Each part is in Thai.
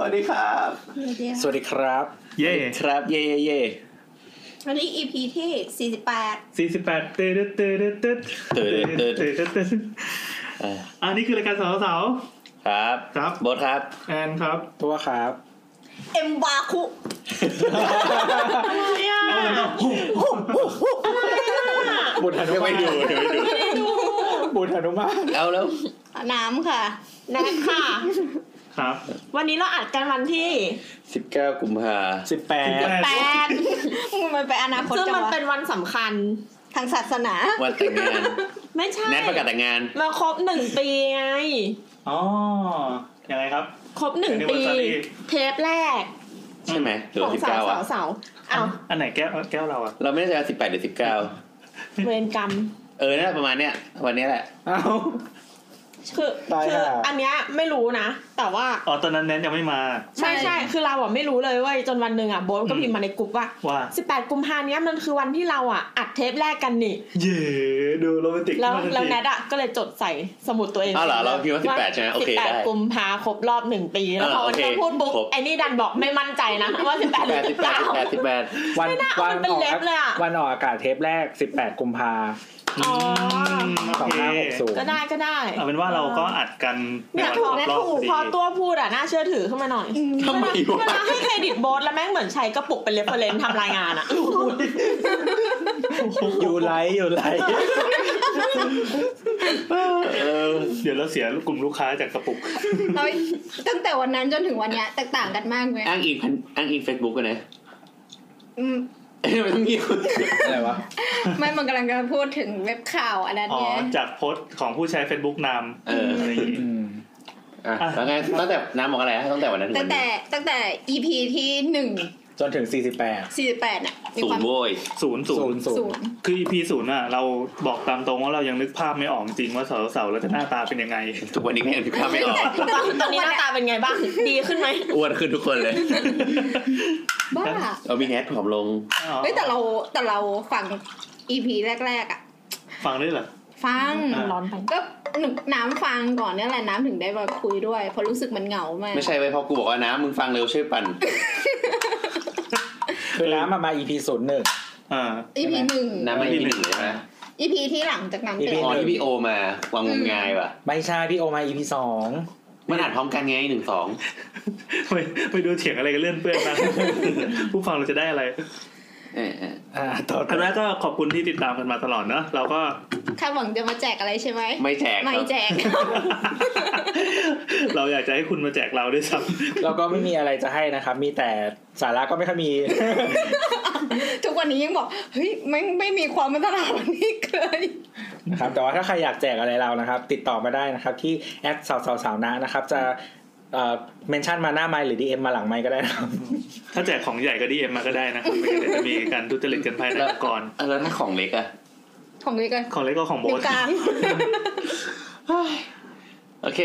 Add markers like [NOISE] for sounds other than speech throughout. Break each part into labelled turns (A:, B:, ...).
A: วัสดีครับ
B: สวัสดีครับ
C: เย่
A: ครับ เย่เย่เย่
D: อันนี้ EP ที่ 48
C: สี่สิบแปดเตดเตดเตดเตดเตดเตดเตด
A: เอ่อ
C: อันนี้คือรายการสาวสาว
A: ครับ
C: ครับ
A: บอสครับ
C: ๆแอนครับ
B: ตัว
A: [LAUGHS]
B: ครับ
D: เอ็มบาคุอะไรอ่ะ
B: บุตรหนุมานบุตรหนุมาน
A: เอาแล้ว
D: น้ำค่ะ
E: นะค่ะ
C: ครับ
E: วันนี้เราอัดกันวันที่
A: 19 กุมภา
B: สิบแปด
E: แปด
D: มึงมันไปอนาคต
E: ซึ่ง
D: จัง
E: มัน
D: วะ
E: เป็นวันสำคัญ
D: ทางศาสนา
A: วันแต่งงาน
E: ไม่ใช่
A: แนทประกาศแต่งงาน
E: เราครบหนึ่งปีไง
C: อ๋อยังไงครับ
E: ครบหนึ่งปี
C: Anniversary
E: เทปแรก
A: ใช่ไหมหรือ
E: ของ
A: สิบ
E: สาวสา
A: เก้าอ่ะ
E: วสาวอ้าว
C: อันไหนแก้วแก้วเราอ่ะ
A: เราไม่ได้จะสิบแปดหรือสิบเก้า
E: เวรกรรม
A: เออน่าจะประมาณเนี้ยวันเนี้ยแหละ
B: เอ้า
E: คือ
B: ตาย
E: คือ
B: ห่า
E: อันเนี้ยไม่รู้นะ แต่ว่า
C: อ๋อตอนนั้นแนทยังไม่มา
E: ใช่
D: ใช่
E: ใช่คือเราอ่ะไม่รู้เลยเว้ยจนวันหนึ่งอ่ะโบ๊ทก็พิมพ์มาในกลุ่มว่า
C: ว่า
E: 18 กุมภาเนี้ยมันคือวันที่เราอ่ะอัดเทปแรกกันนี่
C: เย่ดูโรแมนติก
E: แล้ว
C: มาก
E: แล้ว
C: จริงๆ
E: แนทอ่ะก็เลยจดใส่สมุดตัวเอง
A: อ้าวเหรอเราคิดว่า18ใช่ไหมโอเคได้
E: 18กุมภาครบรอบหนึ่งปี แล้วพอ
A: เออโอ
E: วัน
A: เค
E: ที่พูดบุ๊ก
A: ครบ
E: ไอ้นี่ดันบอกไม่มั่นใจนะว่า18ห
A: แป
E: รือ
A: ดสิบ
E: เป
A: แปด
E: ล่า
A: สิบแปดสิบแปด
B: วัน
E: ไม่น่า
B: วั
E: มันเป็น
B: ออก
E: เล็บเลยอะ
B: วันออกอากาศเทปแรก 18 กุมภา
E: อ๋อ
C: อืม
B: สอง
C: โเค
B: ห้าหกศูนย์
E: ก็ได้ก็ได้
C: เอาเป็นว่าเราก็อัดกัน
E: เนี่ยถูก
C: ใวั
E: แนท
C: ครบรบ
E: ถูก
C: พดี
E: พอตัวพูดอ่ะน่าเชื่อถือขึ้นมาหน่อย
A: ทำไม
E: เว
A: วะ
E: ลาให้เครดิตโบ๊ทแล้วแม่งเหมือนใช้กระปุกเป็นเรฟเฟรนซ์ทำรายงานอ่ะ
B: ยูไลท์ยูไลท์
A: เออ
C: เดี๋ยวเราเสียกลุ่มลูกค้าจากกระปุก
D: เราตั้งแต่วันนั้นจนถึงวันเนี้ยแตกต่างกันมากเลย
A: อ้างอิงพันอ้างอิงเฟซบุ๊กกันนะ
D: อืม
A: เอ้ยไม่ต้องยิ้ม
B: อะไรวะ
D: ไม่มันกำลังจะพูดถึงเว็บข่าวอันนั้น
C: อ๋อ
D: ไง
C: จากโพสต์ของผู้ใช้ Facebook นาม
A: เออ
C: อะไรอย่างงี้
B: อืม
A: อ่ะแล้วไงตั้งแต่น้ำบอกอะไรนะตั้งแต่วันนั้นถึ
D: ตั้
A: วั
D: ง
A: น
D: แต่
A: นี้
D: ตั้งแต่ EP ที่หนึ่ง
B: จนถึง 48
D: สี่สิบแปดน่ะมี
A: ศู
D: คนวาม
A: ย์โว้ย
C: ศูนย์ศู
B: 0ู
C: น
B: น
C: ย์
B: ย์ศู
D: ศู
B: น
D: น
B: ย์
D: ย์
C: คือ EP ศูนย์อ่ะ เราบอกตามตรงว่าเรายังนึกภาพไม่ออกจริงว่าเสาเสาๆแล้วจะหน้าตาเป็นยังไง
A: ทุกวันนี้ก็ยังพิพากษาไม่ออก
D: [LAUGHS]
E: ตอนตอนนี้หน้าตาเป็นไงบ้างดีขึ้นไหม
A: อ้วนขึ้นทุกคนเลย
D: บ้า
A: เอามีแนทผอมลง
D: เฮ้ยแต่เราแต่เราฟัง EP แรกๆอ่ะ
C: ฟังด้วยเหรอ
D: ฟัง
C: อ่ะ
E: ร้อนไป
D: ก็หนูน้ำฟังก่อนเนี่ยแหละน้ำถึงได้มาคุยด้วยเพราะรู้สึกมันเหงามาก
A: ไม่ใช่ไว้ยเพอกูบอกว่าน้ำมึงฟังเร็วช่วยปั่น
B: คือน้ำมามา EP ศูนย์หนึ่ง
C: อ่า
D: อีพีหนึ่ง
A: น้ำไม่มีหนึ่งเลยนะ
D: อีพีที่หลังจากนั้น
B: อี
D: เกิ
B: พี
D: ด
A: อ๋อที่พี่โอมาความงมงายว่ะ
B: ไม่ใช่พี่โอมา EP สอง
A: มันอ่านพร้อมกันไงหนึ่งสอง
C: ไปไปดูเถียงอะไรกันเลื่อนเปื้อนนะ [LAUGHS] ผู้ฟังเราจะได้อะไร
A: เออเออ
B: อ่าต่อ
C: อันแรกก็ขอบคุณที่ติดตามกันมาตลอดเนอะเราก็ [LAUGHS]
D: คาดหวังจะมาแจกอะไรใช่ไหม
A: ไม่แจก
D: ไม่แจก
C: เราอยากจะให้คุณมาแจกเราด้วยซ้
B: แล้วก็ไม่มีอะไรจะให้นะครับ มีแต่สาระก็ไม่ค่อยมี [LAUGHS]
D: ทุกวันนี้ยังบอกเฮ้ยไม่ไม่มีความมาตลาดวันนี้เลย
B: นะครับแต่ว่าถ้าใครอยากแจกอะไรเรานะครับ ติดต่อมาได้นะครับ ที่แอดสาวสาวสาวนะนะครับ จะเอ่อเมนชั่นมาหน้าไมค์หรือ DM มาหลังไมค์ก็ได้นะครับ
C: ำถ้าแจกของใหญ่ก็ดีเอ็มมาก็ได้นะครับไม่งั้นเดี๋ยวจะมีการทุจริตกันภายในองค์กร
A: เออแล้วถ้าของเล็กอะ
D: ของนี้กัน
C: ของเล็กก็ของโบ
D: นิ้ว
C: ส
D: กลาง
A: โอเค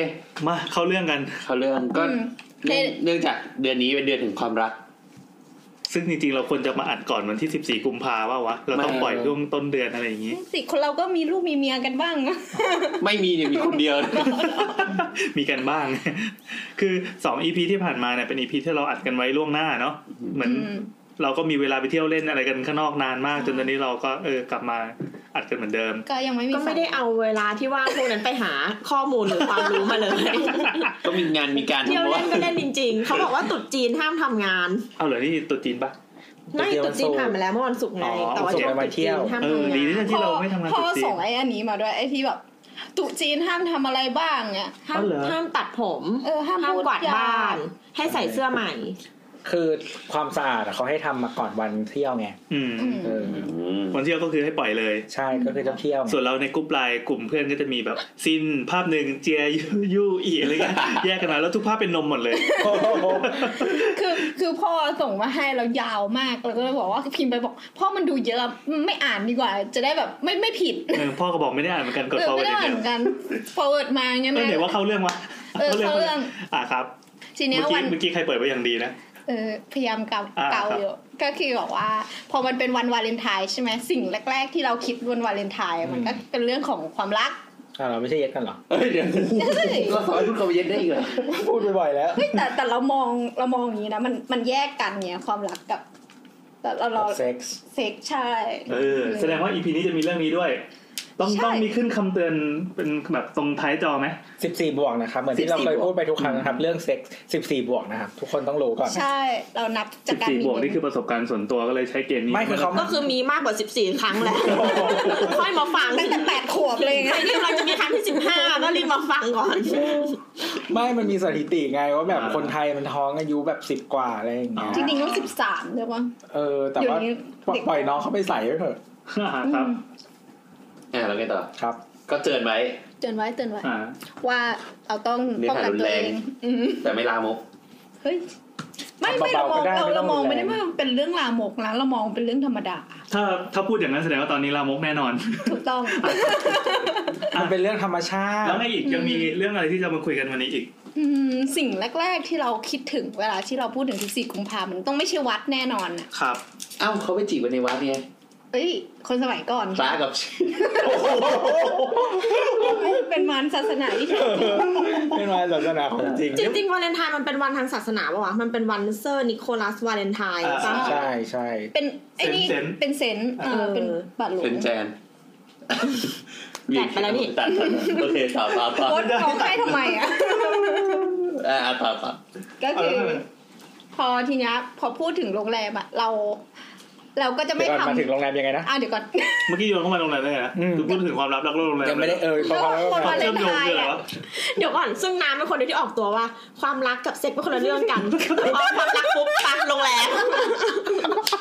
C: มาเข้าเรื่องกัน
A: เขาเรื่องก็
D: อืม
A: เนื่องเนื่องจากเดือนนี้เป็นเดือนถึงความรัก
C: ซึ่งจริงๆเราควรจะมาอัดก่อนวันที่ 14 กุมภาว่าวะ เราต้อง
A: ไม่
C: ปล่อยช่วงต้นเดือนอะไรอย่างนี้
D: สิคนเราก็มีลูกมีเมียกันบ้างนะ
A: ไม่มีเนี่ยมีคนเดียว
C: [LAUGHS] มีกันบ้าง คือ 2 EP ที่ผ่านมาเนี่ยเป็น EP ที่เราอัดกันไว้ล่วงหน้าเนาะ เหมือน
D: ม
C: เราก็มีเวลาไปเที่ยวเล่นอะไรกันข้างนอกนานมาก จนตอนนี้เราก็เออกลับมาอัดกันเหมือนเดิม
D: ก็ยังไม่มี
E: ก็ไม่ได้เอาเวลาที่ว่างพวกนั้นไปหาข้อมูลหรือความรู้มาเลย
A: ก็มีงานมีการ
E: เที่ยว
A: ทำ
E: เล่นก็เล่นจริง ๆ เขาบอกว่าตรุดจีนห้ามทำง [LAUGHS] าน
C: เอาเหรอนี่ตัวจีนปะ
E: ไม่ตรุดจีนผ่านมาแล้วเมื่อวันศุกร์ไง
C: อ๋อ
E: แต่ว่า
C: โอเค
E: ช่วงตรุษจีนห้าม
C: เออ
E: ทำงา
C: ดี
E: น
C: นะที่เราไม่ทำงาน
D: พ่อ
C: ตัวจี
D: ส่
C: น
D: งไอ้อันนี้มาด้วยไอ้ที่แบบตุจีนห้ามทำอะไรบ้างเนี่ย
E: ห้าม
C: อ๋อเหรอ
E: ห้ามตัดผม
D: เออห้าม
E: ห้าม
D: พูด
E: กวาด
D: ยา
E: บ้าน ให้ใส่เสื้อใหม่
B: คือความสะอาดอะเขาให้ทำมาก่อนวันเที่ยวไง
C: อืม
D: อืม
B: เออ
A: อืม
C: วันเที่ยวก็คือให้ปล่อยเลย
B: ใช่ก็คือต้องเที่ยวไง
C: ส่วนเราในกลุ่มไลน์กลุ่มเพื่อนก็จะมีแบบซินภาพหนึ่งเจียยูยูอีอะไรเงี้ยแยกกันมาแล้วทุกภาพเป็นนมหมดเลย
B: โอ้โห
D: คือคือพ่อส่งมาให้เรายาวมากเราก็เลยบอกว่าพิมพ์ไปบอกพ่อมันดูเยอะไม่อ่านดีกว่า จะได้แบบไม่ไม่ผิด
C: เออพ่อก็บอกไม่ได้อ่านเหมือนกันกด
D: เออ
C: ฟอร์เวิ
D: ไม่
C: ร์ด
D: ได้
C: อ
D: อ่า
C: ย่าง
D: น
C: เดียว
D: เหมือนกัน forward มาไง
C: เอ
D: แม่
C: อไหนว่าเข้าเรื่องวะ
D: เออเข้าเรื่อง
C: อ่ะครับ
D: ทีเนี้ย
C: เมื่อกี้
D: วัน
C: เมื่อกี้ใครเปิดไว้อย่างดีนะ
D: เออพยายามเกา
C: อ่า
D: เกา
C: ครับ
D: อยู่ก็คือบอกว่า พอมันเป็นวันวาเลนไทน์ใช่ไหมสิ่งแรก ๆ ที่เราคิดวันวาเลนไทน์มันก็เป็นเรื่องของความรัก
B: อ่าเราไม่ใช่เย็ดกันเหรอ
A: เอ้ยเดี๋ยวเราสอนพูดคำเย็นได้อีกเหรอ
B: พูดบ่อยแล้ว
D: เฮ้ยแต่แต่เรามองเรามองอย่างนี้นะมันมันแยกกันเนี่ยความรักกับ แต่เราเรา
B: เซ็กซ์
D: เซ็กใช่
C: เออ แสดงว่าอีพีนี้จะมีเรื่องนี้ด้วย ต้อง
D: ใช่
C: ต้องมีขึ้นคำเตือนเป็นแบบตรงท้ายจอไหม
B: สิบสี่บวกนะครับ เหมือนที่เราเคยพูดไปทุกครั้งนะครับ เรื่องเซ็กซ์สิบสี่บวกนะครับ ทุกคนต้องรู้ก่อนนะ
D: ใช่เรานับจากการ
C: 14บวกนี่คือประสบการณ์ส่วนตัวก็เลยใช้เกณฑ์นี้
B: ไม่คือเขา
E: ก็คือมีมากกว่า 14 ครั้งแหละ
D: [LAUGHS]
E: ค่อยมาฟัง
D: ตั้งแต่แปดขวบเลยไง
E: ใครที่เราจะมีครั้งที่ 15 ก็รีบมาฟังก่อน
B: ไม่มันมีสถิติไงว่าแบบคนไทยมันท้องอายุแบบสิบ10 กว่าอะไรอย่างเงี้ย
D: จริงๆรู้สิบสามใช่ปะ
B: เออ แต่ว่า
D: อยู่
B: ปล่อ
D: นี่
B: ยปล่อยน้องเขาไปใส่ไว้เถอะ
C: ครับ
A: อ่าแล้วไงต่อ
B: ครับ
A: ก็เตือนไว้
D: เตือนไว้เตือนไว้
C: อ่า
D: ว่าเราต้อง
A: เนื้อ
D: ป้อง
A: หา
D: กัน
A: รุน
D: ตัว
A: แรง
D: เองอืม
A: แต่ไม่ลามก
D: เฮ้ยไม่ไม่เรา
B: เบา
D: อ
B: ม
D: ง
B: ๆก็ได้
D: เรา
B: ไม่ต้
D: เรา
B: อง
D: มอง
B: รุนแรง
D: ไม่ได้ว่ามันเป็นเรื่องลามกนะเรามองเป็นเรื่องธรรมดา
C: ถ้าถ้าพูดอย่างนั้นแสดงว่าตอนนี้ลามกแน่นอน
D: ถูกต้อง
B: มันเป็นเรื่องธรรมชาติ
C: แล้วไงอีกยังมีเรื่องอะไรที่จะมาคุยกันวันนี้อีก
D: อืมสิ่งแรก ๆ ที่เราคิดถึงเวลาที่เราพูดถึงสิบสี่กุมภาพันธ์ต้องไม่ใช่วัดแน่นอนน่ะ
C: ครับ
A: เอ้าเขาไปจีบกันในวัดเนี่ย
D: เอ้ย คนสมัยก่อน
A: พระกับ
D: เป็นมารศาสนาที่แท้จริง
B: เป็นวันศาสนาของจริง
E: จริงๆวาเลนไทน์มันเป็นวันทางศาสนาปะวะ มันเป็นวันเซอร์นิโคลัสวาเลนไทน์
C: อ่า
E: ปะ
B: ใช่ใช่
D: เป็นไอ้นี่
C: เซนส์
D: เป็นเซนส์เออ
E: เออ
D: เป็นบาทหลวง
A: เป็นแจน
E: จัดไปแล้วนี่
A: ตัดตัดโอเคต่อต่อต่อ
D: โคตรของให้ทำไมอ่ะ [LAUGHS]
A: อ่าต่อต่อ
D: ก็คือ
C: เอาแล้ว
D: พอทีเนี้ยพอพูดถึงโรงแรมอะเรา เราก็จะ
B: เดี๋
D: ไม่
B: ยวก่อนมาถึง
D: ทำ
B: โรงแรมยังไงนะ
D: อ่ะเดี๋ยวก่อน [LAUGHS]
C: เมื่อกี้โยนเข้ามาโรงแรมได้ไงนะ
B: อืม
C: คือพูดถึงความลับรักโลกโรงแรม
B: ยังไม่ได้เอ่ยเพราะว่าแล้ว
D: เดี๋ยวก่อน
C: เชื่อมโยงคืออะไรวะ
E: เดี๋ยวก่อน ซึ่งน้ำเป็นคนเดียวที่ออกตัวว่า ความรักกับเซ็กเป็นคนละเรื่องกันแต่พอความรักปุ๊บปักโรงแรม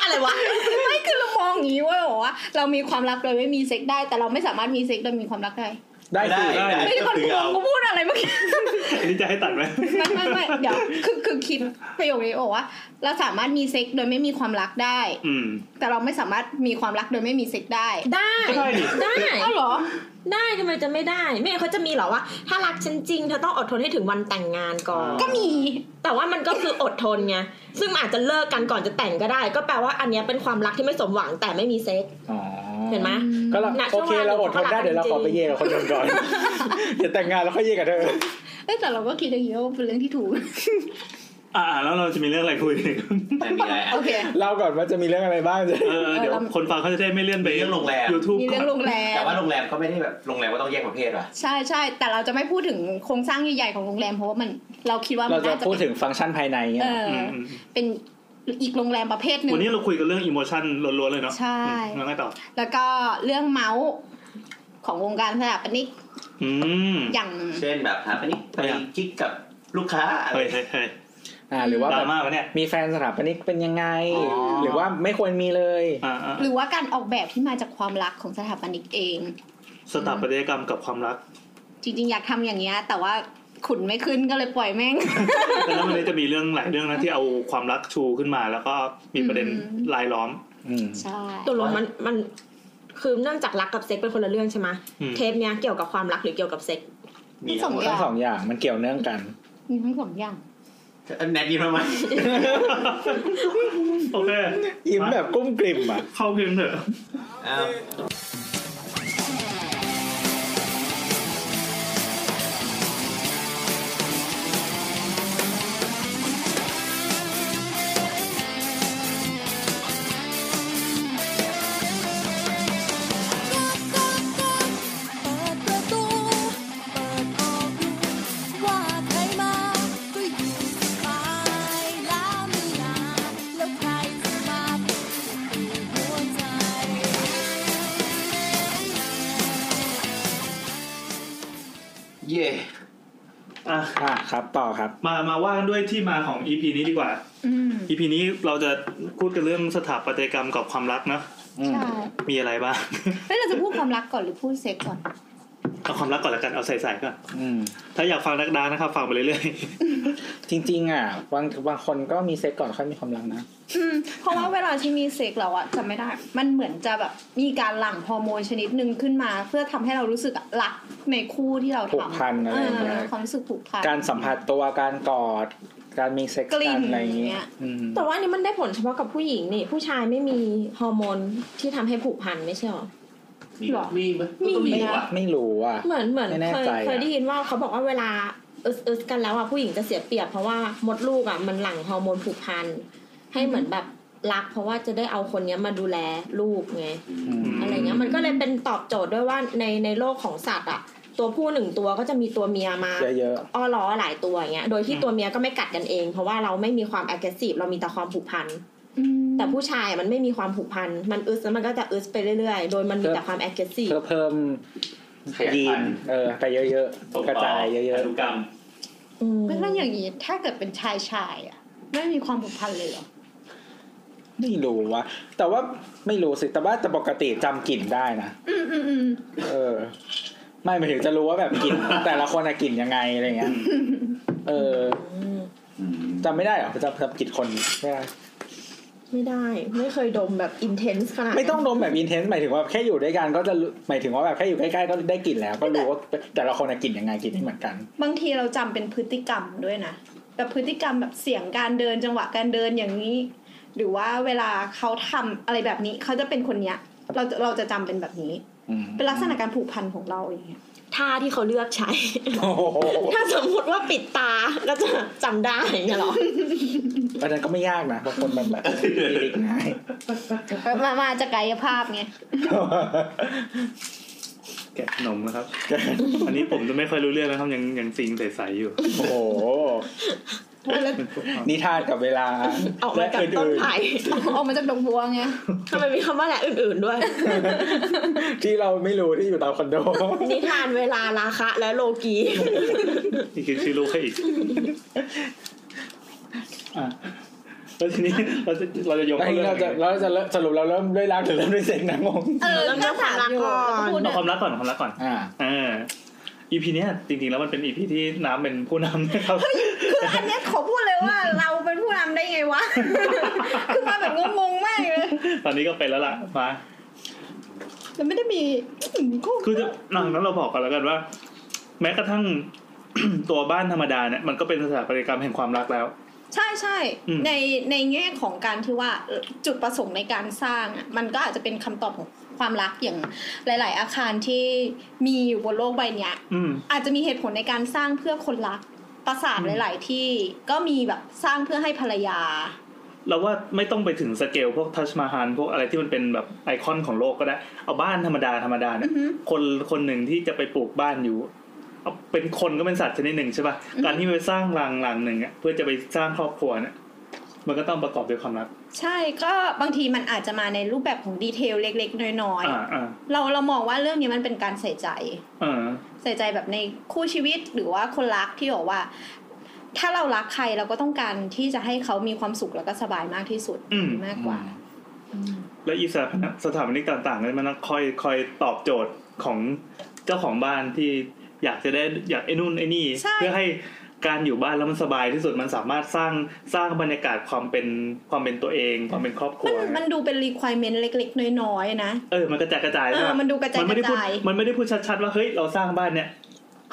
E: อะไรวะ
D: ไม่คือเรามองอย่างนี้เว้ยบอกว่าเรามีความรักเราไม่มีเซ็กได้ แต่เราไม่สามารถมีเซ็กโดยมีความรักได้
B: ได้สิ
A: ได้
C: ได้
D: ไม่ได้คน
C: ถื
D: โก
C: อง เอา
D: ก็พูดอะไรเมื่อกี้ [LAUGHS]
C: อันนี้จะให้ตัดไหม
D: ไม่ไม่ไม่เดี๋ยวคือคือคิดประโยคนี้บอกว่า เราสามารถมีเซ็กโดยไม่มีความรักได้
C: อืม
D: แต่เราไม่สามารถมีความรักโดยไม่มีเซ็กได้
E: ได้
C: ก็ได้ดิ
E: ได้
D: อ้าวเหรอ
E: ได้ทำไมจะไม่ได้ ไม่งั้นเขาจะมีเหรอว่า ถ้ารักฉันจริงเธอต้องอดทนให้ถึงวันแต่งงานก่อน
D: ก็มี
E: แต่ว่ามันก็คืออดทนไง ซึ่งมันอาจจะเลิกกันก่อนจะแต่งก็ได้ ก็แปลว่าอันเนี้ยเป็นความรักที่ไม่สมหวังแต่ไม่มีเซ็ก
B: อ๋อ
E: เห็นไหม
B: ก็เรา
E: ณช่
B: โอ
E: วง
B: เค
E: เวลา
B: เราอดทนได้
E: หนึ่ง
B: เดี๋ยวเราขอไป
E: จริง
B: เย่กับคนอื่นก่อน [LAUGHS] เดี๋ยวแต่งงานแล้วค่อยเย่กับเธอ
D: เอ้ยแต่เราก็คิดอย่างนี้ว่าเป็นเรื่องที่ถูก [LAUGHS]
C: อ่าแล้วเราจะมีเรื่องอะไรคุยอีก
A: แต่มีอะไรอ่ะ
D: โอเค
B: เล่าก่อนว่าจะมีเรื่องอะไรบ้างจะ
C: เออเดี๋ยวคนฟังเขาจะได้ไม่เลื่อนไป
A: มีเรื่องโรงแรม
C: ยูทูบ
D: มีเรื่องโรงแรม
A: แต่ว่าโรงแรมก็ไม่ได้แบบโรงแรมก็ต้องแยกประเภทว่ะ
D: ใช่ใช่แต่เราจะไม่พูดถึงโครงสร้างใหญ่ๆของโรงแรมเพราะว่ามันเราคิดว่ามั
B: เรา
D: น
B: จะ
D: น่าจะ
B: พูด
D: เป็น
B: ถึงฟังก์ชันภายในเนี่ย
D: เอออเป็นอีกโรงแรมประเภทหนึ่ง
C: วันนี้เราคุยกันเรื่องอิโมชันล้วนๆเลยเนาะ
D: ใช่
C: อืมแล้วไงต่อ
D: แล้วก็เรื่องเมาส์ของวงการสถาปนิก
C: อืม
D: อย่าง
A: เช่นแบบหาไปนี่ไป
C: ไปอ่ะ
A: กิ๊กกับลูกค้าอะไร
C: เฮ้ยเฮ้ยเฮ้ย
B: อ่าหรือว่า
C: ด
B: แบ
C: รา
B: บ
C: ม่าปะเนี่ย
B: มีแฟนสถาปนิกเป็นยังไง
C: อ๋อ
B: หรือว่าไม่ควรมีเลย
C: อ่าอ่า
D: หรือว่าการออกแบบที่มาจากความรักของสถาปนิกเอง
C: สถาปัตยกรรมกับความรัก
D: จริงๆ อยากทำอย่างเงี้ยแต่ว่าขุนไม่ขึ้นก็เลยปล่อยแม่ง
C: แล้ววันนี้จะมีเรื่องหลายเรื่องนะที่เอาความรักชูขึ้นมา แล้วก็มีประเด็น
D: อืม
C: ลายล้อม [LAUGHS]
B: อืม
D: ใช่
E: ตกลงมันมันคือเนื่องจากรักกับเซ็กเป็นคนละเรื่องใช่ไหม
C: อืม
E: เทปเนี้ยเกี่ยวกับความรักหรือเกี่ยวกับเซ็ก
A: มีทั้งหมด
B: ทั้งสองอย่างมันเกี่ยวเนื่องกัน
D: มีทั้งสองอย่าง
A: แนทยินมาไหม
C: โอเค
B: ยิ้มแบบกุ้มกลิ่มอ่ะ
C: เข้าเพลงเถอะ
A: อ้าว
F: เปิดประตู เปิดออกดูว่าใครมา ก็อยู่สบายล้ามือลาแล้วใครจะมาเป็นสุดหัวใจ
A: เย่
C: อ่ะ
B: อ่ะครับต่อครับ
C: มา มาว่ากันด้วยที่มาของ EP นี้ดีกว่า
D: อืม
C: EP นี้เราจะพูดกันเรื่องสถาปัตยกรรมกับความรักนะ
B: อืม
D: ใช่
C: มีอะไรบ้าง [LAUGHS]
D: เฮ้ยเราจะพูดความรักก่อนหรือพูดเซ็กก่อน
C: เอาความรักก่อนละกัน เอาใส่ๆก่อน
B: อืม
C: ถ้าอยากฟังดักๆนะครับ ฟังไปเรื่อย
B: จริงๆอ่ะบางบางคนก็มีเซ็กก่อนค่อยมีความรักนะ
D: อืมเพราะว่าเวลาที่มีเซ็กเราอะจำไม่ได้ มันเหมือนจะแบบมีการหลั่งฮอร์โมนชนิดหนึ่งขึ้นมา เพื่อทำให้เรารู้สึกรักในคู่ที่เราทำ
B: ผูกพันอะไรอย่างเงี้ย
D: ออความรู้สึกผูกพัน
B: การสัมผัสตัวการกอด การมีเซ็กซ์
D: กลิ่
B: กัน นอะไรอย่าง
D: อ
B: เงี้
D: ย่า
B: ย
D: งเงี้ย
B: อืม
E: แต่ว่าอันนี้มันได้ผลเฉพาะกับผู้หญิงนี่ ผู้ชายไม่มีฮอร์โมนที่ทำให้ผูกพันไม่ใช่หรอ
G: มี
D: หรอ
G: มีไหมมันก็มีอยู่วะ
B: ไม่รู้อ่ะ
E: เหมือนเหมือน
B: ไม่แน่
E: เคย
B: ใจอะ
E: เคยได้ยินว่าเขาบอกว่าเวลาเอิสเอิสกันแล้วอ่ะผู้หญิงจะเสียเปรียบเพราะว่ามดลูกอ่ะมันหลั่งฮอร์โมนผูกพันให้เหมือนแบบรัก เพราะว่าจะได้เอาคนเนี้ยมาดูแลลูกไง
B: อืม
E: อะไรเงี้ยมันก็เลยเป็นตอบโจทย์ด้วยว่าในในโลกของสัตว์อะตัวผู้หนึ่งตัวก็จะมีตัวเมียมา
B: เยอะ
E: อ้อล้อหลายตัวอย่างเงี้ยโดยที่ตัวเมียก็ไม่กัดกันเอง เพราะว่าเราไม่มีความ agressive เรามีแต่ความผูกพันแต่ผู้ชายอะมันไม่มีความผูกพันมันอึดแล้วมันก็จะอึดไปเรื่อยๆ โดยมันมีแต่ความ
B: ๆ
E: agressive
B: เพื่อเพิ่ม
G: ขยาย
B: ยี
G: พั
B: น
G: นธุ์
B: เออไปเยอะๆ กระจายเยอะ
G: พันธุกรรม
E: อืม
D: แล้วอย่างนี้ถ้าเกิดเป็นชายชายอ่ะ ไม่มีความผูกพันเลยเหรอ
B: ๆ ไม่รู้ว่ะแต่ว่าไม่รู้สิ แต่ว่าแต่ปกติจำกลิ่นได้นะ
D: อืมอืมอืม
B: เออ ไม่หมายถึงจะรู้ว่าแบบ [LAUGHS] กลิ่น แต่ละคนอะกลิ่นยังไงอะไรเงี้ย เออ
E: อืม
B: จำไม่ได้เหรอจำจำกลิ่นคนไม่ได้
E: ไม่ได้ไม่เคยดมแบบ intense ขนาดนั้น
B: ไม่ต้องดมแบบอินเทนส์หมายถึงว่าแค่อยู่ด้วยกันก็จะรู้หมายถึงว่าแบบแค่อยู่ใกล้ๆก็ได้กลิ่นแล้ว ก็รู้ว่าแต่ละคนอะกลิ่นยังไงกลิ่นไม่เหมือน [LAUGHS] กัน
D: บางทีเราจำเป็นพฤติกรรมด้วยนะแบบพฤติกรรมแบบเสียงการเดินจังหวะการเดินอย่างนี้ หรือว่าเวลาเขาทำอะไรแบบนี้เขาจะเป็นคนเนี้ย เราจะเราจะจำเป็นแบบนี้
B: อืม
D: เป็นลักษณะการผูกพันของเราอย่างเงี้ย
E: ท่าที่เขาเลือกใช้ [LAUGHS]
B: โอ้โห
E: ถ้าสมมุติว่าปิดตาก็จะจำได้อย่างเงี้ยเหร [LAUGHS] อ
B: อันนั้นก็ไม่ยากนะบางคนมันแบบลิกง่าย
D: [LAUGHS] มามาจากกายภาพไง
C: แกะขนมนะครับ [LAUGHS] อันนี้ผมจะไม่ค่อยรู้เรื่องนะครับยังยังซิงใสๆอยู่
B: [LAUGHS] โอ้โห [LAUGHS] นิทานกับเวลา
E: ออกมาจากต้นไผ่
D: ออกมาจากดอกบัวไง
E: ทำไมมีคำว่าอะไรอื่น ๆด้วย [LAUGHS]
B: [LAUGHS] ๆที่เราไม่รู้ที่อยู่ตามคอนโด
E: นิทานเวลาราคะและโลกี
C: นี่คือชื่อลูกให้ [LAUGHS] อีกอ่ะแล้วทีนี้ [LAUGHS] เราจะเราจะยก
B: แล้ว
C: เข้า
B: ทีนี้
C: เรื่อ
B: เรา
C: ง
B: จะเราจะเริ่มสรุปเราเริ่มด้วยรักหรือเริ่มด้วยเซ็กนะงง
D: [LAUGHS] เออก็ถามอยู่ก็พูด
C: เอา
D: นะ
C: ความรักก่อนเอาความรักก่อน
B: อ่า
C: เออ EP เนี้ยจริงๆแล้วมันเป็น EP ที่น้ำเป็นผู้นำนะครับ
D: คืออันเนี้ยขอพูดเลยว่าเราเป็นผู้นำได้ไงวะ [LAUGHS] คือมาแบบงงๆมากเลย
C: [LAUGHS] ตอนนี้ก็เป็นแล้วล่ะมา
D: แล้วไม่ได้มีอืมก็
C: คือจะอ่ะงั้นเราบอกกันแล้วกันว่า แม้กระทั่ง [CLEARS THROAT] ตัวบ้านธรรมดาเนี่ยมันก็เป็นสถาปัตยกรรมแห่งความรักแล้ว
D: ใช่ใช่
C: อืม
D: ในในแง่ของการที่ว่าเอ่อจุดประสงค์ในการสร้างอ่ะมันก็อาจจะเป็นคำตอบของความรักอย่างหลาย ๆ อาคารที่มีอยู่บนโลกใบเนี้ย
C: อืม
D: อาจจะมีเหตุผลในการสร้างเพื่อคนรักปราสาท
C: อืม
D: หลาย ๆ ที่ก็มีแบบสร้างเพื่อให้ภรรยา
C: เราว่าไม่ต้องไปถึงสเกลพวกทัชมาฮานพวกอะไรที่มันเป็นแบบไอคอนของโลกก็ได้ เอาบ้านธรรมดาธรรมดาเนี่ย
D: อือฮึ
C: คนคนหนึ่งที่จะไปปลูกบ้านอยู่เอาเป็นคนก็เป็นสัตว์ชนิดหนึ่งใช่ป่ะการที่ไปสร้างรังรังหนึ่งอ่ะเพื่อจะไปสร้างครอบครัวเนี่ยมันก็ต้องประกอบด้วยความรัก
D: ใช่ก็บางทีมันอาจจะมาในรูปแบบของดีเทลเล็ก ๆ น้อย
C: อ่าอ่า
D: ๆ เราเรามองว่าเรื่องนี้มันเป็นการใส่ใจ
C: อ่า
D: ใส่ใจแบบในคู่ชีวิตหรือว่าคนรักที่บอกว่า ถ้าเรารักใครเราก็ต้องการที่จะให้เขามีความสุขแล้วก็สบายมากที่สุด
C: อืม
D: มากกว่า
C: และอีสถาปนิกสถาปนิกต่างๆก็มันคอยคอยตอบโจทย์ของเจ้าของบ้านที่อยากจะได้อยากไอ้นู่นไอ้นี่
D: ใช่
C: เพื่อให้การอยู่บ้านแล้วมันสบายที่สุดมันสามารถสร้างสร้างบรรยากาศความเป็นความเป็นตัวเอง ความเป็นครอบครั
D: มั
C: วน
D: มันดูเป็น requirement เล็ก ๆ น้อย ๆ นะ
C: เออมันกระจายกระจาย
D: เออ
C: ใช่ป
D: มันดูกระจาย
C: มันไม่ได้พู
D: ก
C: ด
D: ระจาย
C: มันไม่ได้พูดชัดๆว่าเฮ้ยเราสร้างบ้านเนี่ย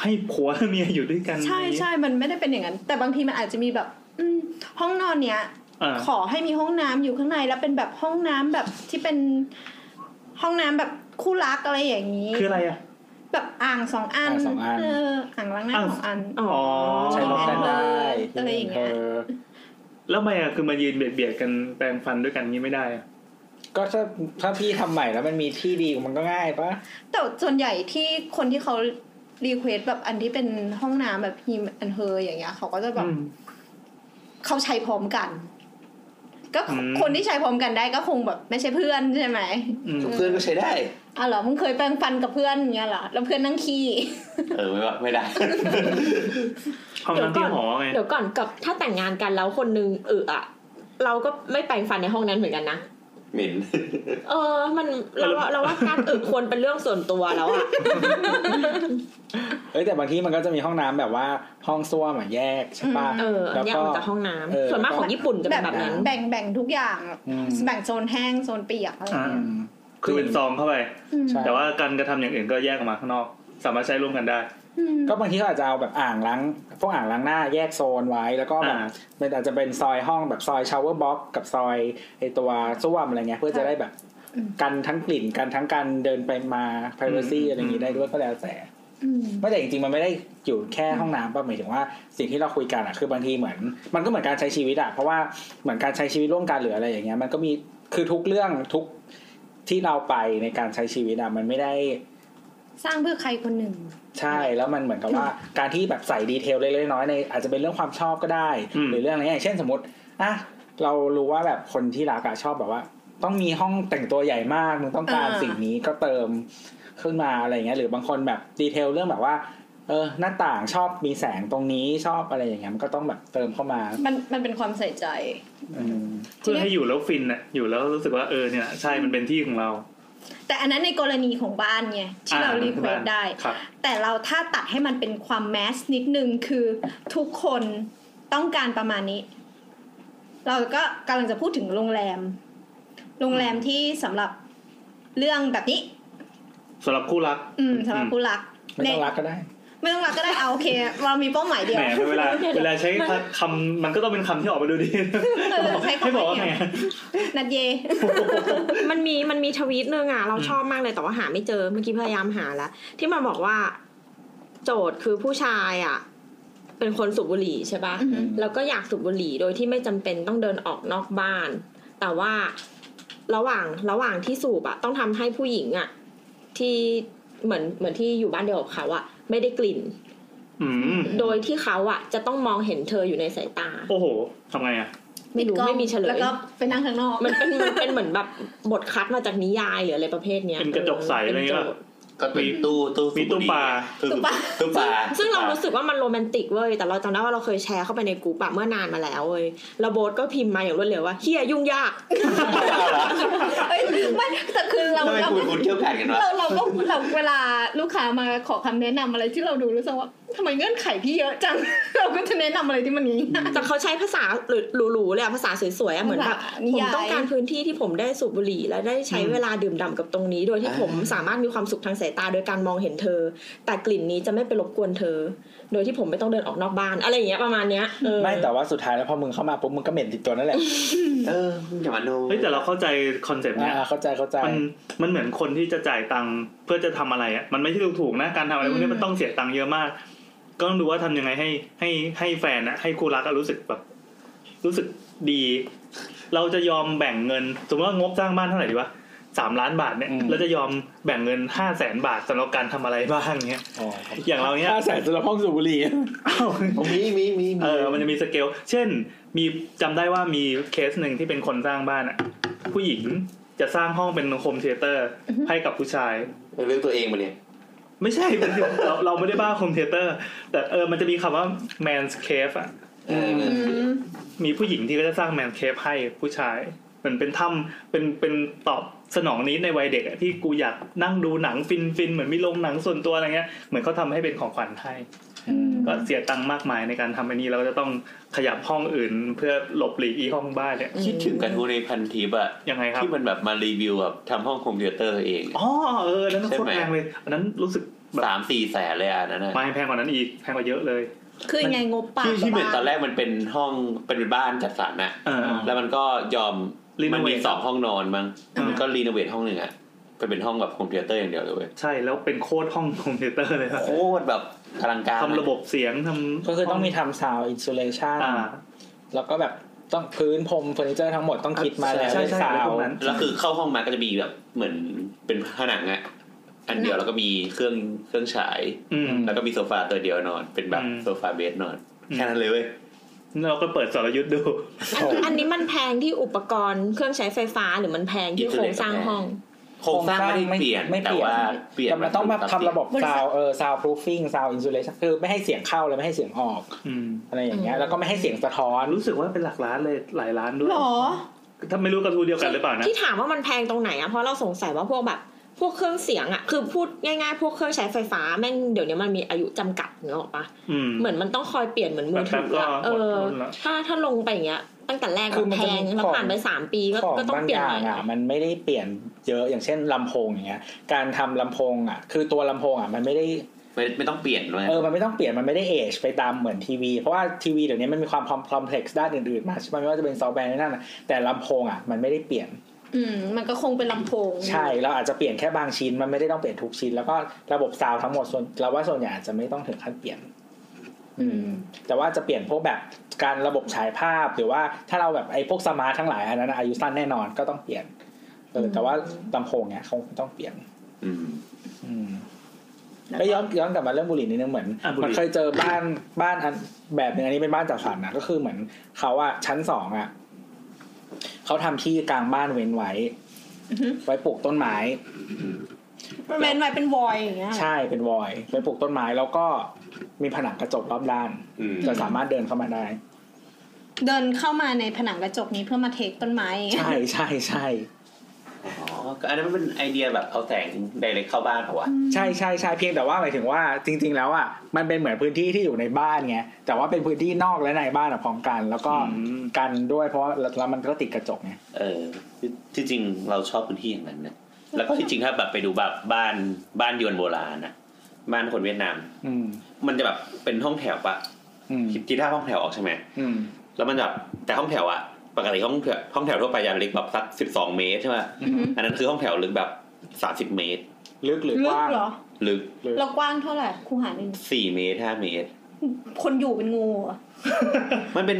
C: ให้ผัวและเมียอยู่ด้วยกัน
D: ใช่ใช่มันไม่ได้เป็นอย่างนั้น แต่บางทีมันอาจจะมีแบบ อืม ห้องนอนเนี้ย
C: อ่า
D: ขอให้มีห้องน้ำอยู่ข้างในแล้วเป็นแบบห้องน้ำแบบที่เป็นห้องน้ำแบบคู่รักอะไรอย่างนี้
C: คืออะไรอ่ะ
D: แบบอ่างสองอัน
B: อ่างสองอัน
D: เอออ่างล้างหน้า
C: อ่าง
D: สองอัน
C: อ๋อ
B: ใช้รถกันได้
D: อะไรอย่างเงี้ย
B: อ
C: แล้วทำไมอ่ะคือมายืนเบียดเบียดกันแปรงฟันด้วยกันนี้ไม่ได้อ่ะ
B: ก็ถ้าถ้าพี่ทำใหม่แล้วมันมีที่ดีมันก็ง่ายปะ
D: แต่ส่วนใหญ่ที่คนที่เขารีเควสแบบอันที่เป็นห้องน้ำแบบฮีมอันเฮออย่างเงี้ยเขาก็จะแบบ
C: อืม
D: เขาใช้พร้อมกัน ก็
C: อืม
D: คนที่ใช้พร้อมกันได้ก็คงแบบ ไม่ใช่เพื่อนใช่ไหม
C: อืม
A: เพื่อนก็ใช้ได้
D: อ้าวเหรอมึงเคยแปรงฟันกับเพื่อนอย่างเงี้ยเหรอแล้วเพื่อนนั่งขี้
A: เออ ไม่ว่าไม่ได้ [LAUGHS]
C: ห้องน้ำที่หอไง
E: เดี๋ยวก่อนกับถ้าแต่งงานกันแล้วคนหนึงอึอะเราก็ไม่แปรงฟันในห้องนั้นเหมือนกันนะ
A: เหม็น
E: เออ มันเราว่าเราว่าการอึควรเป็นเรื่องส่วนตัวแล้วอะ
B: เอ้ยแต่บางที่มันก็จะมีห้องน้ำแบบว่าห้องส้วมอะแยกใช่ปะ
E: เอออั
B: แล้
E: น
B: ว
E: เนี้ย
B: ก็
E: มันจะห้องน้ำ
B: เออ
E: ส่วนมากของญี่ปุ่นจะเป็นแบบนั้น
D: แบ่งแบ่งทุกอย่าง
B: อืม
D: แบ่งโซนแห้งโซนเปียกอะไรอย่าง
B: อื
D: เงี้ย
B: ม
C: คือเป็นซองเข้าไป
D: อืม
B: ใช่
C: แต่ว่าการกระทำอย่างอื่นก็แยกออกมาข้างนอก สามารถใช้ร่วมกันได้
D: อืม
B: ก็บางทีเขาอาจจะเอาแบบอ่างล้างพวกอ่างล้างหน้าแยกโซนไว้แล้วก็แบบ
C: อ่า
B: มันอาจจะเป็นซอยห้องแบบซอยชาวเวอร์บ็อกกับซอยไอตัวส้วมอะไรเงี้ยเพื่อจะได้แบบ กันทั้งกลิ่นกันทั้งการเดินไปมา privacy
C: อืม
B: อะไรอย่างนี้ได้ด้วยก็แล้วแต่
D: อืม
B: ไม่แต่จริงๆมันไม่ได้อยู่แค่ห้องน้ำป่ะหมายถึงว่าสิ่งที่เราคุยกันอะคือบางทีเหมือน มันก็เหมือนการใช้ชีวิตอะเพราะว่าเหมือนการใช้ชีวิตร่วมกันหรืออะไรอย่างเงี้ยมันก็มีคือทุกเรื่องทุกที่เราไปในการใช้ชีวิตอะมันไม่ได้
D: สร้างเพื่อใครคนหนึ่ง
B: ใช่แล้วมันเหมือนกับว่าการที่แบบใส่ดีเทลเล็กๆน้อยๆในอาจจะเป็นเรื่องความชอบก็ได้
C: อืม
B: หรือเรื่องอะไรอย่างเช่นสมมติอ่ะเรารู้ว่าแบบคนที่รักอะชอบแบบว่า ต้องมีห้องแต่งตัวใหญ่มากมึงต้องการ
D: อ่า
B: สิ่งนี้ก็เติมขึ้นมาอะไรอย่างเงี้ยหรือบางคนแบบดีเทลเรื่องแบบว่าเออหน้าต่างชอบมีแสงตรงนี้ชอบอะไรอย่างเงี้ยมันก็ต้องแบบเติมเข้ามา
D: มันมันเป็นความใส่ใจ
B: อืม
C: เพื่อให้อยู่แล้วฟินอ่ะอยู่แล้วรู้สึกว่าเออเนี่ยใช่มันเป็นที่ของเรา
D: แต่อันนั้นในกรณีของบ้านไงที่เรา
C: อ่ะ
D: รีเควสได้
C: ครับ
D: แต่เราถ้าตัดให้มันเป็นความแมสนิดนึงคือทุกคนต้องการประมาณนี้ เราก็กำลังจะพูดถึงโรงแรม โรงแรมที่สำหรับเรื่องแบบนี้
C: สำหรับคู่รัก
D: อืมสำหรับ
C: อืม
D: ผู้รัก
B: ไม่ต้องรักก็ได้
D: ไม่ต้องรักก็ได้เอาโอเค เรามีเป้าหมายเดีย
C: แห
D: ว
C: มเวลาเวลาใช้คำมันก็ต้องเป็นคำที่ออกมาดูดี
D: เออใช้
C: ให้
D: คำ
C: บอกว่า
D: เดี
C: แหม
D: ยวนัดเย
E: มันมีมันมีทวีตหนึ่งอ่ะเราชอบมากเลยแต่ว่าหาไม่เจอเมื่อกี้พยายามหาแล้ว ที่มันบอกว่า โจทย์คือผู้ชายอ่ะ เป็นคนสูบบุหรี่ใช่ปะ
D: อือฮึ
E: แล้วก็อยากสูบบุหรี่โดยที่ไม่จำเป็นต้องเดินออกนอกบ้าน แต่ว่าระหว่างระหว่างที่สูบอ่ะต้องทำให้ผู้หญิงอ่ะ ที่เหมือนเหมือนที่อยู่บ้านเดียวกับเขาอ่ะไม่ได้กลิ่น
C: อืม
E: โดยที่เขาอ่ะ จะต้องมองเห็นเธออยู่ในสายตา
C: โอ้โหทำไงอ่ะ
E: ไม่รู้
D: ปิดกล้อง
E: ไม่มีเฉลย
D: แล้วก็ไปนั่งข้างนอก
E: มันเป็นมันเป็นเหมือนแบบบทคัดมาจากนิยายหรืออะไรประเภทเนี้ย
C: เป็นกระจกใสอะไรอย่างเงี้ย
E: ป็นโจท
G: ก็มีตู้ตู้
C: มีตู้ปลา
G: ตู้ปลาตู้ปลา
E: ซึ่งเรารู้สึกว่ามันโรแมนติกเว้ย แต่เราจำได้ว่าเราเคยแชร์เข้าไปในกลุ่มอะเมื่อนานมาแล้วเว้ยแล้วโบทก็พิมพ์มาอย่างรวดเร็วว่าเฮียยุ่งยาก
D: เอ้ยไม่แต่คือเรา
G: ทำไม
D: เรา
G: คุณคุณเที่ยวแข่งกันวะ
D: เราเราก็เราเวลาลูกค้ามาขอคำแนะนำอะไรที่เราดูรู้สึกว่าทำไมเงื่อนไขพี่เยอะจัง [LAUGHS] เราก็จะแนะนำอะไรที่มันนี้
E: แต่เขาใช้ภาษาหรูๆเลยอะภาษาสวยๆอะเหมือนแบบ
D: นิ
E: ผม
D: ยาย
E: ต้องการพื้นที่ที่ผมได้สูบบุหรี่ และได้ใช้เวลาดื่มด่ำกับตรงนี้ โดยที่ผมสามารถมีความสุขทางสายตาโดยการมองเห็นเธอ แต่กลิ่นนี้จะไม่ไปรบกวนเธอ โดยที่ผมไม่ต้องเดินออกนอกบ้าน อะไรอย่างเงี้ยประมาณเนี้ยเออ
B: ไม่แต่ว่าสุดท้ายแล้วพอมึงเข้ามาปุ๊บมึงก็เหม็นติดตัวนั่นแหละ
G: เออมึงอย่ามาโน
C: เฮ้ยแต่เราเข้าใจคอนเซปต์เนี้ย
B: อ่าเข้าใจเข้าใจ
C: มันมันเหมือนคนที่จะจ่ายตังค์เพื่อจะทำอะไรอ่ะมันไม่ใช่ถูกๆนะการทำอะไรพวกนี้มันต้องเสียตังค์เยอะมาก ก็ต้องดูว่าทำยังไงให้ให้ให้แฟนอะให้คู่รักอะรู้สึกแบบ รู้สึกดี เราจะยอมแบ่งเงิน สมมติว่างบสร้างบ้านเท่าไหร่ดีวะสามล้านบาทเนี่ย
B: อืม
C: เราจะยอมแบ่งเงินห้าแสนบาทสำหรับการทำอะไรบ้างเนี้ย
B: [LAUGHS] อ๋อ
C: อย่างเราเนี้ย
B: ถ้าแสนสำหรับห้องสูบบุหรี่
G: มีมีมี
C: [LAUGHS]
G: มี
C: เออ มันจะมีสเกล เช่น มีจำได้ว่ามีเคสหนึ่งที่เป็นคนสร้างบ้านอะผู้หญิงจะสร้างห้องเป็นโฮมเทเตอร์ให้กับผู้ชาย
G: เรื่องตัวเองมาเนี่ย
C: ไม่ใช่ [LAUGHS] มันคือเราเราไม่ได้บ้าโฮมเทเตอร์ แต่เออ มันจะมีคำว่า man's cave อะ
G: เออเออ
D: อืม
C: มีผู้หญิงที่ก็จะสร้าง man's cave ให้ผู้ชายเหมือนเป็นถ้ำเป็น เป็นตอบสนองนี้ในวัยเด็กอะที่กูอยากนั่งดูหนังฟินฟินๆเหมือนมีโรงหนังส่วนตัวอะไรเงี้ย เหมือนเขาทำให้เป็นของขวัญให้ ก็เสียตังค์มากมายในการทำอันนี้เราก็จะต้องขยับห้องอื่น เพื่อหลบหลีกอีห้องบ้านเนี่ย
G: คิดถึงกันทูในพันทิปอะ
C: ยังไงครับ
G: ที่มันแบบมารีวิวแบบทำห้องโฮมเทเตอร์ตัวเอง
C: อ๋อเออนั้น
G: ใช่ไหม
C: โคตรแพงเลย อันนั้นรู้สึกแบบ
G: สามสี่แสนเลยอ่ะอันนั่นนะ
C: ไม่แพงกว่านั้นอีกแพงกว่าเยอะเลย
D: คือยังไงงบปาก
G: ที่ที่เหมือน
D: ปะมาณ
G: ตอนแรกมันเป็นห้องเป็นบ้านจัดสรรน่ะ
C: เออ
G: แล้วมันก็ยอม
C: รีโนเวท
G: มันมีสองห้องนอนมั้ง
C: อ่ามั
G: มันก็รีโนเวทห้องหนึ่งอ่ะไปเป็นห้องแบบโฮมเทเตอร์อย่างเดียวเลยเว้ย
C: ใช่แล้วเป็นโคตรห้องคอมพิวเตอร์เลยครับ
G: โคตรแบบอลังการ
C: ทำระบบเสียงทำ
B: ก็คือต้องมีทำซาวอินซูเลชัน
C: อ่า
B: แล้วก็แบบต้องพื้นพรมเฟอร์นิเจอร์ทั้งหมดต้องคิดมาแล้ว
C: ใช่
B: เรื่อง
C: ใช่
B: ซา
C: อะไร
B: ว
C: พวกนั้น
G: แล้วคือเข้าห้องมาก็จะมีแบบเหมือนเป็นผนังอ่ะอันเดียวแล้วก็มีเครื่องเครื่องฉาย
C: อืม
G: แล้วก็มีโซฟาตัวเดียวนอน เป็นแบบ
C: อืม
G: โซฟาเบดนอน
C: อืม
G: แค่นั้นเลยเว้ย
C: เราก็เปิดสรยุทธ์ดู
E: อันอันนี้มันแพงที่อุปกรณ์เครื่องใช้ไฟฟ้าหรือมันแพงที่โครงสร้างห้อง
G: โครงสร้างไม่ได้เปลี่ยน
B: ไม่
G: แต่
B: เปลี่ยน
G: ว่าเปลี่ยน
B: แต่มันต้องมาทำระบบซาวเออซาวพรูฟิ่งซาวอินซูเลชันคือไม่ให้เสียงเข้าและไม่ให้เสียงออก
C: อืม
B: อะไรอย่างเงี้ย
E: อืม
B: แล้วก็ไม่ให้เสียงสะท้อน
C: รู้สึกว่าเป็นหลักล้านเลยหลายล้านด้วย
D: หรอ
C: ถ้าไม่รู้กระทูเดียวกันหรือเปล่านะ
E: ที่ถามว่ามันแพงตรงไหนอะเพราะเราสงสัยว่าพวกแบบพวกเครื่องเสียงอะคือพูดง่ายๆ พวกเครื่องใช้ไฟฟ้าแม่งเดี๋ยวนี้มันมีอายุจำกัดเนกอะปะ
C: อืม
E: เหมือนมันต้องคอยเปลี่ยนเหมือนมือถืออะ
C: แป๊บๆก็
E: เออ
C: หมดรุ่นละ
E: ถ้าถ้าลงไปอย่างเงี้ย ตั้งแต่แรก
B: คื
E: ก็
B: อมัน
E: แพ
B: จะมี
E: งแล้ว
B: ของ
E: ผ่านไปสามปีก็
B: ของ
E: ก็ต้อง
B: บาง
E: เปลี่
B: อย
E: น
B: ย่า
E: ให
B: ง
E: ม่
B: อ่ะมันไม่ได้เปลี่ยนเยอะอย่างเช่นลำโพงอย่างเงี้ยการทำลำโพงอ่ะคือตัวลำโพงอ่ะมันไม่ได้
G: ไม่ไม่ต้องเปลี่ยนเลย
B: เออ มันไม่ต้องเปลี่ยน มันไม่ได้เอชไปตามเหมือนทีวี เพราะว่าทีวีเดี๋ยวนี้มันมีความคอมเพล็กซ์ด้านอื่นๆมาใช่ไหมไม่ว่าจะเป็นซอฟต์แวร์นั่นน่ะแต่ลำโพงอ่ะ มันไม่ได้เปลี่ยน
D: อืมมันก็คงเป็นลำโพง
B: ใช่ เราอาจจะเปลี่ยนแค่บางชิ้น มันไม่ได้ต้องเปลี่ยนทุกชิ้น แล้วก็ระบบซาวด์ทั้งหมดส่วนเราว่าส่วนใหญ่อาจจะไม่ต้องถึงขั้นเปลี่ยน
D: อืม
B: แต่ว่าจะเปลี่ยนพวกแบบการระบบฉายภาพหรือว่าถ้าเราแบบไอ้พวกสมาร์ททั้งหลายอันนั้นนะอายุสั้นแน่นอนก็ต้องเปลี่ยนเออแต่ว่าลำโพงเนี่ยคงต้องเปลี่ยน
G: อืม
B: อืม
D: แล้วก็
B: แล้วย้อนย้อนกลับมาเรื่องบุหรี่นิดนึงเหมือน
C: อ่ะบุหรี่
B: มันเคยเจอบ้านบ้านอันแบบหนึ่งอันนี้เป็นบ้านจัดสรรนะก็คือเหมือนเขาอะชั้นสองอะเขาทำที่กลางบ้านเว้นไว้
D: อือฮึ
B: ไว้ปลูกต้นไม้
D: มันเป็นไว้เป็นวอยอย่างเงี้ย
B: ใช่เป็นวอยไว้ปลูกต้นไม้แล้วก็มีผนังกระจกรอบด้าน
G: อืม
B: จะสามารถเดินเข้ามาได้
D: เดินเข้ามาในผนังกระจกนี้เพื่อมาเทคต้นไม้อย่างเงี้ย
B: ใช่ใช่ใช่
G: อ๋อก็อันนั้นมันเป็นไอเดียแบบเอาแสงไดเรกเข้าบ้านเหรอวะ
B: ใช่ใช่ใช่เพียงแต่ว่าหมายถึงว่าจริง ๆ แล้วอ่ะมันเป็นเหมือนพื้นที่ที่อยู่ในบ้านไงแต่ว่าเป็นพื้นที่นอกและในบ้านอะพร้อมกัน แล้วก็
C: อืม
B: กันด้วยเพราะแล้วแล้วมันก็ติดกระจกไง
G: เออที่ที่จริงเราชอบพื้นที่อย่างนั้นนะแล้วก็ที่จริงถ้าแบบไปดูแบบบ้านบ้านยวนโบราณนะบ้านคนเวียดนาม
B: อืม
G: มันจะแบบเป็นห้องแถวปะ
B: อืม
G: คิดกีตาร์ห้องแถวออกใช่ไหม
B: อืม
G: แล้วมันแบบแต่ห้องแถวอะปกติห้องแถวห้องแถวทั่วไปจะลึกแบบสักสิบสองเมตรใช่ไหม
D: อือฮึ
G: อันนั้นคือห้องแถวลึกแบบสามสิบ30 เมตร
B: ลึกหรือก
D: ลึก
B: ว้าง
D: เหรอ
G: ลึก
B: ลึก
D: เรากว้างเท่าไหร่คูหาหนึ่ง
G: สี่เมตรห้าเมตร
D: คนอยู่เป็นงูเหรอ
G: มันเป็น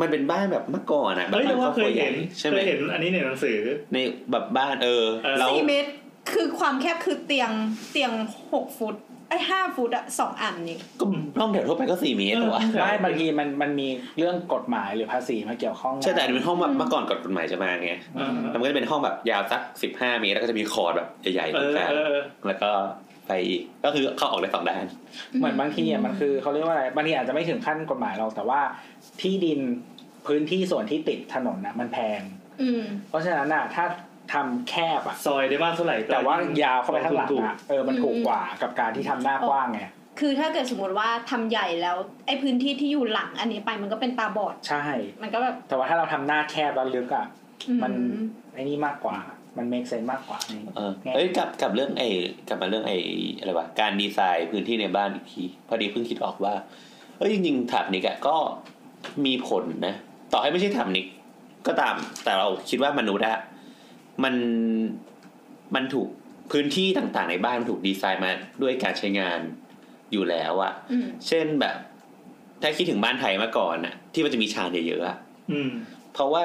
G: มันเป็นบ้านแบบเมื่อก่อนอะแบบ
C: เฮ้ยแต่ว่าเคยเห็น
G: ใช่
C: เค
G: ไหม
C: ยเห็นอันนี้ในหนังสือ
G: ในแบบบ้านเออ
C: เออ
G: แล้ว
D: สี่เมตร คือความแคบคือเตียงเตียงหกฟุตไอ้ห้าฟุตอะสองอันนี่
G: ก็ห้องแถวทั่วไปก็สี่เมตรเหรอวะ
C: เออ
B: ไม่บางทีมันมันมีเรื่องกฎหมายหรือภาษีมาเกี่ยวข้องนะ
G: ใช่แต่อันนี้เป็นห้องแบบเมื่อก่อนก่อนกฎหมายจะมาไง
C: อ่า
G: แล้วมันก็จะเป็นห้องแบบยาวสักสิบห้าเมตรแล้วก็จะมีคอร์ดแบบใหญ่ๆ
C: เอ
G: ตรง
C: อก
G: ลาง
C: เออเออ
G: แล้วก็ไปอีกก็คือเข้าออกได้สองด้าน
B: เหมือนบางทีอะมันคือเขาเรียกว่าอะไรบางทีอาจจะไม่ถึงขั้นกฎหมายเราแต่ว่าที่ดินพื้นที่ส่วนที่ติดถนนน่ะมันแพง
D: อืม
B: เพราะฉะนั้นน่ะถ้าทำแคบอ่ะ
C: ซอยได้มากเท่าไหร่ก็
B: แต่ว่ายาวเข้าไปข้างหลัง
C: ถูก
B: อะเออมันถูกกว่ากับการที่ทำหน้ากว้างไง
D: คือถ้าเกิดสมมติว่าทำใหญ่แล้ว ไอ้พื้นที่ที่อยู่หลังอันนี้ไปมันก็เป็นตาบอด
B: ใช่
D: มันก็แบบ
B: แต่ว่าถ้าเราทำหน้าแคบแล้วลึกอ่ะ
D: อื
B: มัน ไอ้นี่มากกว่า มันเมคเซนมากกว่านี่
G: เออ
B: ไง
G: เอ้ยกลับกลับเรื่องไอ้กลับมาเรื่องไอ้อะไรวะการดีไซน์พื้นที่ในบ้านอีกทีพอดีเพิ่งคิดออกว่าเอ้ยจริงๆถามนิกอะก็มีผลนะ ต่อให้ไม่ใช่ถามนิกก็ตาม แต่เราคิดว่ามนุษย์อะมันมันถูกพื้นที่ต่างๆในบ้านมันถูกดีไซน์มาด้วยการใช้งานอยู่แล้วอะ
D: อืม
G: เช่นแบบ ถ้าคิดถึงบ้านไทยเมื่อก่อนอะที่มันจะมีชานเยอะๆอะ
C: อืม
G: เพราะว่า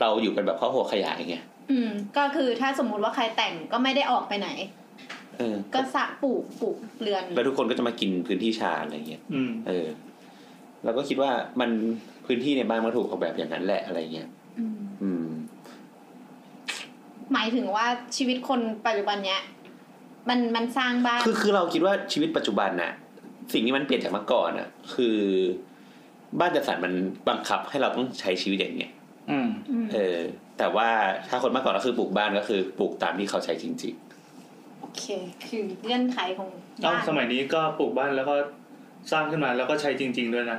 G: เราอยู่กันแบบครอบครัวขยายไง
D: อืมก็คือถ้าสมมุติว่าใครแต่งก็ไม่ได้ออกไปไหน
G: เออ
D: ก็สระปลูกปลูกเรือน
G: แล้วทุกคนก็จะมากินพื้นที่ชานอะไรอย่างเงี้ย
C: อืม
G: เออเราก็คิดว่ามันพื้นที่ในบ้านมันถูกออกแบบอย่างนั้นแหละอะไรเงี้ย
D: อืม
G: อืม
D: หมายถึงว่าชีวิตคนปัจจุบันเนี้ย มันมันสร้างบ้าน
G: คือคือเราคิดว่าชีวิตปัจจุบันน่ะ สิ่งที่มันเปลี่ยนจากเมื่อก่อนน่ะ คือบ้านจัดสรรมันบังคับให้เราต้องใช้ชีวิตอย่างเงี้ย
B: อืม
D: ม
G: เออ แต่ว่าถ้าคนเมื่อก่อนก็คือปลูกบ้านก็คือปลูกตามที่เขาใช้จริง
D: โอเค คือเงื่อนไขของ
C: เอ้า
D: บ้าน
C: สมัยนี้ก็ปลูกบ้านแล้วก็สร้างขึ้นมาแล้วก็ใช้จริง ๆ
B: [LAUGHS]
C: ด้วยนะ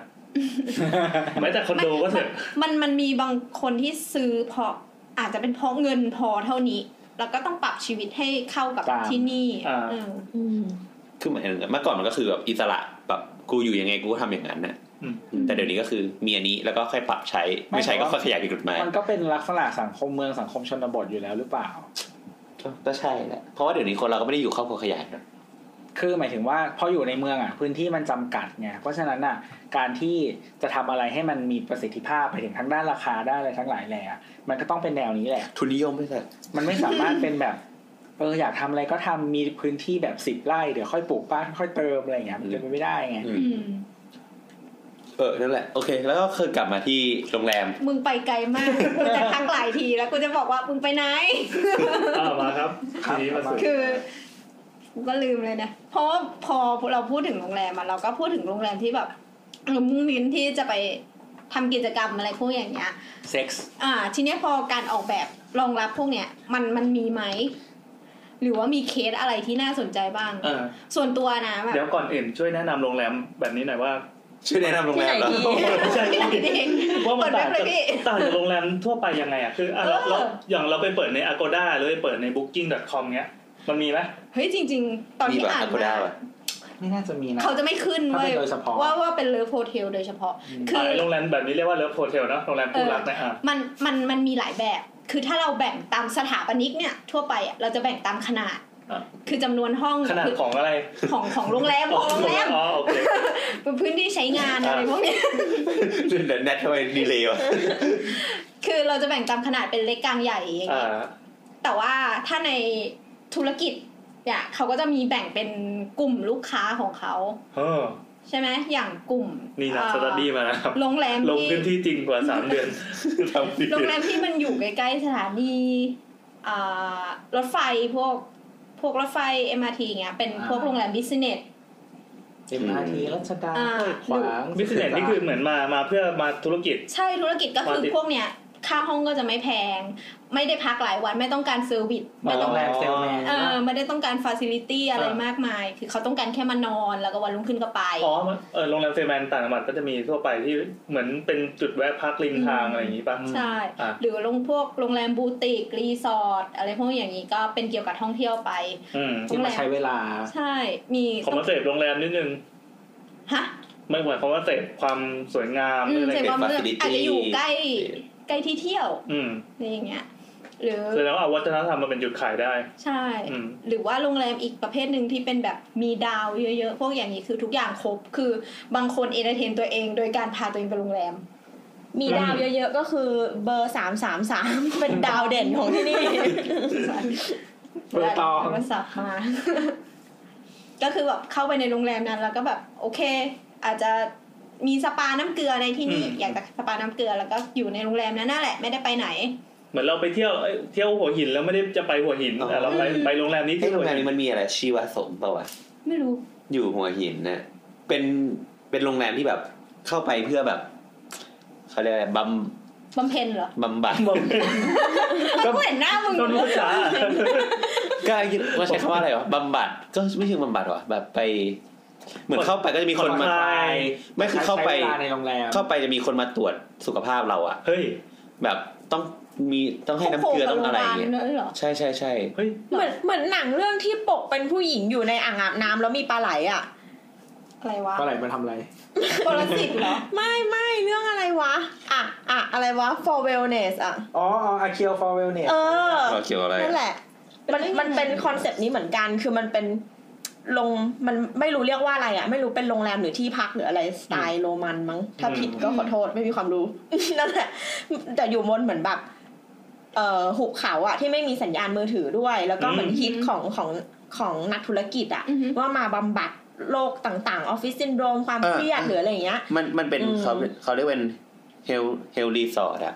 C: แม้แต่คอนโดก็เถอะ
D: มันมันมีบางคนที่ซื้อเพราะอาจจะเป็นเพราะเงินพอเท่านี้ แล้วก็ต้องปรับชีวิตให้เข้ากับ
B: ตาม
D: ที่นี่เออ
E: อืม
G: ๆ คือเหมือนเมื่อก่อนมันก็คือแบบอิสระแบบกูอยู่ยังไงกูก็ทำอย่างนั้นน่ะ
C: อืม
G: แต่เดี๋ยวนี้ก็คือมีอันนี้แล้วก็ค่อยปรับใช้ ไม่ใช้ก็ค่อยขยายผิดกฎหมาย
B: มันก็เป็นลักษณะสังคมเมืองสังคมชนบทอยู่แล้วหรือเปล่า
G: ก็ใช่แหละ เพราะว่าเดี๋ยวนี้คนเราก็ไม่ได้อยู่ครอบครัวขยายนะ
B: คือหมายถึงว่าพออยู่ในเมืองอ่ะพื้นที่มันจำกัดไงเพราะฉะนั้นอ่ะการที่จะทำอะไรให้มันมีประสิทธิภาพไปถึงทั้งด้านราคาด้านอะไรทั้งหลายแหล่อะมันก็ต้องเป็นแนวนี้แหละ
G: ทุนนิยมไม่ใช่
B: มันไม่สามารถเป็นแบบเอออยากทำอะไรก็ทำมีพื้นที่แบบสิบไร่เดี๋ยวค่อยปลูกบ้านค่อยเติมอะไรอย่างเงี้ยมันเป็นไปไม่ได้ไง
D: อืม
G: เออ นั่นแหละ โอเค แล้วก็คือกลับมาที่โรงแรม
D: มึงไปไกลมาก [LAUGHS] กูจะทักหลายทีแล้วกูจะบอกว่ามึงไปไหน
C: เอ่ามาครับ
B: ครับ
C: ทีนี้มาสู่
D: คือกูก็ลืมเลยนะ เพราะว่าพอเราพูดถึงโรงแรมอะเราก็พูดถึงโรงแรมที่แบบเรามุ่งเน้นที่จะไปทำกิจกรรมอะไรพวกอย่างเงี้ย
B: เซ็กซ์
D: อ่า ทีเนี้ยพอการออกแบบรองรับพวกเนี้ยมันมันมีไหม หรือว่ามีเคสอะไรที่น่าสนใจบ้าง
C: เออ
D: ส่วนตัวนะแบบ
C: เดี๋ยวก่อนอื่นช่วยแนะนำโรงแรมแบบนี้หน่อยว่า
G: ชื่อแนะนำโรงแรมเหรอ
E: ที่ไหนดี
C: ไม่ใช่
D: ที่ไหนดี
C: ว่ามัน
D: เปิดเว็บเลยพี่
C: ต่างจากต่างจากโรงแรมทั่วไปยังไงอ่ะคืออ่ะเรา
D: เออ
C: เราอย่างเราไปเปิดใน Agoda หรือไปเปิดใน Booking.com เงี้ย มันมีไหม
D: เฮ้ยจริง ๆ ตอน
G: มี
D: ที่
G: แบบ
D: อ่าน
G: อากูด้า
D: มา
G: ป่ะ
B: ไม่น่าจะมีนะ
D: เขาจะไม่ขึ้น
B: ถ้า
D: เว้
B: เป็
D: ย
B: นโดยเฉพาะ
D: ว่าว่าเป็นเลิฟโฮเทลโดยเฉพาะ คื
C: อ่ะ
D: อ
C: ไอ้โรงแรมแบบนี้เรียกว่าเลิฟโฮเทลเนาะโรงแรมคู่รักนะอ่ะ
D: มันมันมันมีหลายแบบ คือถ้าเราแบ่งตามสถาปนิกเนี่ยทั่วไปอะเราจะแบ่งตามขนาด
C: อ่ะ
D: คือจำนวนห้อง
C: ขนาดของอะไร
D: ของของโรงแรมของโรงแรม
C: อ๋อโอเค
D: เป็นพื้นที่ใช้งานอะไรพวกเนี้ย
G: เดี๋ยวแนททำไมดีเลย์วะ
D: คือเราจะแบ่งตามขนาดเป็นเล็กกลางใหญ่อย่างเงี้ย
C: อ่า
D: แต่ว่าถ้าในธุรกิจเนี่ยเขาก็จะมีแบ่งเป็นกลุ่มลูกค้าของเขา
C: เออ
D: ใช่ไหมอย่างกลุ่ม
C: นี่นะ
D: เอ่อ
C: สตัดดี้มานะครับ
D: โรงแรม
C: ลงพื้นที่จริงกว่าสามเดือนทำดี
D: [LAUGHS] โรงแรมที่มันอยู่ใกล้ๆสถานีเอ่อรถไฟพวกพวกรถไฟ MRT อย่างเงี้ยเป็น
B: อ่า
D: พวกโรงแรมบิสเนส
B: เอ็มอาร์ทีรัชดา
D: อ่า
B: ห้วยขวาง
C: บิสเนสนี่คือเหมือนมามาเพื่อมาธุรกิจ
D: ใช่ธุรกิจก็คือ
C: มาติด
D: พวกเนี้ยค่าห้องก็จะไม่แพง ไม่ได้พักหลายวันไม่ต้องการเซอร์วิสไม่ต้
B: โร
D: อง
B: งแรมเซลแมน
D: เออไม่ได้ต้องการฟาซิลิตี้อะไรมากมาย คือเขาต้องการแค่มานอนแล้วก็วันรุ่งขึ้นก็ไป
C: อ๋อเออโรงแรมเฟรแมนต่างจังหวัดก็จะมีทั่วไปที่เหมือนเป็นจุดแวะพักริมทางอะไรอย่างนี้ป่ะ
D: ใช่
C: อ่ะ
D: หรือลงพวกโรงแรมบูติก รีสอร์ท อะไรพวกอย่างนี้ก็เป็นเกี่ยวกับท่องเที่ยวไป
C: อืม
B: ที่มาใช้เวลา
D: ใช่ มี
C: ขอมาเสพโรงแรมนิดนึง
D: ฮะ
C: ไม่เหมือนคำว่าเสพความสวยงาม
D: อื
C: หรื
D: ม
C: ออะไร
D: ใจความเรื่อง
G: facility
D: อาจจะอยู่ใกล้
G: เออ
D: ใกล้ที่เที่ยว
C: อืม
D: อะไรอย่างเงี้ย หรือ
C: แสดงว่าเอาวัฒนธรรมมาเป็นจุดขายได้
D: ใช่
C: อืม
D: หรือว่าโรงแรมอีกประเภทหนึ่งที่เป็นแบบมีดาวเยอะๆ พวกอย่างนี้คือทุกอย่างครบ คือบางคนเอนเตอร์เทนตัวเองโดยการพาตัวเองไปโรงแรม
E: มีดาวเยอะๆก็คือเบอร์สามสามสาม [LAUGHS] เป็นดาวเด่นของที่นี่ [LAUGHS]
B: เบอร์ตอง
D: โทรศัพท์มา [LAUGHS] ก็คือแบบเข้าไปในโรงแรมนั้น แล้วก็แบบโอเค อาจจะมีสปาน้ำเกลือในที่นี่
C: อืม
D: อยากจะสปาน้ำเกลือแล้วก็อยู่ในโรงแรมนั้นนั่นแหละไม่ได้ไปไหน
C: เหมือนเราไปเที่ยวเอ้ยเที่ยวหัวหินแล้วไม่ได้จะไปหัวหิน
G: อ๋อ
C: แต่เราไปไปโรงแรมนี้
G: ที่
C: ที่
G: โร
C: หัว
G: งแร
C: หิ
G: ม
C: น
G: นี้มันมีอะไรชีวสมเปล่าวะ
D: ไม่รู้
G: อยู่หัวหินนะเป็น เป็นโรงแรมที่แบบเข้าไปเพื่อแบบเขาเรียกอะไรบ
D: บำเพ็ญเหรอ
G: ำบำบัด
D: ก็เห็นหน้ามึง
C: ต้นภาษา
G: ก็คิดว่าใช้คำว่าอะไรวะบำบัดก็ไม่เชิงบำบัดวะแบบไป เหมือนเข้าไปก็จะมีคนมา
C: ผ่อนคลาย
G: ไม่คือเข้าไป
B: ใช้เวลาในโรงแรม
G: เข้าไปจะมีคนมาตรวจสุขภาพเราอะ
C: เฮ้ย
G: แบบต้องมีต้องให้น้ำเกลือต้องอะไรอย่างเงี้ย
D: เลยเหรอ
G: ใช่ใช่ใช่
C: เฮ้ย
E: เหมือนเหมือนหนังเรื่องที่ปกเป็นผู้หญิงอยู่ในอ่างอาบน้ำแล้วมีปลาไหลอ่ะ
D: อะไรวะ
B: เมื่อไหร่มาทำอะไร
D: ปรสิตเหรอ
E: ไม่ไม่เรื่องอะไรวะ อ่ะอ่ะอะไรวะ for wellness อ่ะ
B: อ๋ออ๋ออาเคียวฟอร์เวลเนี่ย
E: เออ
G: เราเกี่ยวอะไร
E: นั่นแหละ มันมันเป็นคอนเซปต์นี้เหมือนกัน คือมันเป็นลงมันไม่รู้เรียกว่าอะไรอ่ะ ไม่รู้เป็นโรงแรมหรือที่พักหรืออะไรสไตล์โรมันมั้ง ถ้าผิดก็ขอโทษไม่มีความรู้ [LAUGHS] นั่นแหละ แต่อยู่บนเหมือนแบบ เอ่อหุบเขาอะที่ไม่มีสัญญาณมือถือด้วย แล้วก็เหมือน
C: อืม
E: ฮิตของของของนักธุรกิจอะว่ามาบำบัดโรคต่างๆออฟฟิศซินโดรมความเครียดหรืออะไรอย่างเงี้ย
G: มันมันเป็น
E: อืม
G: เขาเขาเรียกเป็นเฮลเฮลรีสอร์ทอะ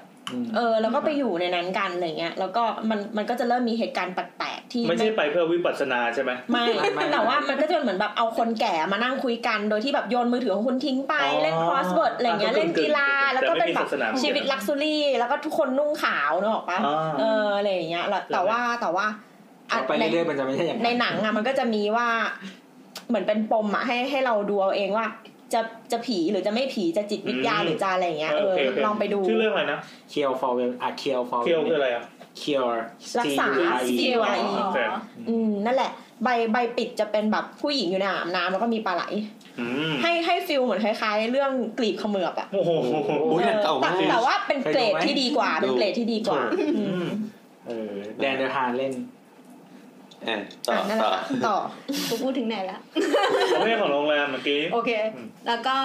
E: เออแล้วก็ไปอยู่ในนั้นกันอะไรเงี้ยแล้วก็มันมันก็จะเริ่มมีเหตุการณ์แปลกๆที่
C: ไม่ใช่ไปเพื่อวิปัสสนาใช่ไหม
E: [LAUGHS] ไม่
B: ไม่ไม่
E: แต่ว่ามันก็จะเป็นเหมือนแบบเอาคนแก่มานั่งคุยกันโดยที่แบบโยนมือถือของคุณทิ้งไป
C: อ๋อ
E: เล่นครอสเวิร์ดอะไรเงี้ย
C: อ่ะก็
E: เล่นกีฬา
C: กึ่งๆ
E: แล้วก็เป็นแบ
C: แต่ไม่มี
E: บ
C: ศาสนา
E: ชีวิตลักซ์รี่ แล้วก็ทุกคนนุ่งขาวเนกอะปะ
C: อ่า
E: เอออะไรอย่างเงี้ยแล้วแต่ว่าแต่ว่าอ่ะ
B: เข้าไป
E: ใน
B: เรื่อยๆมันจะไม่ใช่อย่าง
E: ในหนังอะมันก็จะมีว่าเหมือนเป็นปมอะให้ให้เราดูเอาเองว่า จะจะผีหรือจะไม่ผีจะจิตวิทยา
C: อืม
E: หรือจะอะไรเงี้ยเออ
C: โเคโเค
E: ลองไปดู
C: ชื่อเรื่องอะไรนะ
B: เคียวฟอร์เวลอาเคียวฟอร์เว
C: เที่ยว
B: ล
C: คืออะไรอ่ะ
B: เคียว
E: รักษา
D: เกี่ยวอะไรอีกเหรอ
C: โอเค
E: อืมนั่นแหละ ใบใบปิดจะเป็นแบบผู้หญิงอยู่ในอาบน้ำแล้วก็มีปลาไหล
C: อืม
E: ให้ให้ฟิลเหมือนคล้ายๆ เรื่องกลีบเขมือบอะ
C: โอ้โห
G: อุ้ยหนังเก่า
E: แต่
G: มากเลย
E: แต่ว่าเป็นเกรดที่ดีกว่าเป็นเกรดที่ดีกว่า
C: อืม
B: เออแดนเดอร์ฮานเล่น
G: อ่ะต่อ
E: อ่ะนั่นแห
G: ต่อ
E: ละค่ะต่อ
D: กูพูดถึงไหนแล้ว
C: ประเภทของโรงแรมเมื่อกี้
D: โอเค
C: อืม
D: แล้วก็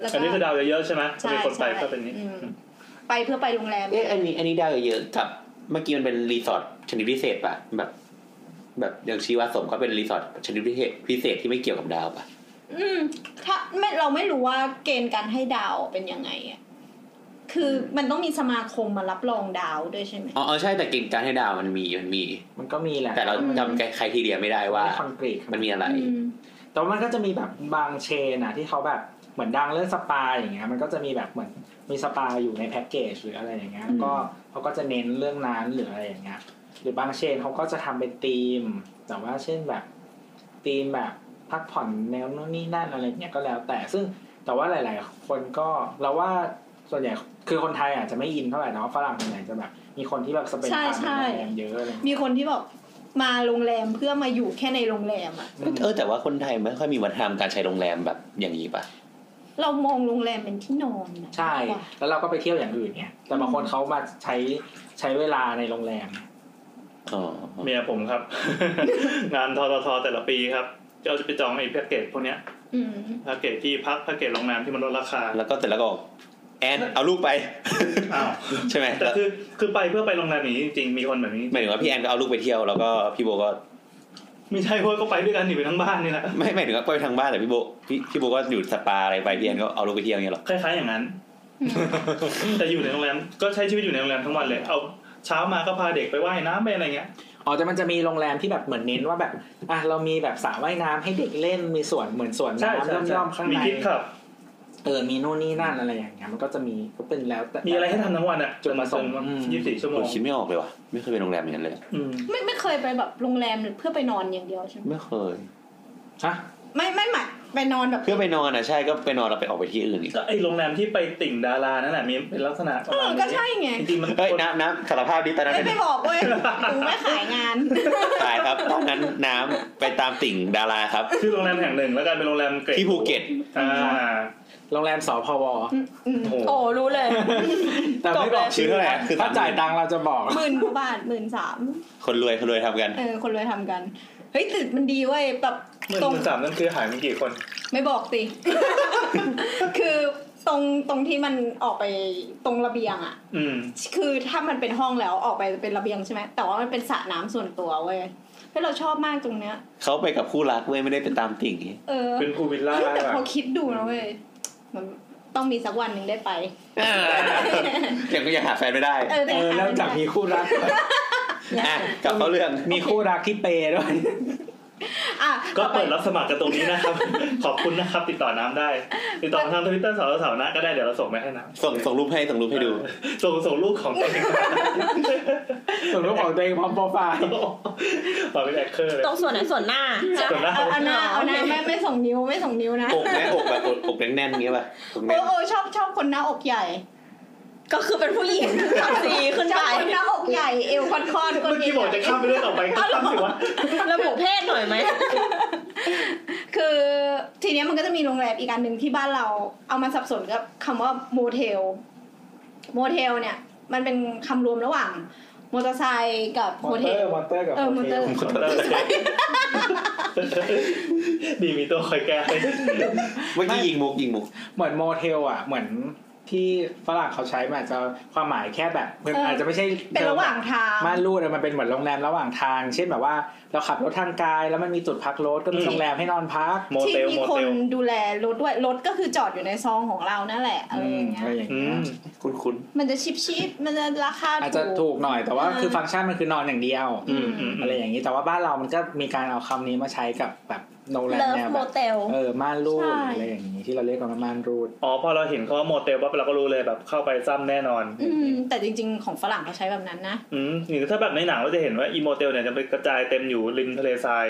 D: แล้ว
C: อั
D: ก็
C: นนี้คือดาวเยอะๆใช่ไหม
D: ใช่
C: มีคนไป
D: ใช่
C: ก็เป็นนี้
D: อืม ไปเพื่อไปโรงแรม
G: เอ๊ะอันนี้อันนี้ดาวเยอะๆกับเมื่อกี้มันเป็นรีสอร์ทชนิดพิเศษป่ะแบบ แบบอย่างชีวสมก็เป็นรีสอร์ทชนิดพิเศษพิเศษที่ไม่เกี่ยวกับดาวป่ะ
D: อืมถ้าไม่เราไม่รู้ว่าเกณฑ์การให้ดาวเป็นยังไงอะคือมันต้องมีสมาคมมารับรองดาวด้วยใช่ไหม
G: อ๋อเออใช่แต่เกณฑ์การให้ดาวมันมีมันมี
B: มันก็มีแหละ
G: แต่เรา
D: อืม
G: จำใครทีเดียไม่ได้ว่า
B: คอนกรีต
G: มันมีอะไร
D: อืม
B: แต่ว่ามันก็จะมีแบบบางเชนอะที่เขาแบบเหมือนดังเรื่องสปาอย่างเงี้ยมันก็จะมีแบบเหมือนมีสปาอยู่ในแพ็กเกจหรืออะไรอย่างเงี้ยก็เขาก็จะเน้นเรื่องนั้นหรืออะไรอย่างเงี้ยหรือบางเชนเขาก็จะทำเป็นธีม แต่ว่าเช่นแบบธีมแบบพักผ่อนแนวนู้นนี่นั่นอะไรเงี้ยก็แล้ว แต่ซึ่งแต่ว่าหลาย ๆ คนก็เราว่าส่วนใหญ่คือคนไทยอาจจะไม่อินเท่าไหร่เนาะฝรั่งส่วนใหญ่จะแบบ มีคนที่แบบสเปนตามโรงแรมเยอะอะไรเงี้ย
D: มีคนที่บอกมาโรงแรมเพื่อมาอยู่แค่ในโรงแรมอะ
G: เออแต่ว่าคนไทยไม่ค่อยมีวัฒนธรรมการใช้โรงแรมแบบอย่างนี้ป่ะ
D: เรามองโรงแรมเป็นที่นอนนะ
B: ใช่
D: มากกว่า
B: แล้วเราก็ไปเที่ยวอย่างอื่นไงแต่บางคนเขามาใช้ใช้เวลาในโรงแรม
G: อ๋อ
C: เมียผมครับ [LAUGHS] งานทททแต่ละปีครับก็จะไปจองไอ้แพ็กเกจพวกเนี้ย
D: อืม
C: แพ็กเกจที่พักแพ็กเกจโรงแรมที่มันลดราคา
G: แล้วก็แต่ละก็บอกแอนเอาลูกไป
C: อ้าว
G: ใช่ไหม
C: แต่คือคือไปเพื่อไปโรงแรมอย่างนี้จริงๆมีคนแบบนี้
G: หมายถึงว่าพี่แอนก็เอาลูกไปเที่ยวแล้วก็พี่โบก็
C: ไม่ใช่เว่าก็ไปด้วยกันหนีไปทั้งบ้านนี่แหละ
G: ไม่หมายถึงว่าไปทางบ้านแต่พี่โบพี่พี่โบก็อยู่สปาอะไรไปพี่แอนก็เอาลูกไปเที่ยวอย่างเงี้ยหรอ
C: คล้าย
D: [LAUGHS]
C: ๆอย่างนั้น
D: อืม
C: แต่อยู่ในโรงแรมก็ใช้ชีวิตอยู่ในโรงแรมทั้งวันเลย เอาเช้ามาก็พาเด็กไปว่ายน้ำไปอะไรเงี้ย
B: อ๋อแต่มันจะมีโรงแรมที่แบบเหมือนเน้นว่าแบบอ่ะเรามีแบบสระว่ายน้ำให้เด็กเล่นมีสวนเหมือนสวน
C: ใช่
B: น้ำ
C: ใช่ใช่
B: ย่อมๆข้าง
C: มี
B: ใน
C: คิดครับ
B: เออมีนู่นนี่นั่นอะไรอย่างเงี้ยมันก็จะมีก็เป็นแล้วแต่
C: มีอะไรให้ทำทั้งวันอ่ะ
B: จุดประสงค์อืม
C: ยี่สิบสี่ชั่วโม
G: โอ้
C: ง
G: คิดไม่ออกเลยว่ะไม่เคยไปโรงแรมอย่างนั้นเลย
C: อืม
D: ไม่ไม่เคยไปแบบโรงแรมหรือเพื่อไปนอนอย่างเดียวใช่ไหม
G: ไม่เคย
B: ฮะ
D: ไม่ไม่หมายไปนอนแบบ
G: เพื่อไปนอนอ่ะใช่ก็ไปนอนเราไปออกไปที่อื่นอีก
C: ก็ไอโรงแรมที่ไปติ่งดารานั่นแหละมีเป็นลักษณะป
D: เอ
C: ระมา
D: อ
C: ณนี้
D: ก็ใช่ไง
C: จริงๆมัน
G: เฮ้ยน้ำน้ำสารภาพดิตอนนั้น
D: ไม่
G: เป็น
D: ไปบอก
C: [LAUGHS]
D: เว้ยกูไม่ขายงาน
G: ตายครับตอนนั้นน้ำไปตามติ่งดาราครับ
C: ชื่อโรงแรมแห่งหนึ่งแล้วกันเป็นโรงแรมเกรด
G: ที่ภูเก็ต
C: อ่า
B: โรงแรมสพว
D: อืม
C: โอ้โห
E: โอ้รู้เลย
B: แต่ไม่บอก
G: ชื่อเท่าไหร่อะคือ
B: ถ้า
G: สามหมื่น
B: จ่ายตังค์เราจะบอก
D: หมื่นกว่าบาทหมื่นสาม
G: คนรวยคนรวยทำกัน
D: เออคนรวยทำกัน เฮ้ยตึกมันดีเว้ยแบบ
C: หมื่น
D: ตรง
C: หมื่นสามนั่นคือหายมีกี่คน
D: ไม่บอกสิ คือตรงตรงที่มันออกไปตรงระเบียงอ่ะ
C: อืม
D: คือถ้ามันเป็นห้องแล้วออกไปเป็นระเบียงใช่ไหมแต่ว่ามันเป็นสระน้ำส่วนตัวเว้ยเฮ้ยเราชอบมากตรงเนี้ย
G: เขาไปกับคู่รักเว้ยไม่ได้ไปตามติ่ง [LAUGHS]
D: เออ
C: เป็นภูวิลล่า
D: เฮ้ยแต่พอ
C: อะ
D: คิดดูนะเว้ยมันต้องมีสักวันหนึ่งได้ไป
G: ยังก็ยังหาแฟนไม่ได้
D: เออแต่
B: เออ
D: หา
B: เริ่ม
D: ไม่
B: จาก
D: ได้
B: มีคู่รักก่อน
G: อ่ะกลับเขาเรื่อง
B: มีคู่รักที่เปย์
D: [LAUGHS]
B: ด้วย
D: อ่ะ
C: ก็
D: ต่อไป
C: เปิดรับสมัครกันตรงนี้นะครับ ขอบคุณนะครับ ติดต่อน้ำได้ ติดต่อทางทวิตเตอร์สาวสาวๆนะก็ได้เดี๋ยวเราส่งไปให้นะ
G: ส่งส่งรูปให้ส่งรูปให้ดู
C: ส่งส่งรูปของตัวเอง
B: ส่วนรูปของตัวเองพร้อมโปรไฟล์
C: [LAUGHS] ต่อเป็นแอคเคอร์เลย
E: ตรงส่วนไหนส่วนหน้า
C: ส่วนหน้า
D: เอาเอาหน้าเอาหน้าไม่ไม่ส่งนิ้วไม่ส่งนิ้วนะ
G: อกแน่อกแบบอกอกแน่นๆอย่างเงี้ยป่ะอก
D: โอ้
G: แน่น
D: โอชอบชอบคนหน้าอกใหญ่
E: ก็คือเป็นผู้หญิ [LAUGHS] งขับสีขึ้น
D: ชอ
E: ไป
D: บคนหน้าอกใหญ่เอวค่อนคอนๆคน
C: เมื่อ
D: นี้
C: กี้บอกจะข้ามไปเรื่องต่อไปก็ข้ามสิวะ
E: ระบุเพศหน่อยไหม
D: คือทีเนี้ยมันก็จะมีโรงแรมอีกอันหนึ่งที่บ้านเราเอามาสับสนกับคำว่าโมเทลโมเทลเนี่ย มันเป็นคำรวมระหว่างมอเตอร์ไซค์กับโฮเทล
B: มอนเตอร์กับ
D: เออมอนเตอร์
C: [LAUGHS] ดีมีตัวคอยแก้ให้
G: เมื่อกี้ยิงมุกยิงมุก
B: เหมือนโมเทลอ่ะ เหมือนที่ฝรั่งเขาใช้มันอาจจะความหมายแค่แบบมัน
D: เอออ
B: อาจจะไม่ใช่
D: เป็นระหว่างทาง
B: ม่านรูดอะมันเป็นเหมือนโรงแรมระหว่างทาง เช่นแบบว่า เราขับรถทางไกลแล้วมันมีจุดพักรถก็มีโรงแรมให้นอนพัก
C: โม
D: ที่
C: เตล
D: มี
C: โม
D: ค
C: เต
D: น
C: ล
D: ดูแลรถด้วยรถก็คือจอดอยู่ในซองของเรานั่นแหละอะไรอย่างเงี้ย
B: อะไรอย่าง
C: อื
B: เงี้ย
C: ม
G: คุ้นคุ้น
D: มันจะชิปชิปๆมันจะราคา
B: อาจจะ
D: ถู
B: ถู
D: ก
B: กหน่อยแต่ว่า
D: อ่า
B: คือฟังก์ชันมันคือนอนอย่างเดียว
C: อืมอืม
B: อะไรอย่างนี้แต่ว่าบ้านเรามันก็มีการเอาคำนี้มาใช้กับแบบโรงแรม
E: เลิฟ
B: แน [LAUGHS] ว
E: โม
B: แบบ
E: เตล
B: เออม่านรูด
D: ใช่
B: อะไรอย่างนี้ที่เราเรียกกันว่าม่านรูด
C: อ๋อพอเราเห็นเขาว่าโมเตลปั๊บเราก็รู้เลยแบบเข้าไปซ้ำแน่นอน
D: อืมแต่จริง ๆ ของฝรั่งเขาใช้แบบนั้นนะ
C: อืมหรือถ้าแบบในหนังเราจะเห็นว่าอีโมเตลเนี่ยจะไปกระจายเต็มอยู่ริมทะเลทราย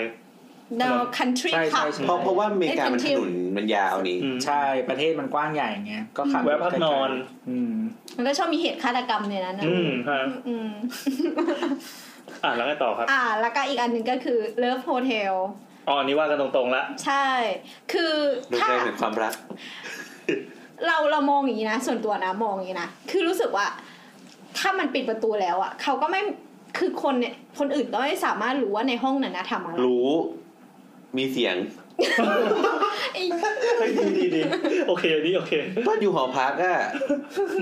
D: เรา country
B: ใช่
D: club
G: ๆ
B: ใช่
G: เพราะเพราะว่าอเมริกามันถนนมันยาวนี่
C: อืม
B: ใช่ ประเทศมันกว้างใหญ่ไงก็ขับ
C: แวะพักนอน
B: อืม
D: มันก็ชอบมีเหตุฆาตกรรมในนั้นนะ
C: อืมฮะ
D: อืม
C: อ่ะแล้วไงต่อครับ
D: อ่า แล้วก็อีกอันหนึ่งก็คือ love hotel
C: อ๋ออันนี้ว่ากันตรงๆละ
D: ใช่ คือ
G: ดู
D: ถ้า
G: ได้ถึงความรัก
D: เราเรามองอย่างนี้นะ ส่วนตัวนะมองอย่างนี้นะคือรู้สึกว่า ถ้ามันปิดประตูแล้วอ่ะเขาก็ไม่คือคนเนี่ยคนอื่นก็ไม่สามารถรู้ว่าในห้องนั้นนะทำอะไร
G: รู้ มีเสียง
D: ไอ้
C: เฮ้ยดีดีดีโอเคอันนี้โอเค
G: ก็อยู่หอพักอะ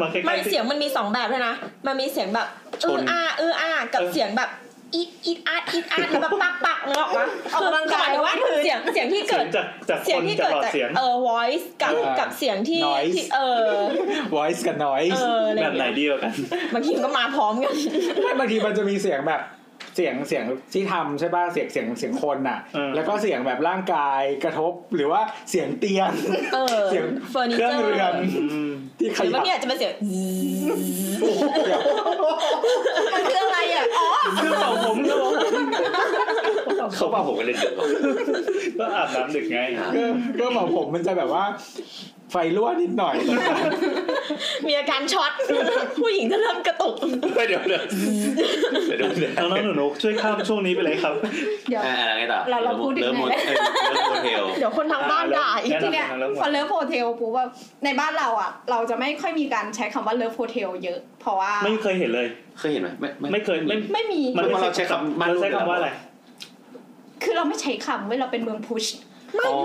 C: มาใกล้ๆ
E: ไม่
C: สิ
E: เสียงมันมีสองแบบด้วยนะ มันมีเสียงแบบ
G: ช
E: เออน อาเอออากับ
C: เออ
E: เสียงแบบอีดอีดอาดอีดอาดหรือแบบปักปักนึกออกปะ
D: ออกกำลังกาย
E: คือหม
D: ว่า
E: ถึงว่าเสียงเสียงที่
C: เสี
E: เกิ
C: ย
E: ด
C: งจากจาก
E: เสี
C: ค
E: ยง
C: น
E: ที่
C: จะ
E: เกิด
C: หลอด
E: จาก
C: เสียง
E: เออ voice กับ
B: เออ
E: กับเสียงที่
B: noise
E: ที่เออ
B: voice กับ
E: เอ
B: noise
E: ออะไร
C: แบบไหน
E: เงี้ย
C: ดีกว่ากัน
E: บางทีมันก็มาพร้อมกัน
B: ไม่บางทีมันจะมีเสียงแบบเสียงเสียงที่ทำใช่ป่ะเสียงเสียงเสียงคนน่ะ
C: เออ
B: แล้วก็เสียงแบบร่างกายกระทบหรือว่าเสียงเตียง
E: เออ
B: เสียง
E: เฟอร์นิ
B: เครื่
E: เจอ
B: องเรือน
E: ร์
B: ที่ข
E: หรือ
B: ยั
E: ว่า
B: บ
E: งทีอาจจะเป็นเสียง
B: เดี๋ยว
D: มันคืออะไรอ่ะอ๋อ
C: คือเป่าผมครับผม
G: [LAUGHS] เขาว่าผมกันเลยเดี๋ยว
C: ก็อาบน้ำดึกไง
B: เครื่องเครื่องเป่าผมมันจะแบบว่า ไฟรั่วนิดหน่อย
E: มีอาการช็อต ผู้หญิงจะเริ่มกระตุก
G: เดี๋ยวเดี๋ยวเดี๋ยวเดี๋ยว
C: น้องๆหนูๆช่วยข้ามช่วงนี้ไปเลยครับ
D: เดี๋ยว
G: อ่ะอะไรไงต่อ
D: เราเราพูดถึง
G: เริ่ม
D: ไหน
G: หมดเอ้ยเริ่มหมดเท
D: [LAUGHS]
G: ล
E: เดี๋ยวคนทางบ้านด่าอีก
D: ทีเนี้ยพอเลิฟโฮเทลปุ๊บแบบในบ้านเราอ่ะ เราจะไม่ค่อยมีการใช้คำว่าเลิฟโฮเทลเยอะ เพราะว่า
C: ไม่เคยเห็นเลย
G: เคยเห็นไหมไม่ไม่
C: ไม่เคยไม่
D: ไม่มี
C: มันไม่
G: เราใช้คำ
C: เราใช้คำว่าอะไร
D: คือเราไม่ใช้คำเว้ยเราเป็นเมืองพุช
E: ไม่
C: อ๋อ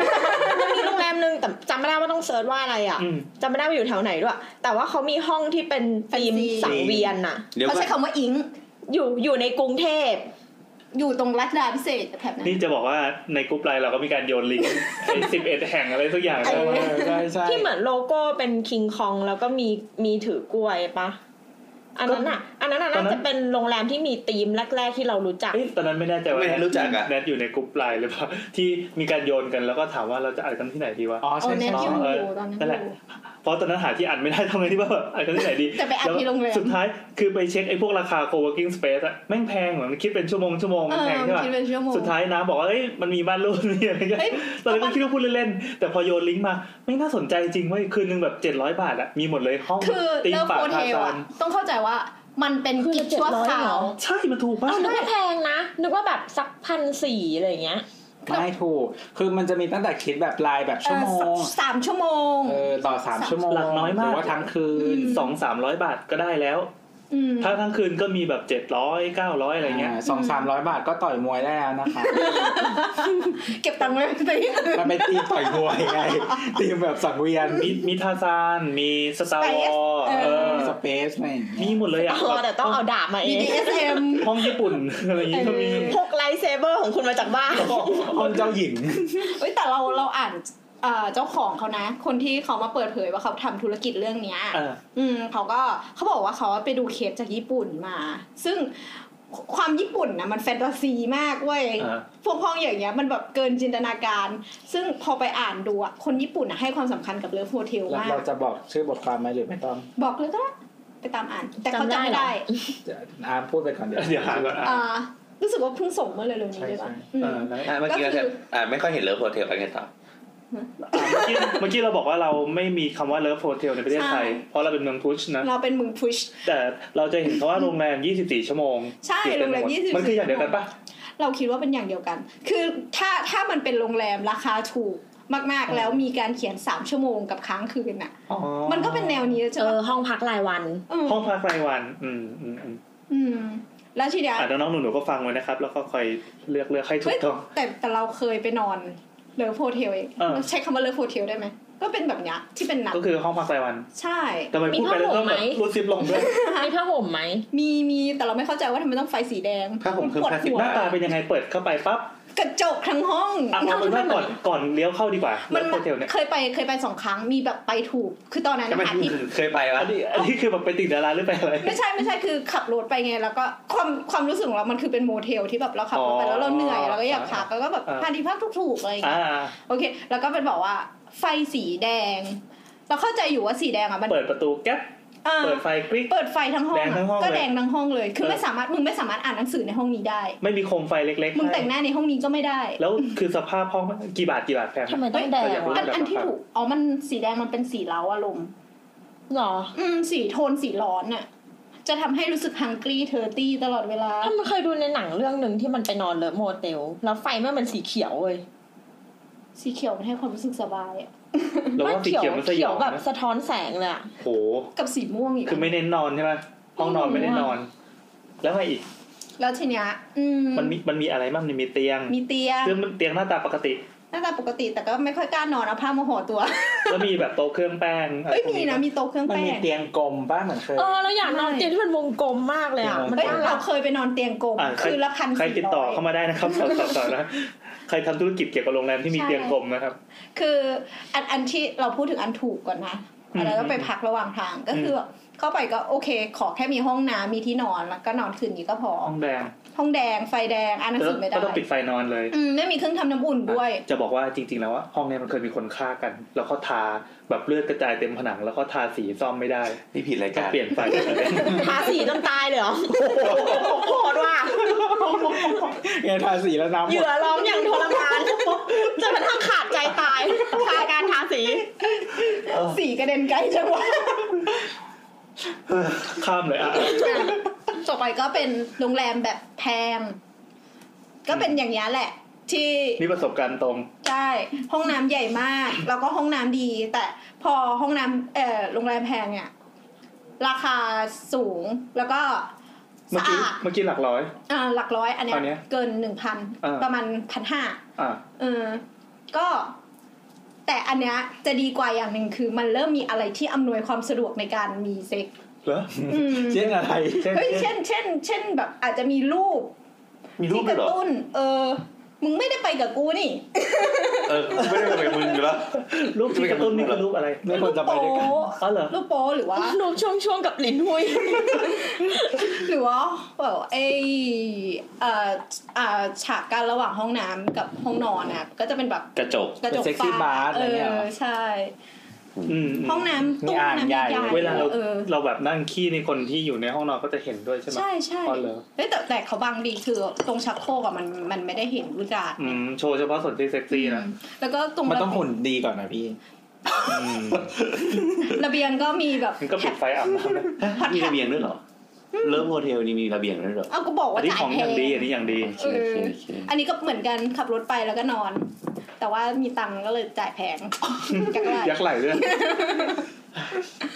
E: มันมีโรงแรมหนึ่งแต่จำไม่ได้ว่าต้องเซิร์ชว่าอะไรอ่ะ
C: อืม
E: จำไม่ได้ว่าอยู่แถวไหนด้วย แต่ว่าเขามีห้องที่เป็นธีม
D: Fancy
E: สังเวียนน่ะ
G: เดี๋ยว
D: เขา
G: ก่อน
D: ใช้คำว่าอิง
E: อยู่อยู่ในกรุงเทพ
D: อยู่ตรงรัชดาพิเศษกแบบนั้น
C: นี่จะบอกว่าในกรุ๊ปไลน์เราก็มีการโยน
D: [LAUGHS]
C: ลิงก์ไอ้สิบเอ็ดแห่งอะไรสักอย่าง
E: เอ
B: เออใช่ใช่
E: ที่เหมือนโลโก้เป็นคิงคองแล้วก็มีมีถือกล้วยปะอันนั้นอ่ะ อันนั้นอะน่าจะเป็นโรงแรมที่มีธีมแรก ๆ ที่เรารู้จัก
C: เอ๊ะตอนนั้นไม่แน่ใจว่า
G: ไม่รู้จักอะ
C: แนทอยู่ในกรุ๊ปไลน์หรือเปล่า [LAUGHS] ที่มีการโยนกันแล้วก็ถามว่าเราจะอ่านกันที่ไหนดีวะ
B: อ๋อ
D: โอ้
B: ใช่
D: แน
B: ใช่
D: นยัง
C: เออ
D: อยู่ตอนนั้น
C: นั่นแหละ
D: อยู่
C: เพราะตอนนั้นหาที่อ่านไม่ได้ทำไงที่ว่าแบบอ่านกันที่ไหนดี
D: จะไปอ่านที่ [LAUGHS] โรงแรม
C: สุดท้ายคือไปเช็คไอ้พวกราคา co-working space อะแม่งแพงเหมือนมันคิดเป็นชั่วโมงชั่วโมง
D: เอ
C: มัน
D: อ
C: แพง
D: มัน
C: ใช่ปะ
D: คิดเป็นชั่วโมง
C: สุดท้ายน้ำบอกว่าเอ้ยมันมีบ้านรูปมีอะไรเงี้ย
D: เอ้ย
C: [LAUGHS] ตอนแรกก็คิดว่าพูดเล่นๆแต่พอโยนลิงก์มา ไม่น่าสนใจจริงเว้ยคืนนึงแบบเจ็ดร้อยบาทอะมีหมดเลยห้อง
D: คือ
C: ตี
D: เลิฟ
C: ปาก
D: โฮเท
C: ทา
D: ล
C: ซา
D: อ่ะ
C: น
D: ต้องเข้าใจว่ามันเป็น
E: คือ
D: กิจชั่ว
E: 700
D: คราว
E: เหรอ
C: ใช่มันถูกมา
E: เอา
C: ก
E: นึกว่าแพงนะ นึกว่าแบบสักพันสี่อะไรอย่างเงี้ย
B: ไม่ถูก คือมันจะมีตั้งแต่คิดแบบรายแบบชั่วโมง
D: เออสามชั่วโมง
B: เออต่อสามชั่วโมง
C: หลักน้อยมาก
B: หรือว่าทั้งคืน
D: อืม
C: สองสามร้อยบาทก็ได้แล้ว
D: อืม
C: ถ้าทั้งคืนก็มีแบบเจ็ดร้อยเก้าร้อยอะไรเงี้ย
B: สองสามร้อยบาทก็ต่อยมวยได้แล้วนะคะ [LAUGHS]
D: เก็บตังค์ไว้ไปที่อื่น
B: มันเป็นทีมต่อยมวยไง [LAUGHS] ทีมแบบสังเวียน
C: มีมีทาซานมีสตาร์วอ
D: Space
C: ล
D: เออ
C: เออ
B: สเปซไหม
C: มีหมดเลยอะ
E: อ๋อแต่ต้องเอาดาบมาเอง
C: [LAUGHS]
D: BDSM
C: ห้องญี่ปุ่นอะไรอย่างงี้ก็มี
D: เออ
E: พกไลท์เซเบอร์ของคุณมาจากบ้าน
B: ห้องเจ้าหญิง
D: เอ้ยแต่เราเราอ่านเอ่อเจ้าของเขานะ คนที่เขามาเปิดเผยว่าเขาทำธุรกิจเรื่องเนี้ย
C: อ่า
D: อืมเขาก็เขาบอกว่าเขาไปดูเคสจากญี่ปุ่นมา ซึ่งความญี่ปุ่นนะมันแฟนตาซีมากเว้ย
C: อ่า
D: พวกห้องอย่างเงี้ยมันแบบเกินจินตนาการ ซึ่งพอไปอ่านดูอะคนญี่ปุ่นอะให้ความสำคัญกับเลิฟโฮเทล
B: แล้ว
D: มาก
B: เราจะบอกชื่อบทความไหมหรือไม่ต้อง
D: บอกเลยก็ได้ไปตามอ่าน แต่เขาจำไม่ได้
B: จะอาร์มพูดไปก่อนเดี๋ยว
C: เดี๋ยวหาก่อนอ่ะ
D: อ่ารู้สึกว่าเพิ่งส่งเมื่อเร็วๆนี้ด้วย
B: ใช่
D: ปะ
B: ใช่
D: อืม
C: เออแล้ว
G: อ่ะเมื่อกี้
D: ก็
G: เรา
D: คือ
G: จะอ่ะไม่ค่อยเห็นเลิฟโฮเทลอะไรไงต่อ
C: อ่ะเมื่อกี้เมื่อกี้เราบอกว่าเราไม่มีคำว่าเลิฟโฮเทลในประเทศไทย
D: ใช่
C: เพราะเราเป็นเมืองพุชนะ
D: เราเป็นมึงพุช
C: แต่เราจะเห็นคำว่าโรงแรม 24 ชั่วโมง
D: ใช่
C: เขียน
D: โรงแรม
C: เต็ด
D: 24
C: มันคืออย่างเดียวกันปะ
D: เราคิดว่าเป็นอย่างเดียวกัน คือถ้าถ้ามันเป็นโรงแรมราคาถูกมากๆ แล้วมีการเขียนสามชั่วโมงกับค้างคืนน่ะ
C: อ๋อ
D: มันก็เป็นแนวนี้ใช่
E: เอ
D: ปะ
E: อห้องพักรายวัน
D: ม
C: ห้องพักรายวัน อืมอืมอืม
D: อืม แล้วทีเดีย
C: อ่ะน้องๆหนูๆก็ฟังไว้นะครับ แล้วก็คอยเลือกเลือกให้ถู
D: เฮ้ย
C: กต้อง
D: แต่แต่เราเคยไปนอนเลิฟโฮเทลเอง
C: เออ
D: ใช้คำว่าเลิฟโฮเทลได้ไหม ก็เป็นแบบเนี้ยที่เป็นหนัก
C: ก็คือห้องพักรายวัน
D: ใช่
C: ทำไมพูดไปแล้วก็แบบ
E: มีห้องหกไหม
C: รูดซิปลงด้วย
E: มีผ้าห่มไหม
D: มีมีแต่เราไม่เข้าใจว่าทำไมต้องไฟสีแดง
G: ผ้าห่ม
D: นปวด
G: คือผ้าสี
D: หัว
C: หน้าตาเป็นยังไงเปิดเข้าไปปั๊บ
D: กระจกทั้งห้อง
C: อ่ะเอาเป็นว่าก่อนก่อนเลี้ยวเข้าดีกว่าเลิ
D: มัน
C: ฟโฮเทลเนี่ย
D: เคยไปเคยไปสองครั้งมีแบบไปถูก คือตอนนั้น
G: จะไป
D: นะคะที่
G: เคยไปวะ
C: อันนี้อันนี้คือแบบไปติดดาราหรือไปอะไร
D: ไม่ใช่ไม่ใช่คือขับรถไปไงแล้วก็ความความรู้สึกของเรา มันคือเป็นโมเทลที่แบบเราขับรถไป
C: อ๋อ
D: แล้วเราเหนื่อยเราก็อยากพักแล้วก็แบบ
C: อ่า
D: พาดีพักถูกๆอะไรอย่าง
C: อ่า
D: เงี้ยโอเค แล้วก็เป็นบอกว่าไฟสีแดง เราเข้าใจอยู่ว่าสีแดงอ่ะมัน
C: เปิดประตูแก๊ป
D: เออ
C: เปิดไฟกริ๊ก
D: เปิดไฟทั้งห้อง
C: แดงทั้งห้อง
D: อะก็แดงทั้งห้องเลย คือ
C: เออ
D: ไม่สามารถมึงไม่สามารถอ่านหนังสือในห้องนี้ได้
C: ไม่มีโคมไฟเล็กๆ
D: มึง
C: ให้
D: แต่งหน้าในห้องนี้ก็ไม่ได้
C: แล้วคือสภาพห้องกี่บาทกี่บาทแพง
E: ทำไมต้องแดง
C: เราอยากรู้
E: วะ
D: อัน
C: แบบ
D: อันที่ถูกอ๋อมันสีแดงมันเป็นสีเล้าอารมณ์
E: หรอ
D: อืมสีโทนสีร้อนน่ะจะทำให้รู้สึกฮังกี้เทอร์ตี้ตลอดเวลา
E: ถ้ามันเคยดูในหนังเรื่องหนึ่งที่มันไปนอนเลอะโมเตล แล้วไฟแม่งมันสีเขียวเว้ย
D: สีเขียวมันให้ความรู้สึกสบายอะ
C: เราว่าสีเขียวมันส
E: เขี
C: ย
E: ย
C: อ
E: ว
C: ง
E: แบบ
C: นะ
E: สะท้อนแสงเลยอะ
C: โห
D: กับสีม่วงอีกอะ
C: คือไม่เน้นนอนใช่ไหมห้องนอนไม่ได้นอน แล้วอะไรอีก
D: แล้วทีเนี้ยอืม
C: มันมีมันมีอะไรบ้างมันมีเตียง
D: มีเตียง
C: ซึ่งมันเตียงหน้าตาปกติ
D: หน้าตาปกติแต่ก็ไม่ค่อยกล้านอนเอาผ้ามาห่อตัว
C: แล้วมีแบบโต๊ะเครื่องแป้งอไร
D: เอ้ย
C: พวก
D: มีนะมีโต๊ะเครื่อง
B: มัน
D: แป้
B: มี
D: ง
B: เตียงกลมป้าเหมือนเคย
E: เออแล้วอยากนอน
D: ใช่
E: เตียงที่มันวงกลมมากเลยอะ
B: เออ
E: มัน
D: เอ้ย
E: น่ารั
D: เรา
E: ก
D: เคยไปนอนเตียงกลม
C: อ่ะใคร
D: คือละพัน
C: ใคร
D: สี่
C: ติดต่อ
D: ร้อย
C: เข้ามาได้นะครับสาวสาวสาวนะใครทำธุรกิจเกี่ยวกับโรงแรมที่มีเตียงกลมนะครับ
D: คืออันอันที่เราพูดถึงอันถูกก่อนนะ
C: อืม
D: แล้วก็ไปพักระหว่างทางก็คืออเข้าไปก็โอเค ขอแค่มีห้องน้ำมีที่นอนแล้วก็นอนคืนนี้ก็พอ
C: ห้องแดง
D: ห้องแดงไฟแดงอ่านหนังสือไม่ได้
C: ก็ต้องปิดไฟนอนเลย
D: อืมไม่มีเครื่องทำน้ำอุ่นด้วย
C: จะบอกว่าจริงๆแล้วว่าห้องเนี้มันเคยมีคนฆ่ากัน แล้วก็ทาแบบเลือดกระจายเต็มผนัง แล้วก็ทาสีซ่อมไม่ได้
G: นี่ผิดราย
C: ก็
G: การ
C: เปลี่ยนไฟ
D: [LAUGHS]
E: ทาสีจนตายเลยเหรอโหดว่ะ
B: งานทาสีแล้วน้ำห
E: เห
B: มด
E: ยื่อร้องอย่างทรมานจนกระทั่งขาดใจตายคาการทาสี
D: สีกระเด็นไกลจังวะ
C: ข้ามเลยอ่ะ
D: ต่อไปก็เป็นโรงแรมแบบแพง ก็เป็นอย่างนี้ยแหละ ที่
C: นี่ประสบการณ์ตรง
D: ได้ห้องน้ำใหญ่มาก แล้วก็ห้องน้ำดี แต่พอห้องน้ำเออโรงแรมแพงเนี่ยราคาสูงแล้วก็
C: เมื่อ
D: สะ
C: กี้
D: อาด
C: เมื่อกี้หลักร้อย
D: อ่าหลักร้อย อันเนี้
C: อันเนี้
D: ย
C: ย
D: เกินหนึ่งพัน
C: อ่า
D: ประมาณพันห้า
C: อ่ะ
D: เออ ก็แต่อันเนี้ยจะดีกว่าอย่างหนึ่งคือ มันเริ่มมีอะไรที่อำนวยความสะดวกในการมีเซ็กซ์
C: เหรอ
D: อืม
B: เช่นอะไร
C: เช่น
D: เฮ้ยเช่น เช่น เช่นแบบ อาจจะมีรูป
G: มีรูป
D: ที่ก
G: ด้วย
D: ระ
G: เหรอ
D: ตุ้น เออ มึงไม่ได้ไปกับกูนี่
G: เออ ไม่ได้ไปมึงอยู่แล้ว
C: รูปที่กระตุ้นนี่คือรูปอะไร
B: ไม่ควรจะไปด้วยกัน
C: อ๋อเหรอ
D: รูปโป๊หรือว่า
E: หนูช่วงช่วงๆกับหลินหุย
D: หรือว่าแบบไอเอ่ออ่าฉากการระหว่างห้องน้ำกับห้องนอนนะก็จะเป็นแบบ
G: กระจก
D: กระจก
B: เป็น sexy
D: ฟ้า
B: bar อะไร
D: เอ
B: เงี้ยเหรอ
D: อใช่
C: อืม
D: ห้องน้ำตู้
B: มี
D: ห้อ
B: อ่า
D: ง
B: ง
D: น้ำ
B: ให
D: ให
B: ญ่
D: ญ่
C: เวลาเรา
D: เออ
C: เราแบบนั่งขี้ในคนที่อยู่ในห้องนอนก็จะเห็นด้วยใช่ไหม
D: ใช่ใช่
C: อ๋อเหรอ
D: เฮ้ยแต่แต่เขาบางดีคือตรงชักโครกอะมันมันไม่ได้เห็นรูจาด
C: อืมโชว์เฉพาะส่วนที่เซ็กซี่นะ
D: แล้วก็ตรง
B: มัน
D: ระ
B: ต้องหุ่นดีก่อนนะพี่
D: ระเบียงก็มีแบบ
C: มันก็ปิดไฟอาบน้ำนะ
D: พัด
G: มี
D: แถบ
G: ระเบียงด้วยเหรอ เริ่มโฮเทลนี่มีระเบียงด้วยเหรอ
D: เอาก็บอก
C: อัน
D: ว่า
C: นี้
D: จ่าย
C: ของ
D: แพ
C: อย่าง งดีอันนี้อย่างดี
G: โอเคโอเคโอเค
D: อันนี้ก็เหมือนกันขับรถไปแล้วก็นอน แต่ว่ามีตังค์ก็เลยจ่ายแพ
G: [LAUGHS]
D: งจักรไร
C: ยักษ์ไหลด้วย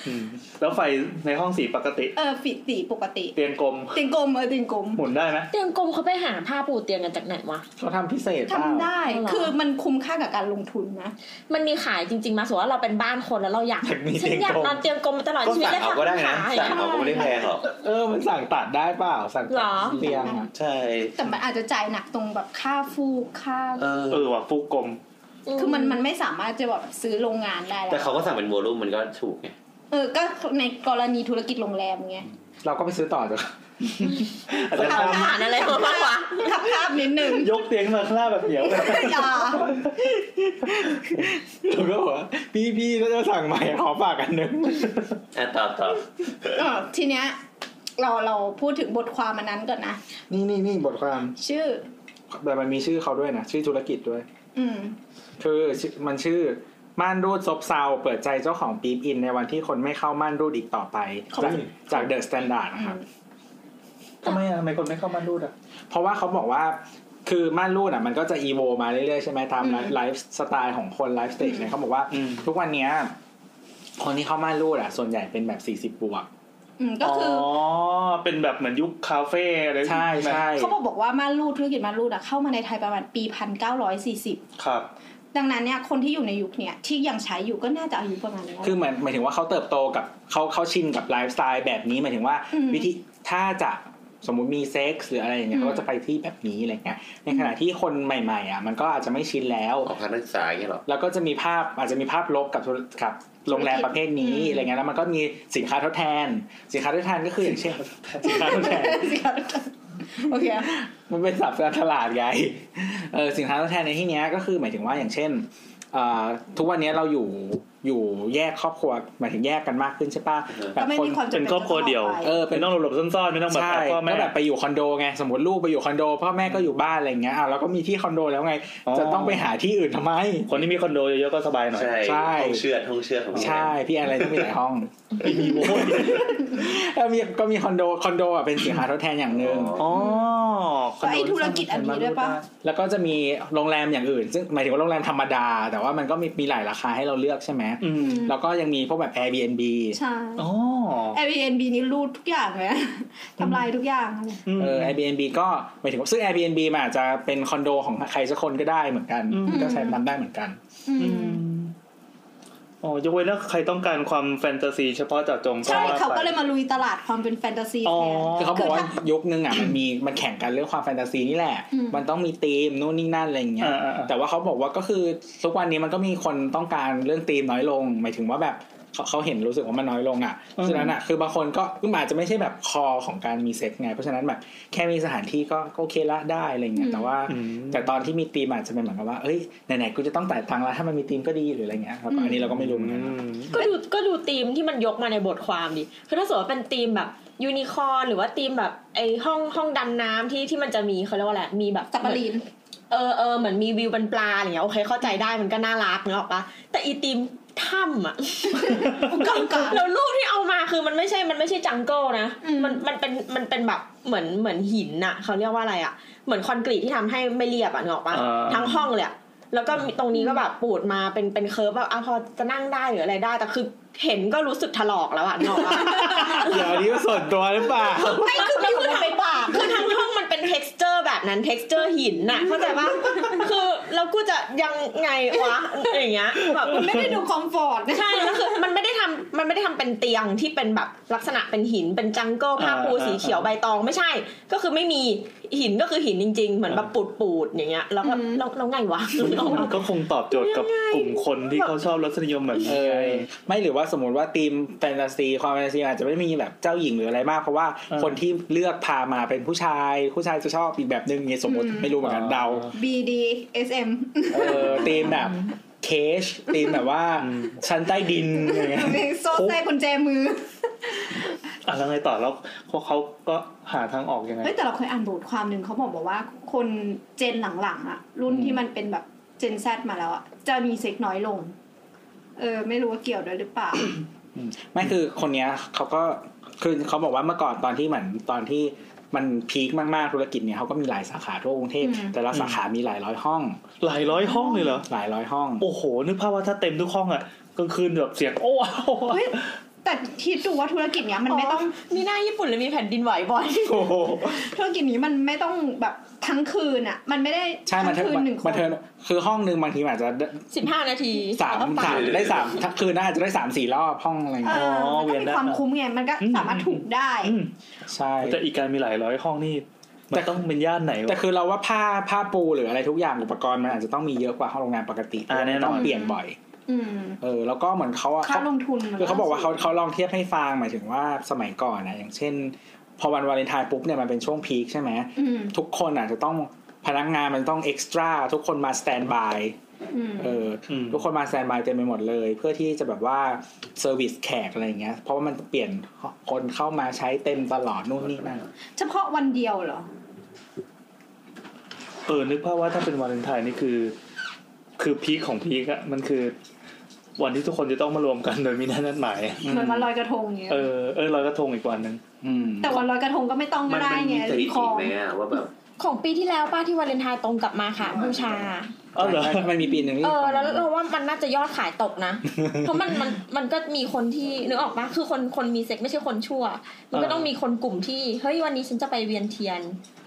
C: อืมแล้วไฟในห้องสีปกติ
D: เออฝีสีปกติ
C: เตียงกลม
D: ติงกลมเออติงกลม
C: หมุนได้ไหม
E: เตียงกลมเขาไปหาผ้าปูเตียงกันจากไหนวะ
B: เขาทำพิเศษเปล่า
D: ทำได้
E: เหรอ
D: คือมันคุ้มค่ากับการลงทุนนะ
E: มันมีขายจริงๆมาสมมติว่าเราเป็นบ้านคนแล้วเราอยาก
B: อยากมี
E: ฉั
B: เตีย
E: น
B: ง
E: อยาก
B: กลม
E: นอนเตียงกลมมาตลอด
G: ก็
E: ชีวิต
G: สั่ง
E: เล
G: เอา
E: ยค่ะ
G: ก็ได้นะ
E: ขาย
G: สั่งเอาก็ไม่ได้แพงหรอก
B: เออมันสั่งตัดได้เปล่าสั่ง
E: หร
B: ตัด
E: อ
B: เตียงอะ
G: ใช่
D: แต่มันอาจจะจ่ายหนักตรงแบบค่าฟูกค่า
G: เออ
C: เออว่ะฟูกกลม
D: คือมันมันไม่สามารถจะแบบซื้อโรงงานได้
G: แต่
D: แล้ว
G: เขาก็สั่งเป็นวอลลุ่มมันก็ถูกไง
D: เออก็ในกรณีธุรกิจโรงแรมไง
B: เราก็ไปซื้อต่อจาก [LAUGHS]
C: อาจจะ
D: ขับ
C: ข้าม
E: ผ่านอะไร
D: ขั
E: มาบ้างวะ
D: ขับ
G: [LAUGHS]
D: ภาพนิดนึง [LAUGHS]
C: ยกเตียงมาข้างหน้าแบบเหนียวเลย
D: อย่า
B: เราก็บอกว่าพี่พี่เราจะสั่งใหม่ขอฝากอันหนึง
G: อ่ะต่อต่อ
D: เออทีเนี้ยเราเราพูดถึงบทความอันนั้นก่อนนะ
B: นี่นี่นี่บทความ
D: ชื่อ
B: แต่มันมีชื่อเขาด้วยนะชื่อธุรกิจด้วย
D: อืม
B: คือชื่อมันชื่อม่านรูดซบเซาเปิดใจเจ้าของปีบอิน ในวันที่คนไม่เข้าม่านรูดอีกต่อไป
D: เขา
B: จาก
D: ไม่
B: จากเดอะสแตนดาร์ดนะครับ
C: ทำไมอ่ะทำไมคนไม่เข้ามารูดอ่ะ
B: เพราะว่าเขาบอกว่าคือม่านรูดอ่ะมันก็จะอีโวมาเรื่อยๆใช่ไหมตาม
D: อืม
B: ไลฟ์สไตล์ของคนไลฟ์สเตจเนี่ยเขาบอกว่า
C: อืม
B: ทุกวันเนี้ยคนที่เข้าม่านรูดอ่ะ ส่วนใหญ่เป็นแบบ 40 บวก
D: อืมก็คือ
C: อ๋
D: อ
C: อ เป็นแบบเหมือนยุคคาเฟ่อะไร
B: ใช่ใช่
D: เขาบอกบอกว่าม่านรูดธุรกิจม่านรูดอะเข้ามาในไทยประมาณปีพันเก้าร้อยสี่สิบ
C: ครับ
D: ดังนั้นเนี่ยคนที่อยู่ในยุคเนี้ยที่ยังใช้อยู่ก็น่าจะอายุประมาณนี้
B: คือเหมือนหมายถึงว่าเขาเติบโตกับเขาเขาชินกับไลฟ์สไตล์แบบนี้หมายถึงว่า
D: อืม
B: วิธีถ้าจะสมมุติมีเซ็กซ์หรืออะไรอย่างเงี้ย
D: อืม
B: เขาก็จะไปที่แบบนี้อะไรเงี้ยในขณะที่คนใหม่ๆอ่ะมันก็อาจจะไม่ชินแล้ว
G: ของพักนักศึกษาอย่างเงี้ยเหรอ
B: แล้วก็จะมีภาพอาจจะมีภาพลบกับธุรกับโรงแรมประเภทนี้
D: อืม
B: อะไรเงี้ยแล้วมันก็มีสินค้าทดแทน สินค้าทดแทนก็คืออย่างเช่น
D: [LAUGHS]
B: สินค้าทดแทน
D: โอเค
B: มันเป็นสับการตลาดไงเออสินค้าทดแทนในที่เนี้ยก็คือหมายถึงว่าอย่างเช่นเอ่อทุกวันเนี้ยเราอยู่อยู่แยกครอบครัวหมายถึงแยกกันมากขึ้นใช่ป่ะ
G: เออ
B: แบ
D: ก็
B: บ
D: ไม่
B: คน
D: มีความจำเป็น
C: เป็นครอบครัวเดี่ยว
D: จะข้าไป
B: เออเป็
C: เป็นนต้องหลบๆซ่อนๆ ไม่ต้องแบบ
B: ใช่
C: แอบพ่อแม่
B: ก็แบบไปอยู่คอนโดไงสมมติลูกไปอยู่คอนโดพ่อแม่ก็อยู่บ้านอะไรเงี้ยอ่ะเราก็มีที่คอนโดแล้วไงจะต้องไปหาที่อื่นทำไม
C: คนที่มีคอนโดเยอะๆก็สบายหน่อย
G: ใช่
B: ใช่
G: ห้องเชือดห้องเชือดของโรงแรม
B: ใช่พี่อะไรต้องมีหลายห้อง
C: ไม่มีโว้ย
B: ก็มีก็มีคอนโดคอนโดอ่ะเป็นสินค้าทดแทนอย่างหนึ่ง
C: อ๋อค
D: ก็
C: นโด
D: ไอธุรกิจอันนี้ด้วยปะ
B: แล้วก็จะมีโรงแรมอย่างอื่น ซึ่งหมายถึงว่าโรงแรมธรรมดา แต่ว่ามันก็มีมีหลายราคาให้เราเลือกใช่ไหม
C: อืม
B: แล้วก็ยังมีพวกแบบ Airbnb
D: ใช่
C: อ๋อ
D: Airbnb นี่รูดทุกอย่างเลยนะทำลายทุกอย่างเลย
B: เออ Airbnb ก็หมายถึงว่าซึ่ง Airbnb มันอาจจะเป็นคอนโดของใครสักคนก็ได้เหมือนกัน
C: อืม
B: ก็ใช้ทำได้เหมือนกัน
D: อืม
C: อ๋อยกเว้นถ้าใครต้องการความแฟนตาซีเฉพาะเจาะจงก็
D: ใช่
C: ว่ไป
D: เขาก็เลยมาลุยตลาดความเป็นแฟนตาซี
C: อ๋อ
D: แทน
B: คือเขาบอกว่ายุคนึงอ่ะมันมีมันแข่งกันเรื่องความแฟนตาซีนี่แหละ
D: อืม
B: มันต้องมีธีมนู่นนี่นั่นอะไรอย่างเงี้ย
C: อ่าอ่าอ่า
B: แต่ว่าเขาบอกว่าก็คือทุกวันนี้มันก็มีคนต้องการเรื่องธีมน้อยลง หมายถึงว่าแบบ เขาเขาเห็นรู้สึกว่ามันน้อยลงอ่ะ
C: อืม
B: ฉะนั้นอ่ะคือบางคนก็มันอาจจะไม่ใช่แบบคอของการมีเซ็กซ์ไง เพราะฉะนั้นแบบแค่มีสถานที่ก็ก็โอเคละได้อะไรเงี้ยแต่ว่า แต่ตอนที่มีธีมอาจจะเป็นเหมือนกับว่าเอ้ยไหนๆกูจะต้องจ่ายตังค์แล้วถ้ามันมีธีมก็ดีหรืออะไรเงี้ยครับอันนี้เราก็ไม่รู้เหมือนกัน
E: ก็ดูก็ดูธีมที่มันยกมาในบทความดิ คือถ้าสมมติว่าเป็นธีมแบบยูนิคอร์หรือว่าธีมแบบไอห้องห้องดำน้ำที่ที่มันจะมีเขาเรียกว่าอะไร มีแบบ
D: สับปะรีน
E: เออเออเหมือนมีวิวเป็นปลาอะไรเงี้ยโอเคเข้าใจได้มันก็น่ารักเนกอะปะแต่อีธีมถ้ำอะ
D: กลางๆ
E: แล้วรูปที่เอามาคือมันไม่ใช่มันไม่ใช่จังเกิลนะ
D: อืม
E: มันมันเป็นมันเป็นแบบเหมือนเหมือนหินอะเขาเรียกว่าอะไรอะเหมือนคอนกรีตที่ทำให้ไม่เรียบอะเนกอะปะ
C: อ่า
E: ทั้งห้องเลยอะแล้วก็มีตรงนี้ก็แบบปูดมาเป็นเป็นเคิร์ฟแบบอ่ะพอจะนั่งได้หรืออะไรได้แต่คือเห็นก็รู้สึกถลอกแล้วอะเนกอะ
B: เดี๋ยวนี้ส่วนตัวหรือเปล่า
E: ไม่คือมันคือทางปากคือทางห้องมันเป็น t e x t อร์แบบนั้น t e x t อร์หินน่ะเข้าใจปะคือแล้วกูจะยังไงวะอย่างเงี้ยแบบ
D: มันไม่ได้ดูคอมฟอร์ตนะ
E: ใช่แล้วคือมันไม่ได้ทำมันไม่ได้ทำเป็นเตียงที่เป็นแบบลักษณะเป็นหินเป็นจังเกิลผ้าปู
C: อ่า
E: สีเขียว
C: อ่า
E: ใบตองไม่ใช่ ก็คือไม่มีหินก็คือหินจริง ๆ เหมือนแบบปูดปูดๆอย่างเงี้ยแล้วก็แล้วแล้วไงวะแล้วไง
C: มัน
E: วะ
C: ก็คงตอบโจทย์กับกลุ่มคนที่เขาชอบรสนิยมแบบ
B: เอ
C: นี้ไง
B: อไม่หรือว่าสมมติว่าทีมแฟนตาซีความแฟนตาซีอาจจะไม่มีแบบเจ้าหญิงหรืออะไรมาก เพราะว่า
C: เออ
B: คนที่เลือกพามาเป็นผู้ชาย ผู้ชายจะชอบอีกแบบนึงไงสมมติไม่รู้เหมือนกันเดา
D: บีดีเอสเอ็ม
B: เออทีมแบบเคชทีมแบบว่าชั้นใต้ดินอย่างเงี้ย
D: โซ่แซ่กุญแจมือ
C: อ่ะแล้วไงต่อแล้วพวกเขาก็หาทางออกยังไง
D: เฮ้ยแต่เราเคยอ่านบทความหนึ่งเขาบอกบอกว่าคนเจนหลังๆอะรุ่นที่มันเป็นแบบเจนแซดมาแล้วอะจะมีเซ็กน้อยลง เออ ไม่รู้ว่าเกี่ยวด้วยหรือเปล่า [COUGHS]
B: ไม่คือคนเนี้ยเขาก็คือเขาบอกว่าเมื่อก่อนตอนที่เหมือนตอนที่มันพีคมากๆธุรกิจเนี่ยเขาก็มีหลายสาขาทั่วกรุงเทพ
D: อืม
B: แต่ละสาขามีหลายร้อยห้อง
C: หลายร้อยห้องเลยเหรอ
B: หลายร้อยห้อง
C: โอ้โห นึกภาพว่าถ้าเต็มทุกห้องอ่ะกลางคืนแบบเสียงโอ้ว้าว
D: เฮ้ยแต่ที่ดูว่าธุรกิจเนี้ยมันไม่ต้อง
E: มีหน้าญี่ปุ่นเลยมีแผ่นดินไหวบ่อย
C: โอ้โห
D: ธุรกิจนี้มันไม่ต้องแบบทั้งคืนอะมันไม่ได้
B: ใช่ มัน
D: ทั้ง
B: เทิ
D: คืนหนึ่งค
B: มัน
D: น
B: เทิคือห้องหนึ่งบางทีมันอาจจะ
E: สิบห้านาที
B: สาม
E: แล้วก็ไป
B: สามได้สามถ้าคืนน่าจะได้สามสี่รอบห้องอะไร
D: เอ
B: เงี้
D: อ
B: ย
C: อ๋อ
D: มัน
C: เวี
D: ก็
C: ยน
D: มี
C: ได้
D: ความคุ้มไงมันก็สามารถถูกได้
C: อืม
B: ใช่
C: แต่อีกการมีหลายร้อยห้องนี่ มั
B: แต่
C: นต้องเป็นย่านไหน
B: แต่
C: วะ
B: คือเราว่าผ้าผ้าปูหรืออะไรทุกอย่างอุปกรณ์มันอาจจะต้องมีเยอะกว่าห้องโรงแรมปกติ
C: อ่าแน่นอน
B: ต้องเปลี่ยนบ่อย
D: อืม
B: เออแล้วก็เหมือนเขาอะ
D: ค่า
B: เขา
D: ลงทุนมัน
B: คือเขาบอกว่าเขาเขาลองเทียบให้ฟังหมายถึงว่าสมัยก่อนนะอย่างเช่น พอวันวาเลนไทน์ปุ๊บเนี่ยมันเป็นช่วงพีคใช่ไหม
D: อืม
B: ทุกคนอาจจะต้องพนักงานมันต้องเอ็กซ์ตร้าทุกคนมาสแตนบาย
D: อืม
B: เอออ
C: ม
B: ทุกคนมาแซนบายเต็มไปหมดเลย เพื่อที่จะแบบว่าเซอร์วิสแขกอะไรอย่างเงี้ย เพราะว่ามันเปลี่ยนคนเข้ามาใช้เต็มตลอดนู่นนี่นั่น
D: เฉพาะวันเดียวเหรอ
C: เออ นึกภาพว่าถ้าเป็นวาเลนไทน์นี่คือ คือพีคของพีคอะมันคือ วันที่ทุกคนจะต้องมารวมกันโดยมีนัดนัดหมาย
D: เหมือนวันลอยกระทงเงี้ย
C: เออ เออลอยกระทงอีกวันหนึ่ง
B: อืม
D: แต่วันลอยกระทงก็ไม่ต้องก็
A: มัน
D: ได้
A: มันมี
D: ไง
A: สถิ
D: ข
A: ติ
D: อง
A: ไหมอะว่า
G: [LAUGHS]
A: แบบ
E: ของปีที่แล้วป้าที่วาเลนไทน์ตรงกลับมาค่ะบูชา
C: เออเหรอ
B: ใช่มันมีปีหนึ่งที่
E: เออ แล้วเราว่ามันน่าจะยอดขายตก
B: [LAUGHS]
E: นะ เพราะมันมันมันก็มีคนที่นึกออกปะคือคนคนมีเซ็กไม่ใช่คนชั่ว มันก็
C: เออ
E: ต้องมีคนกลุ่มที่ เฮ้ยวันนี้ฉันจะไปเวียนเทียน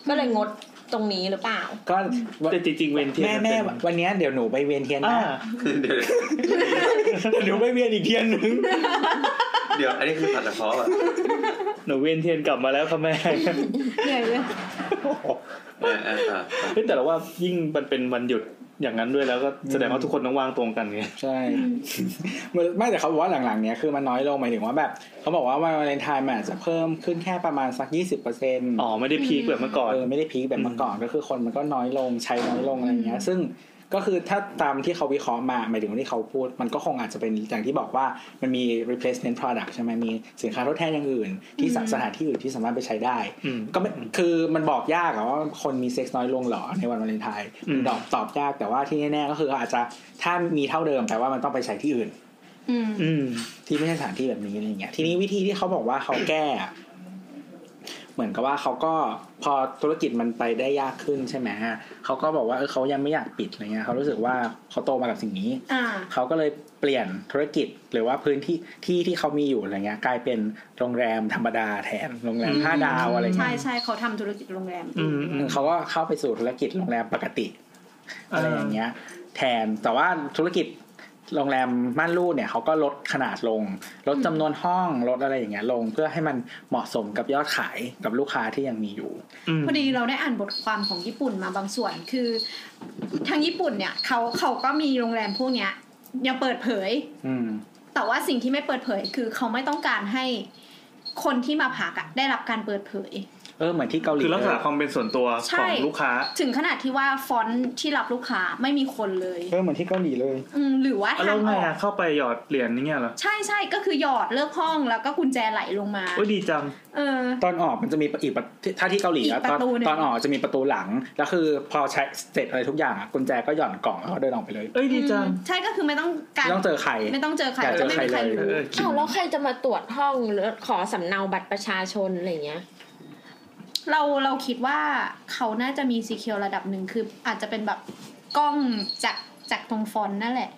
E: ก็เลยงดตรงนี้หรือเปล่า
B: ก็
C: แต่จริงๆเวนเทียน
B: แม่แม่
C: เป็น
B: วันเนี้ยเดี๋ยวหนูไปเวียนเทียน
C: อ่า
B: นะ
A: เดี๋ยว
B: เดี๋ยวหนูไปเวียนอีกเทียนหนึ่ง
A: เดี๋ยวอันนี้คือผัดกระเพาะอะ
C: หนูเวนเทียนกลับมาแล้วค่ะแม่ [LAUGHS]
D: เหนื่อยเลย
A: อ่ะอ่ะอ่ะอ่ะ
C: เฮ้ยแต่เราว่ายิ่งมันเป็นวันหยุดอย่างนั้นด้วยแล้วก็แสดงว่าทุกคนต้องว่างตรงกันไง
B: ใช่ [LAUGHS] ไม่แต่เขาบอกว่าหลังๆเนี้ยคือมันน้อยลงหมายถึงว่าแบบเขาบอกว่าวันวาเลนไทน์มันอาจจะเพิ่มขึ้นแค่ประมาณสักยี่สิบเปอร์เซ็นต์
C: อ๋อไม่ได้พีคแบบเมื่อก่อน
B: เออไม่ได้พีคแบบเมื่อก่อนก็คือคนมันก็น้อยลงใช้น้อยลงอะไรเงี้ย ซึ่งก็คือถ้าตามที่เขาวิเคราะห์มาหมายถึงที่เขาพูด มันก็คงอาจจะเป็นอย่างที่บอกว่ามันมี replacement product ใช่ไหมมีสินค้าทดแทนอย่างอื่น ที่สะสถานที่อื่นที่สามารถไปใช้ได้
C: อืม
B: ก็ไม่คือมันบอกยากอะว่าคนมีเซ็กซ์น้อยลงเหรอในวันวาเลนไทน์
C: อืม
B: ตอบตอบยากแต่ว่าที่แน่ๆก็คืออาจจะถ้ามีเท่าเดิมแต่ว่ามันต้องไปใช้ที่อื่น
D: อืม
C: อืม
B: ที่ไม่ใช่สถานที่แบบนี้อะไรเงี้ย ทีนี้วิธีที่เขาบอกว่าเขาแก้อะเหมือนกับว่าเขาก็พอธุรกิจมันไปได้ยากขึ้นใช่ไหมฮะเขาก็บอกว่าเออเขายังไม่อยากปิดอะไรเงี้ยเขารู้สึกว่าเขาโตมากับสิ่งนี้
D: อ่า
B: เขาก็เลยเปลี่ยนธุรกิจหรือว่าพื้นที่ที่ที่เขามีอยู่อะไรเงี้ย กลายเป็นโรงแรมธรรมดาแทนโรงแรมห้าดาวอะไร
D: ใช่
B: เงี้ย
D: ใช่เขาทำธุรกิจโรงแรม
C: อืมอื
B: อื
C: ม
B: มเขาก็เข้าไปสู่ธุรกิจโรงแรมปกติ อะไรอย่างเงี้ย แทนแต่ว่าธุรกิจโรงแรมม่านรูดเนี่ยเขาก็ลดขนาดลง ลดจำนวนห้องลดอะไรอย่างเงี้ยลง เพื่อให้มันเหมาะสมกับยอดขายกับลูกค้าที่ยังมีอยู่
C: ม
D: พอดีเราได้อ่านบทความของญี่ปุ่นมาบางส่วนคือ ทางญี่ปุ่นเนี่ยเขาเขาก็มีโรงแรมพวกเนี้ยยังเปิดเผย
B: อืม
D: แต่ว่าสิ่งที่ไม่เปิดเผย คือเขาไม่ต้องการให้คนที่มาพักอะได้รับการเปิดเผย
B: เออเหมือนที่เกาหลี
C: คือลักษณะ
B: เลย
C: ความเป็นส่วนตัว
D: ใช่
C: ของลูกค้า
D: ถึงขนาดที่ว่าฟอนต์ที่รับลูกค้าไม่มีคนเลย
B: เออเหมือนที่เกาหลีเลย
D: อืมหรือว่า
C: แล้
D: ทาว ง
C: ไง
D: ออก
C: อะเข้าไปหยอดเหรียญนี่เงี้ยเหรอ
D: ใช่ใช่ก็คือหยอดเลือกห้องแล้วก็กุญแจไหลลงมา
C: โอ้ยดีจัง
D: เออ
B: ตอนออกมันจะมีอีกประถ้าที่เกาหลี
D: อีก
B: อะตอน
D: ประตูหนึ่ง
B: ตอนออกจะมีประตูหลัง แล้วคือพอใช้เสร็จอะไรทุกอย่างอะกุญแจก็หย่อนกล่องแล้วก็เดินออกไปเลย
C: เอ้ยดีจัง
D: ใช่ก็คือไม่ต้องการ
B: ไม่ต้องเจอใคร
D: ไม่ต้องเจอใคร
B: อยากเจอ
D: ไม่
B: ใคร
D: มีใคร
B: เลย
D: รู้
C: เออคิด
E: อ้าวแล้วใครจะมาตรวจห้องหรือขอสำเนาบัตรประชาชนอะไรเงี้ย
D: เราเราคิดว่าเขาน่าจะมีซีเคียวระดับหนึ่งคืออาจจะเป็นแบบกล้องจากจากตรงฟอนต์นั่นแหละ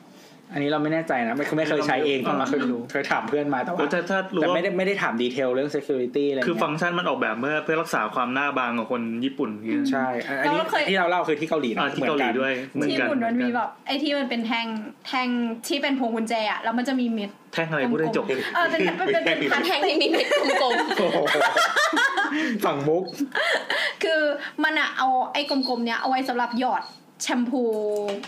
B: อันนี้เราไม่แน่ใจนะไม่ไม่เคยใช้เองแต่ว่าเคยรู้เคยถามเพื่อนมาแต่ว่า
C: โอ้ยถ้าถ้ารู้
B: แต่
C: ว่า
B: ไม่ได้ไม่ได้ถามดีเทลเรื่อง security อะไร
C: คือ
B: เงี้
C: ฟัง
B: ย
C: ก์ชันมันออกแบบเมื่อเพื่อรักษาความหน้าบางของคนญี่ปุ่นเงี้ย
B: ใช่อันอันนี้
D: เราเคย
B: ที่เราเล่าคือที่เกาหลี
C: อ่า
B: นะ
C: ที่
B: มือ
C: เกาน หลี
B: น
C: ด้วยเหมือน
D: ที่
C: กั
D: ญี่
C: น
D: ปุ่นมันมี
C: เหอกั
D: แบบไอ้ที่มันเป็นแทงแทงที่เป็นพวงกุญแจอะแล้วมันจะมีเม็ด
C: แท่งอะไรพูดให้จบ
D: เออเป็นเป็นเป็นเป็นพัน
E: แท
D: แท
E: ง
D: ง
E: ที่มีเม็ดกลม
B: โอ้โห
C: [LAUGHS]
B: ฝั่งมุก
D: [LAUGHS] คือมันอะเอาไอ้กลมๆเนี้ยเอาไว้สำหรับหยอดแชมพู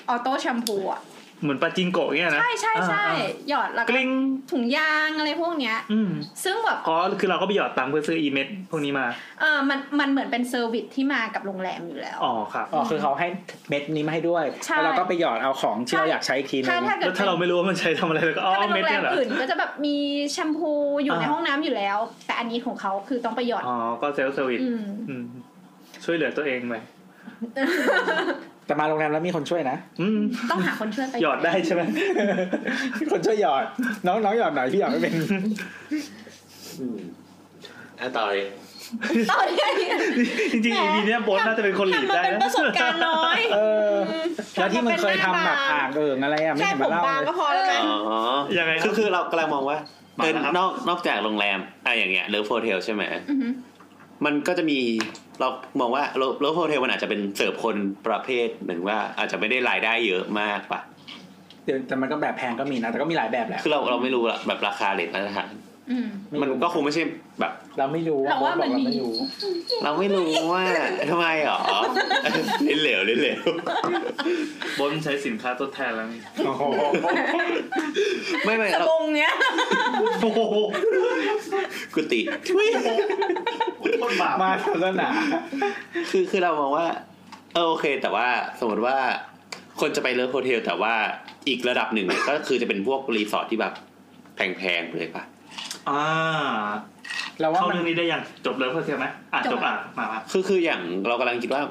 D: ออโต้แชมพูอะ
C: เหมือนปาจิงโกะเงี้ยนะ
D: ใช่ใช่ใช่
C: อ่า
D: หยอดแล้ว
C: อ่าก
D: ก็
C: ลิ้ง
D: ถุงยางอะไรพวกเนี้ย
C: อืม
D: ซึ่งแบบ
C: อ๋อคือเราก็ไปหยอดตังค์เพื่อซื้ออีเม็ดพวกนี้มา
D: เออมันมันเหมือนเป็นเซอร์วิสที่มากับโรงแรมอยู่แล้ว
C: อ๋อครับ
B: อ๋อคือเขาให้เม็ดนี้มาให้ด้วย
D: ใช่
B: แล้วเราก็ไปหยอดเอาของที่เราอยากใช้อีกทีนึ
D: ถ้าง ถ้าเกิ
C: แล้
D: ด
C: วถ้าเรา
D: เป็น
C: ไม่รู้ว่ามันใช้ทำอะไรแล้วก็อ๋อ
D: ถ้าเป็นโรงแร
C: เม็ดเนี่ย
D: ม
C: เหรอ
D: อื่นก็จะแบบมีแชมพูอยู่ใน
C: อ่า
D: ห้องน้ำอยู่แล้ว แต่อันนี้ของเขาคือต้องไปหยอด
C: อ๋อก็เซลล์เซอร์วิส
D: อืม
C: อืมช่วยเหลือตัวเองไป
B: แต่มาโรงแรมแล้วมีคนช่วยนะ
C: อืม
D: ต้องหาคนช่วยไป
C: หยอดได้ใช่ไหม
B: มีคนช่วยหยอด น้องน้องหยอดหน่อยพี่หยอดไม่เป็น
A: อืม
G: อ่ะต่อเลย
D: ต่อได้
C: จริงๆ EP เนี้ยโบทน่าจะเป็นคนหลีด
D: ทำมา
C: ได้
D: เป็น
C: นะ
D: ประสบการณ์น้อย
B: [LAUGHS] เออ แล้วที่มึงเคยทำแบบอ่างเอิงอะไรอ่ะไม่
E: แค่ผ
B: เห็
E: ม
B: นามเล่า
E: บาง
B: เล
E: ก็
B: ย
E: พอแล้วมั้ย
G: อ๋อ
C: ยังไงค
G: คื
C: รั
G: อบ คือเรากำลังมองว่า
C: มา
G: เออ
C: แล้วครับ
G: นอกนอกจากโรงแรมอ่ะอย่างเงี้ยเลิฟโฮเทลใช่ไหม
D: อือหือ
G: มันก็จะมีเรามองว่าโลโลโฮเทลมันอาจจะเป็นเสิร์ฟคนประเภทหนึ่งว่าอาจจะไม่ได้รายได้เยอะมากปะ
B: เดี๋ยวแต่มันก็แบบแพงก็มีนะ แต่ก็มีหลายแบบแหละ
G: คือเราเราไม่รู้ละแบบราคาเรทมาตรฐาน
D: อืม
G: มันก็คงไม่ใช่แบบ
B: เราไม่รู้
D: เราว่ามันมี
B: ไม่รู้
G: เราไม่รู้ว่า [LAUGHS] ทำไมหร
C: [LAUGHS]
G: อ เล่นเหลวเล่นเหลว
C: [LAUGHS]
G: [LAUGHS]
C: โบทใช้สินค้าทดแทนแล้วนี่
B: โอ้โห
G: ไม่ไม่
D: ส
G: เรา
D: บงเนี้ย
C: โอ้โห
G: กุฏิ
C: โคตรบาป
B: มาศาสนา
G: คือคือเรามองว่าเออโอเค แต่ว่าสมมติว่าคนจะไปเลิฟโฮเทลแต่ว่าอีกระดับหนึ่งเนี่ยก็คือจะเป็นพวกรีสอร์ทที่แบบแพงๆเลยปะ
C: อ่า
B: เราว่า
C: เข้า
B: มัน
C: เรื่องนี้ได้ยังจบเลยเพื่อเทียมไหมอ่ะจบอ่ะมามา
G: คือคืออย่างเรากำลังคิดว่า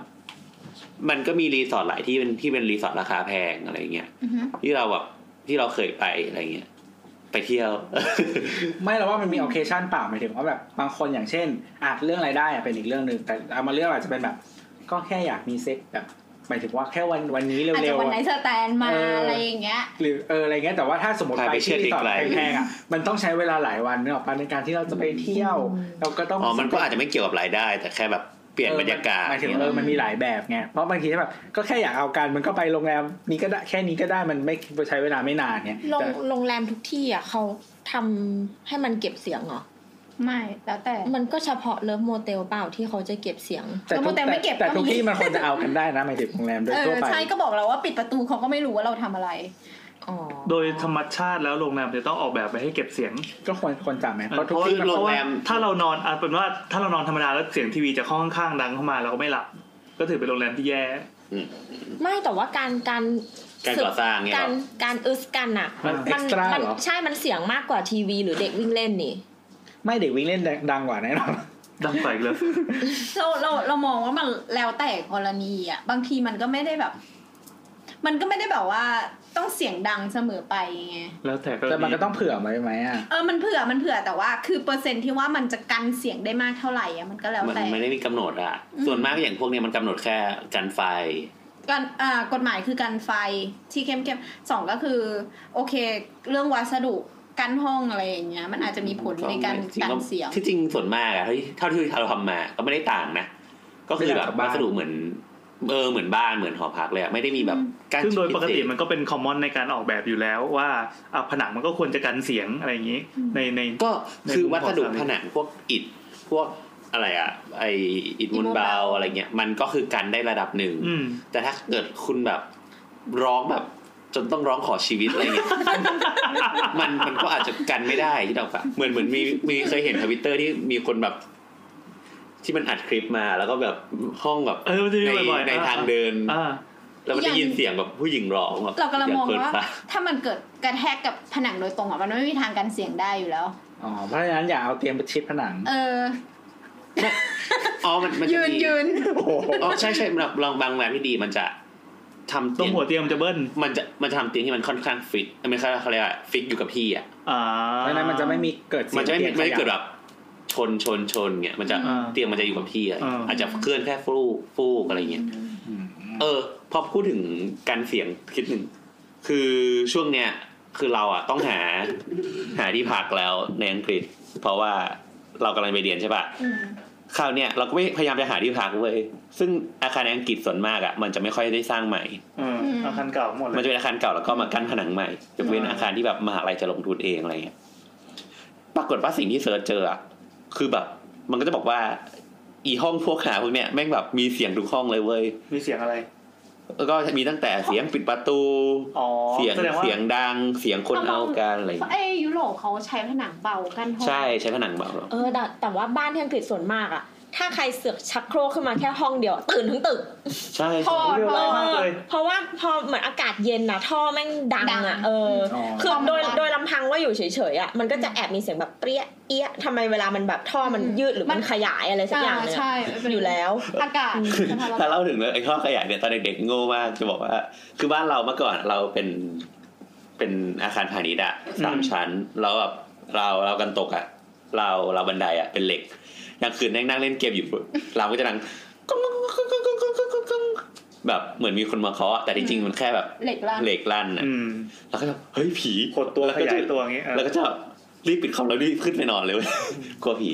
G: มันก็มีรีสอร์ทหลายที่เป็นที่เป็นรีสอร์ทราคาแพงอะไรเงี้ย
D: อือหือ
G: ที่เราแบบที่เราเคยไปอะไรเงี้ยไปเที่ยว [LAUGHS]
B: ไม่เราว่ามันมี occasion เปล่าหมายถึงว่าแบบบางคนอย่างเช่นอาจเรื่องรายได้อะเป็นอีกเรื่องหนึ่งแต่เอามาเรื่องอาจจะเป็นแบบ ก็แค่อยากมีเซ็กแบบหมายถึงว่าแค่วันวันนี้เร็วๆ
D: อาจจะวันไหน
B: อะ
D: สแตนมา
B: เอออ
D: อะไรอย่างเงี้ย
B: หรือเอออะไรเงี้ยแต่ว่าถ้าสมมติ
G: พา
B: ไป
G: ไป
B: ที่
G: เที่ยว
B: รีสอร์ท
G: ไกลๆ
B: แพงๆอ่ะมันต้องใช้เวลาหลายวันเนกอะปะในการที่เราจะไปเที่ยวเราก็ต้อง
G: อ๋อมันก็อาจจะไม่เกี่ยวกับรายได้ แต่แค่แบบเปลี่ยนบรรยากาศ
B: หมายถึง
G: เนี่ย
B: เออมันมีหลายแบบไงเพราะบางทีแบบก็แค่อยากเอากันมันก็ไปโรงแรมนี้ก็ได้แค่นี้ก็ได้มันไม่ใช้เวลาไม่นานไง
E: โรง
B: แต่
E: โรงแรมทุกที่อ่ะเขาทำให้มันเก็บเสียงเหรอ
D: ไม่แล้วแต่
E: มันก็เฉพาะเลิฟโมเตลเปล่าที่เขาจะเก็บเสียง
B: แต่ทุก
D: แต่ไม่เก็บ
B: แต่
D: ก็มี
B: ทุกที่มันควรจะเอากันได้นะหมายถึงโรงแรมโดย
D: เอ
B: ทั่ว
D: อ
B: ไป
D: ใช่ก็บอกเราว่าปิดประตูเขาก็ไม่รู้ว่าเราทำอะไร
E: อ๋อ
C: โดยธรรมชาติแล้วโรงแรมจะต้องออกแบบไปให้เก็บเสียง
B: ก็ควรควรจำไหมเพราะทุ
G: เพราะว่า
B: กที่มัน
G: โรงแรม
C: ถ้าเรานอนอาจเป็นว่าถ้าเรานอนธรรมดาแล้วเสียงทีวีจากห้องข้างๆดังเข้ามาเราก็ไม่หลับ ก็ถือเป็นโรงแรมที่แย่
E: ไม่แต่ว่าการการ
G: การก่อสร้างเนี่ย
E: การการอึสกันอ่ะ
B: มันเอ็กซ์ตร้า
E: มั
B: เหรอ
E: ใช่มันเสียงมากกว่าทีวีหรือเด็กวิ่งเล่นนี่
B: ไม่เด็กวิ่งเล่นดังกว่าแน่นอน
C: ดังไปเลย
D: เราเราเรามองว่ามันแล้วแต่กรณีอ่ะบางทีมันก็ไม่ได้แบบ มันก็ไม่ได้แบบว่าต้องเสียงดังเสมอไปไง
C: แล้วแต่
B: แต่มันก็ต้องเผื่อไว้ไหมอ่ะ
D: เออมันเผื่อมันเผื่อแต่ว่า คือเปอร์เซ็นต์ที่ว่ามันจะกันเสียงได้มากเท่าไหร่อ่ะมันก็แล้ว
G: มัน
D: แต่
G: ไม่ได้มีกำหนดอะส่วนมากอย่างพวกเนี้ยมันกำหนดแค่กันไฟ
D: การอ่ากฎหมายคือการไฟที่เข้มเข้มสองก็คือ โอเค เรื่องวัสดุกั้นห้องอะไรอย่างเงี้ย มันอาจจะมีผลในการกันเสียง
G: ที่จริงส่วนมากอะเท่าที่เท่าที่เราทำมาก็ไม่ได้ต่างนะ ก็คือแบบวัสดุเหมือนเออเหมือนบ้านเหมือนหอพักเลยอะไม่ได้มีแบบกั้น
C: ซึ่งโดย
G: พิเศษ
C: ปกติมันก็เป็นคอมมอนในการออกแบบอยู่แล้วว่าอ่ะผนังมันก็ควรจะกันเสียงอะไรอย่างนี้ ในใน
G: ก็
C: ใน
G: คือ
C: มุม
G: วัสดุ
C: ของสามี
G: ผนังพวกอิฐพวกอะไรอะไออิฐ
D: อิฐ
G: มุน
D: มุน
G: เบา
D: เบา
G: อะไรเงี้ย มันก็คือกันได้ระดับหนึ่ง
C: อืม
G: แต่ถ้าเกิดคุณแบบร้องแบบ จนต้องร้องขอชีวิตอะไรเงี้ย
D: [LAUGHS]
G: มันมันก็อาจจะกันไม่ได้ที่เราปะเหมือนเหมือนมีมีเคยเห็นทวิตเตอร์ที่มีคนแบบ ที่มันอัดคลิปมาแล้วก็แบบห้องแบบ
C: เออมันจะมี
G: ใน
C: บ่อยๆ
G: ใน
C: อ่า
G: ทางเดิน
C: อ่า
G: แล้วมันได้ยินเสียงแบบผู้หญิงร้องแบบ
D: เรากำลังมอง
G: อย่เปิด
D: ว่า
G: ปก
D: ถ้ามันเกิดกระแทกกับผนังโดยตรงอ่ะมันไม่มีทางกันเสียงได้อยู่แล้ว
B: อ๋อเพราะฉะนั้นอย่าเอาเตียงไปชิดผนัง
D: เออ
G: อ๋อ มันมันจะ
D: ยืน
G: มี
D: ยืน
G: อ๋อ ใช่ใช่มันแบบลองบางแรมที่ดีมันจะทำ
C: ตร
G: เตี
C: ง
G: ยง
C: หัวเตียงมันจะเบิ้ล
G: มันจะมันจะทำเตียงที่มันค่อนข้างฟิตไม่ใช่เขาเรียกว่าฟิกอยู่กับที่อ่ะ
C: อ่า
B: เพราะฉะนั้นมันจะไม่มีเกิดเสียง
G: มันจะไม่มี
B: ตียง
G: ไม่ได้
B: ขยับ
G: เกิดแบบชนชนชนเงี้ย มันจะ
C: อ่า
G: เตียงมันจะอยู่กับที่อะไร
C: อ่า
G: อาจจะเคลื่อนแค่ฟูกฟูกอะไรเงี้ย
B: อืม
G: เออ พอพูดถึงการเสียงคิดหนึ่ง คือช่วงเนี้ย คือเราอ่ะต้องหา หาที่พักแล้วในอังกฤษ เพราะว่าเรากำลังไปเรียนใช่ปะ คราวเนี่ยเราก็ไม่พยายามจะหาที่พักเว้ยซึ่งอาคารในอังกฤษส่วนมากอะ่ะมันจะไม่ค่อยได้สร้างใหม่
C: เอออาคารเก่าหมดเล
G: มัน
C: ย
G: จะเป็นอาคารเก่าแล้วก็มากั้นผนังใหม่ยกเว้นอาคารที่แบบมหาลัยจะลงทุนเองอะไรเงี้ยปรากฏว่าสิ่งที่เสิร์ชเจออะคือแบบ มันก็จะบอกว่า อีห้องพวกหาพวกเนี้ยแม่งแบบมีเสียงทุกห้องเลยเว้ย
C: มีเสียงอะไร
G: แล้วก็มีตั้งแต่เสียงปิดประตู
C: อ๋อ
G: เสียง
C: แสดงว่า
G: เสียงดังเสียงคนเอากันอะไร
D: เพราะ
G: เงี้ย
D: ไอ้ยุโรปเขาใช้ผนังเบากันห้อง
G: ใช่ใช้ผนังเบาหรอ
E: เออแต่แต่ว่าบ้านที่อังกฤษส่วนมากอะถ้าใครเสือกชักโครกขึ้นมาแค่ห้องเดียว ตื่นทั้งตึก
G: ใช่
D: พ่อ
C: เรื่อง
D: พ่
C: อะ
D: อ
C: ไรมากเลย
E: เพราะว่าพอเหมือนอากาศเย็นนะท่อแม่งดัง
D: ดั
E: อะ
D: ง
E: เออ
B: อ๋อ
E: คือ
D: ท่อมัน
E: โดย
D: ดัง
E: โดยลำพังว่าอยู่เฉยๆอะมันก็จะแอบมีเสียงแบบเปรี้ยเอี้ยทำไมเวลามันแบบท่อมันยืดหรือมันขยายอะไรสักอย่าง
D: อ่า
E: เนี่ย
D: ใช่มันเป็น
E: อยู่แล้ว
D: อากาศสภาพอา
G: ถ้า
D: กาศ
G: เล่าถึงเลยไอ้ข้อขยายเนี่ยตอนเด็กๆโง่มากจะบอกว่า คือบ้านเราเมื่อก่อนเราเป็นเป็นอาคารพาณิชย์อะสาม
C: อืม
G: ชั้นแล้วแบบเราเรากันตกอะเราเราบันไดอะเป็นเหล็กกลางคืนนั่งนั่งเล่นเกมอยู่ปุ๊บเราก็จะดังก้องก้องก้องก้องก้องก้องก้องก้องแบบเหมือนมีคนมาเคาะแต่จริงๆมันแค่แบบ
D: เหล็กล่าง
G: เหล็กลั่นอะ
C: อืม
G: แล้วก็แบบเฮ้ยผี
C: ขดตัว
G: แล้ว
C: ข
G: ก็จะ
C: ยายตัวอย่างเงี้ยเออ
G: แล้วก็จะรีบปิดคอมแล้วรีบขึ้นไปนอนเลยเว้ยกลัวผี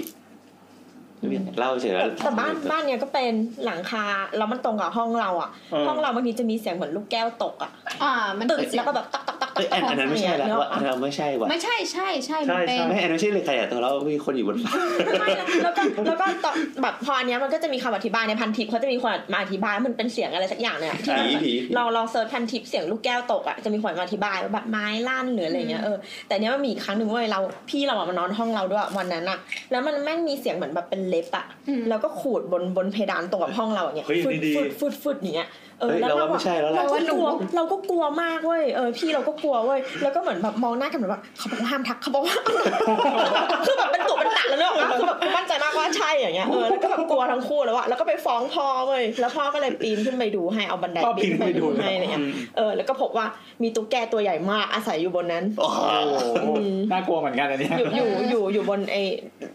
G: เล่าเฉยแล้ว
E: แต่บ้านบ้านเนี้ยก็เป็นหลังคาแล้วมันตรงกับห้องเราอ่ะ
C: เออ
E: ห้องเราบางทีจะมีเสียงเหมือนลูกแก้วตกอ่ะ
D: อ่า มัน
E: ตึก
D: เสีย
E: แล้
D: ง
E: วก็แบบตักตักตักตั
G: เอ้ยอันอันนั้นไม่ใช่แล้ว
E: เนี่ย
G: ว่าอันนั้นไม่ใช่ว่ะ
D: ไม่ใช่ใช่ใช่มันเป็น
G: ไม่อันนั้นไม่ใช่เลยใครอ่ะตัวเรามีคนอยู่บนฟ้า
E: ไม่แล้วก็แล้วก็ตอนแบบพออันเนี้ยมันก็จะมีคำอธิบายในพันทิปเขาจะมีคนมาอธิบายว่ามันเป็นเสียงอะไรสักอย่างเนี่ยที่
G: ผีผี
E: ลองลองเซิร์ชพันทิปเสียงลูกแก้วตกอ่ะจะมีคนมาอธิบายว่าแบบไม้ลั่นหรืออะไรเงี้ยเออแต่เนี้ยมันมีอีกครั้งหนึ่งเว้ยเราพี่เราอะมานอนห้องเราด้วยวันนั้นอ่ะ แล้วมันแม่งมีเสียงเหมือนแบบเป็นเล็บอ่ะ
D: อืม
E: แล้วก็ขูดบนบนเพดานตรงกับห้องเราอย่างเงี้ย
C: เฮ้ย
E: ฟึด
C: ดีๆ
E: ฟึดฟึดฟึดอย่างเงี้ยเออ
G: เฮ้ย
E: แล้ว
G: เรา
E: เรา
G: ว่า
E: อะ
G: ไม่ใช่แล้วล่ะ
E: เราก็กลัวเราก็กลัวมากเว้ยเออพี่เราก็กลัวเว้ยแล้วก็เหมือนแบบมองหน้ากันเหมือนแบบเขาบอกว่าห้ามทักเขาบอกว่า [LAUGHS] คือแบบเป็นตุเป็นตักแล้วเนกอะคือแบบมั่นใจมากว่าใช่อย่างเงี้ยเออแล้วก็แบบกลัวทั้งคู่แล้วอะแล้วก็ไปฟ้องพ่อเว้ยแล้วพ่อก็เลยปีนขึ้นไปดูให้เอาบันได
C: พ่อปีน
E: ขึ้
C: ไปดู
E: ให้อะไรเงี้ย
C: อืม
E: เออแล้วก็พบว่ามีตุ๊กแกตัวใหญ่มากอาศัยอยู่บน
G: [LAUGHS]
E: นั้น
G: โอ้โห
B: โอ้โหน่ากลัวเหมือนกันอันเนี้ย
E: อยู่อยู่อยู่อยู่บนไอ้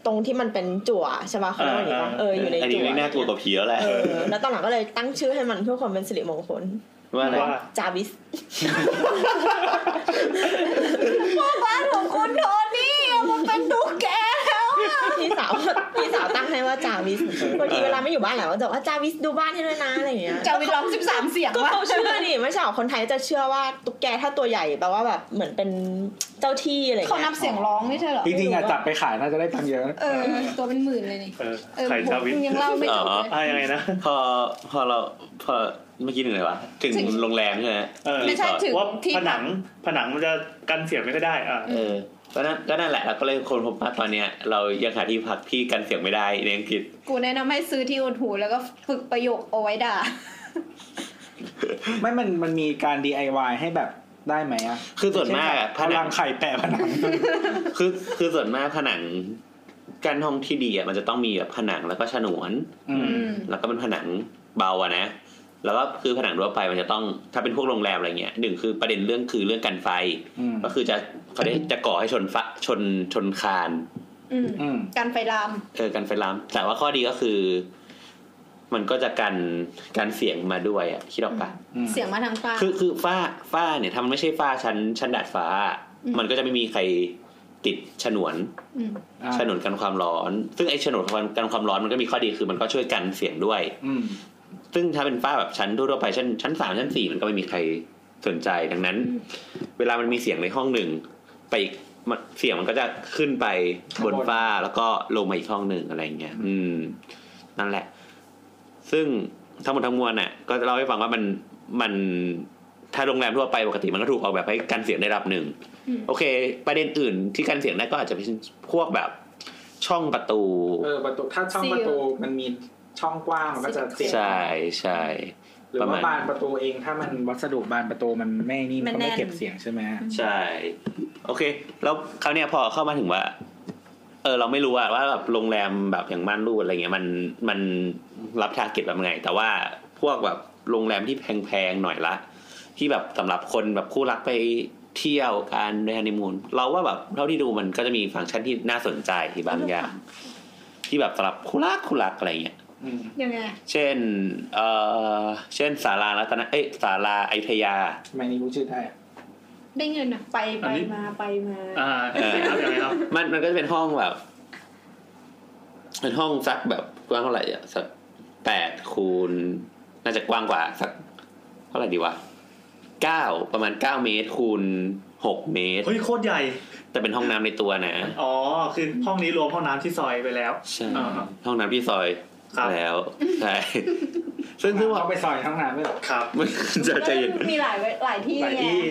E: ตรงที่มันเป็นจั่วใช่ปะเขาเรียกว่าอย่างงี้ปะเอออยู่ใน
G: อันนี้
E: จั่ว
G: ไม่น่ากลัวกว่าผีแล้วแหละ
E: เออแล้วตอนหลังก็เลยตั้งชื่อให้มันเพื่อความเป็นสิริมงคล
G: ว่าอะไร
C: ว่า
E: จาวิส
D: บ้านของคุณโทนี่อะมันเป็นตุ๊กแกแล้วอะ
E: พี่สาวพี่สาวตั้งให้ว่าจาวิสบางทีเวลาไม่อยู่บ้านแหละก็จะบอกว่าจาวิสดูบ้านให้ด้วยนะอะไรอย่างเงี้ย
D: จะวิร้องสิบสามเสียง
E: ก็
D: ว่ะ
E: เขาเชื่อนี่ไม่ใช่หรอคนไทยจะเชื่อว่าตุ๊กแกถ้าตัวใหญ่แปลว่าแบบเหมือนเป็นเจ้าที่อะไร
D: เขา
E: เงี้
D: นั
E: ย
D: บเสียงร้องไม่ใช่เหรอ
B: จริงๆอ่ะจับไปขายน่าจะได้ตังค์เยอะ
D: เออ ตัวเป็นหมื่นเลยนี่
C: เออ
D: เออ
C: ไข่จาวิท
D: ผมยังเล่าไม่จบเลย
C: อ่ายังไงนะ
G: พอพอเราพอเมื่อกี้ถึงไหนวะถึง
D: ถึง
G: โรงแรมใช่ไหม
C: เออ
D: ไม่ใช่
G: รีสอร์ท
D: ถึง
C: ว่า
D: ที่
C: ผนังผนังมันจะกันเสียงไม่ค่อยได้อ่ะ
G: เออก็นั่นก็นั่นแหละเราก็เลยคนพบว่าตอนเนี้ย เรายังหาที่พักที่กันเสียงไม่ได้ในอังกฤษ
D: กูแนะนำให้ซื้อที่อุดหูแล้วก็ฝึกประโยคเอาไว้ด่า
B: ไม่มันมันมีการ DIY ให้แบบได้ไหมอ่ะ
G: คือส่วนมากอะผ
B: พ
G: นั
B: ลั
G: ง
B: งไข่แปะผนัง
G: คือคือส่วนมากผนังกันห้องที่ดีอ่ะมันจะต้องมีแบบผนังแล้วก็ฉนวน
B: อืม
D: อืม
G: แล้วก็เป็นผนังเบาอะนะ แล้วก็คือผนังทั่วไปมันจะต้องถ้าเป็นพวกโรงแรมอะไรเงี้ยหนึ่งคือประเด็นเรื่องคือเรื่องกันไฟ
B: อืม
G: ก็คือจะเขาได้จะก่อให้ชนฟะชนชนคาน
D: อืม
B: อืม
D: การไฟลาม
G: เออกันไฟลาม แต่ว่าข้อดีก็คือ มันก็จะกันกันเสียงมาด้วยอะคิดออกปะ
B: อืม
D: เสียงมาทางฟ้า
G: คือคือฝ้าฝ้าเนี่ยถ้ามันไม่ใช่ฝ้าชั้นชั้นดาดฟ้า
D: อืม
G: มันก็จะไม่มีใครติดฉนวน
D: ม
B: อ่า
G: ฉนวนกันความร้อน ซึ่งไอ้ฉนวนกันความร้อนมันก็มีข้อดีคือมันก็ช่วยกันเสียงด้วย
B: อืม
G: ซึ่งถ้าเป็นฝ้าแบบชั้นทั่วๆไปชั้นชั้นสามชั้นสี่มันก็ไม่มีใครสนใจดังนั้น เวลามันมีเสียงในห้องหนึ่งไปอีกมันเสียงมันก็จะขึ้นไปบน
B: ข้างบน
G: ฝ้าแล้วก็ลงมาอีกห้องหนึ่งอะไรอย่างเงี้ยอืม นั่นแหละ ซึ่งทั้งหมดทั้งมวลน่ะ ก็เล่าให้ฟังว่ามันมัน ถ้าโรงแรมทั่วไปปกติมันก็ถูกออกแบบให้กันเสียงได้ระดับหนึ่ง
D: อืม
G: โอเค ประเด็นอื่นที่กันเสียงได้ก็อาจจะเป็นพวกแบบช่องประตู
B: เออประตูถ้าช่อง
D: ซีล
B: ประตูมันมีช่องกว้างมันก็จะเสียง
G: ใช่ใช่
B: หรือ
G: ประ
B: ว่า
G: มาณ
B: บานประตูเองถ้ามันวัสดุบานประตูมันไม่นี่มันก็ไม่เก็บเสียงใช่ไหมฮะ
G: ใช่ โอเค แล้วคราวเนี้ยพอเข้ามาถึงว่า เออ เราไม่รู้อะว่าแบบโรงแรมแบบอย่างม่านรูดอะไรเงี้ยมันมันรับทาร์เก็ตแบบไง แต่ว่าพวกแบบโรงแรมที่แพงๆหน่อยละ ที่แบบสำหรับคนแบบคู่รักไปเที่ยวการไปฮันนีมูนเราว่าแบบเท่าที่ดูมันก็จะมีฟังก์ชันที่น่าสนใจบางอย่าง ที่แบบสำหรับคู่รักคู่รักอะไรเงี้ย
D: ยังไง
G: เช่น เออเช่นศาลารัตนะเอ้ยศาลาอยุธยา
B: ทำไมนี่รู้ชื่อได้อะ
D: ได้เงินอะไป
C: อั
D: ไป
C: นนี้
D: มาไปมา
C: อ่าครับยังไงครับ
G: มันมันก็จะเป็นห้องแบบ เป็นห้องสักแบบกว้างเท่าไหร่อ่ะสักแปดคูณน่าจะกว้างกว่าสักเท่าไหร่ดีวะเก้าประมาณเก้าเมตรคูณหกเมตร
C: เฮ้ยโคตรใหญ่
G: แต่เป็นห้องน้ำในตัวนะ
C: อ๋อ คือห้องนี้รวมห้องน้ำที่ซอยไปแล้ว
G: ใช่
C: อ่าครับ
G: ห้องน้ำที่ซอย
C: ครับ
G: แล้วใช่ซึ่งซึ่งว่า
B: เขาไปซอยข้างหน้าไม่หรอ
C: ครับ
G: มันจะใจเย็น
D: มีหลายเวหลายที่
C: หลาย
D: ไง
C: ที่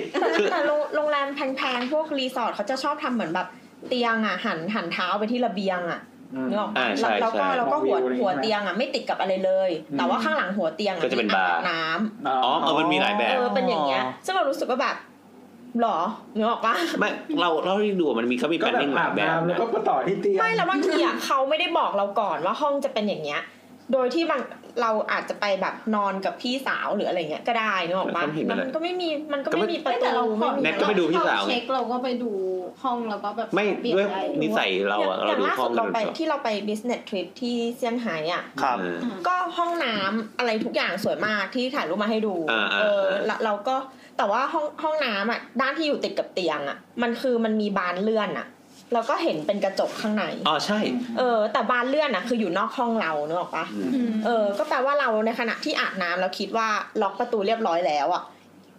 E: แต่โรงโรงแรมแพงๆ พวกรีสอร์ทเขาจะชอบทำเหมือนแบบเตียงอ่ะหันหันเท้าไปที่ระเบียงอ่ะนึกออกปะ
G: อ่าใช่
E: แล้วแล้วก็
G: ใช่
E: แล้วก็
B: มองวิ
E: หัว
B: วอะไรอย่า
E: หัว
B: งเงี้ย
E: เตียงอ่ะไม่ติดกับอะไรเลย
B: อืม
E: แต่ว่าข้างหลังหัวเตียงอ่ะ
G: ก็จะเป็น
E: มีอ่ง
G: บาร์
E: น้ำ
G: อ๋อเออมันมีหลายแบบ
E: เออเป็นอย่างเงี้ยซึ่งเรารู้สึกว่าแบบหรอนึกออกปะ
G: ไม่เราเราที่ดูมันมีเขามี
B: ก็
G: แปลน
B: แบบ
G: นิ่งหลา
B: อา
G: ย
B: บ
G: แบบ
B: น้ำแล้ว
G: นะ
B: ก็มาต่อที่เตียง
E: ไม่แล้วบางทีอ่ะ เขาไม่ได้บอกเราก่อนว่าห้องจะเป็นอย่างเงี้ย โดยที่บางเราอาจจะไปแบบนอนกับพี่สาวหรืออะไรเงี้ยก็ได้นึกออกปะ
G: แล้วก็ไม่เห็น
E: มั
G: อะไร
E: นก็ไม่มีมันก็
G: ก็ไม่
E: ไม่มีประตู
D: แต่เราขอ
E: ไม่มี
G: แน็กก็ไปดูพี่สาวไง
D: เช็คเราก็ไปดูห้องแล้วก็แบบ
G: ไม่
D: เปลี่ยน
G: ด้วย
D: ได้
G: นิสัยเราอะ
E: อ
G: เรา
E: ย่าง
G: ดู
E: ล่า
G: ห้อ
E: สุ
G: ง
E: ด
G: กั
E: เรา
G: น
E: ไป
G: ก่อน
E: ที่เราไป business trip ที่เซี่ยงไฮ้อ่ะ
C: ครับ
G: เออ
E: ก็ห้องน้ำอะไรทุกอย่างสวยมากที่ถ่ายรูปมาให้ดู
G: อ่าๆๆ
E: เออแล้วเราก็แต่ว่าห้องห้องน้ำอ่ะด้านที่อยู่ติดกับเตียงอ่ะ มันคือมันมีบานเลื่อนอ่ะ เราก็เห็นเป็นกระจกข้างใน
G: อ๋อใช่
E: เออ แต่บานเลื่อนอ่ะคืออยู่นอกห้องเราเนกออกปะ
D: อืม
E: เออ ก็แปลว่าเราในขณะที่อาบน้ำแล้วคิดว่าล็อกประตูเรียบร้อยแล้วอ่ะ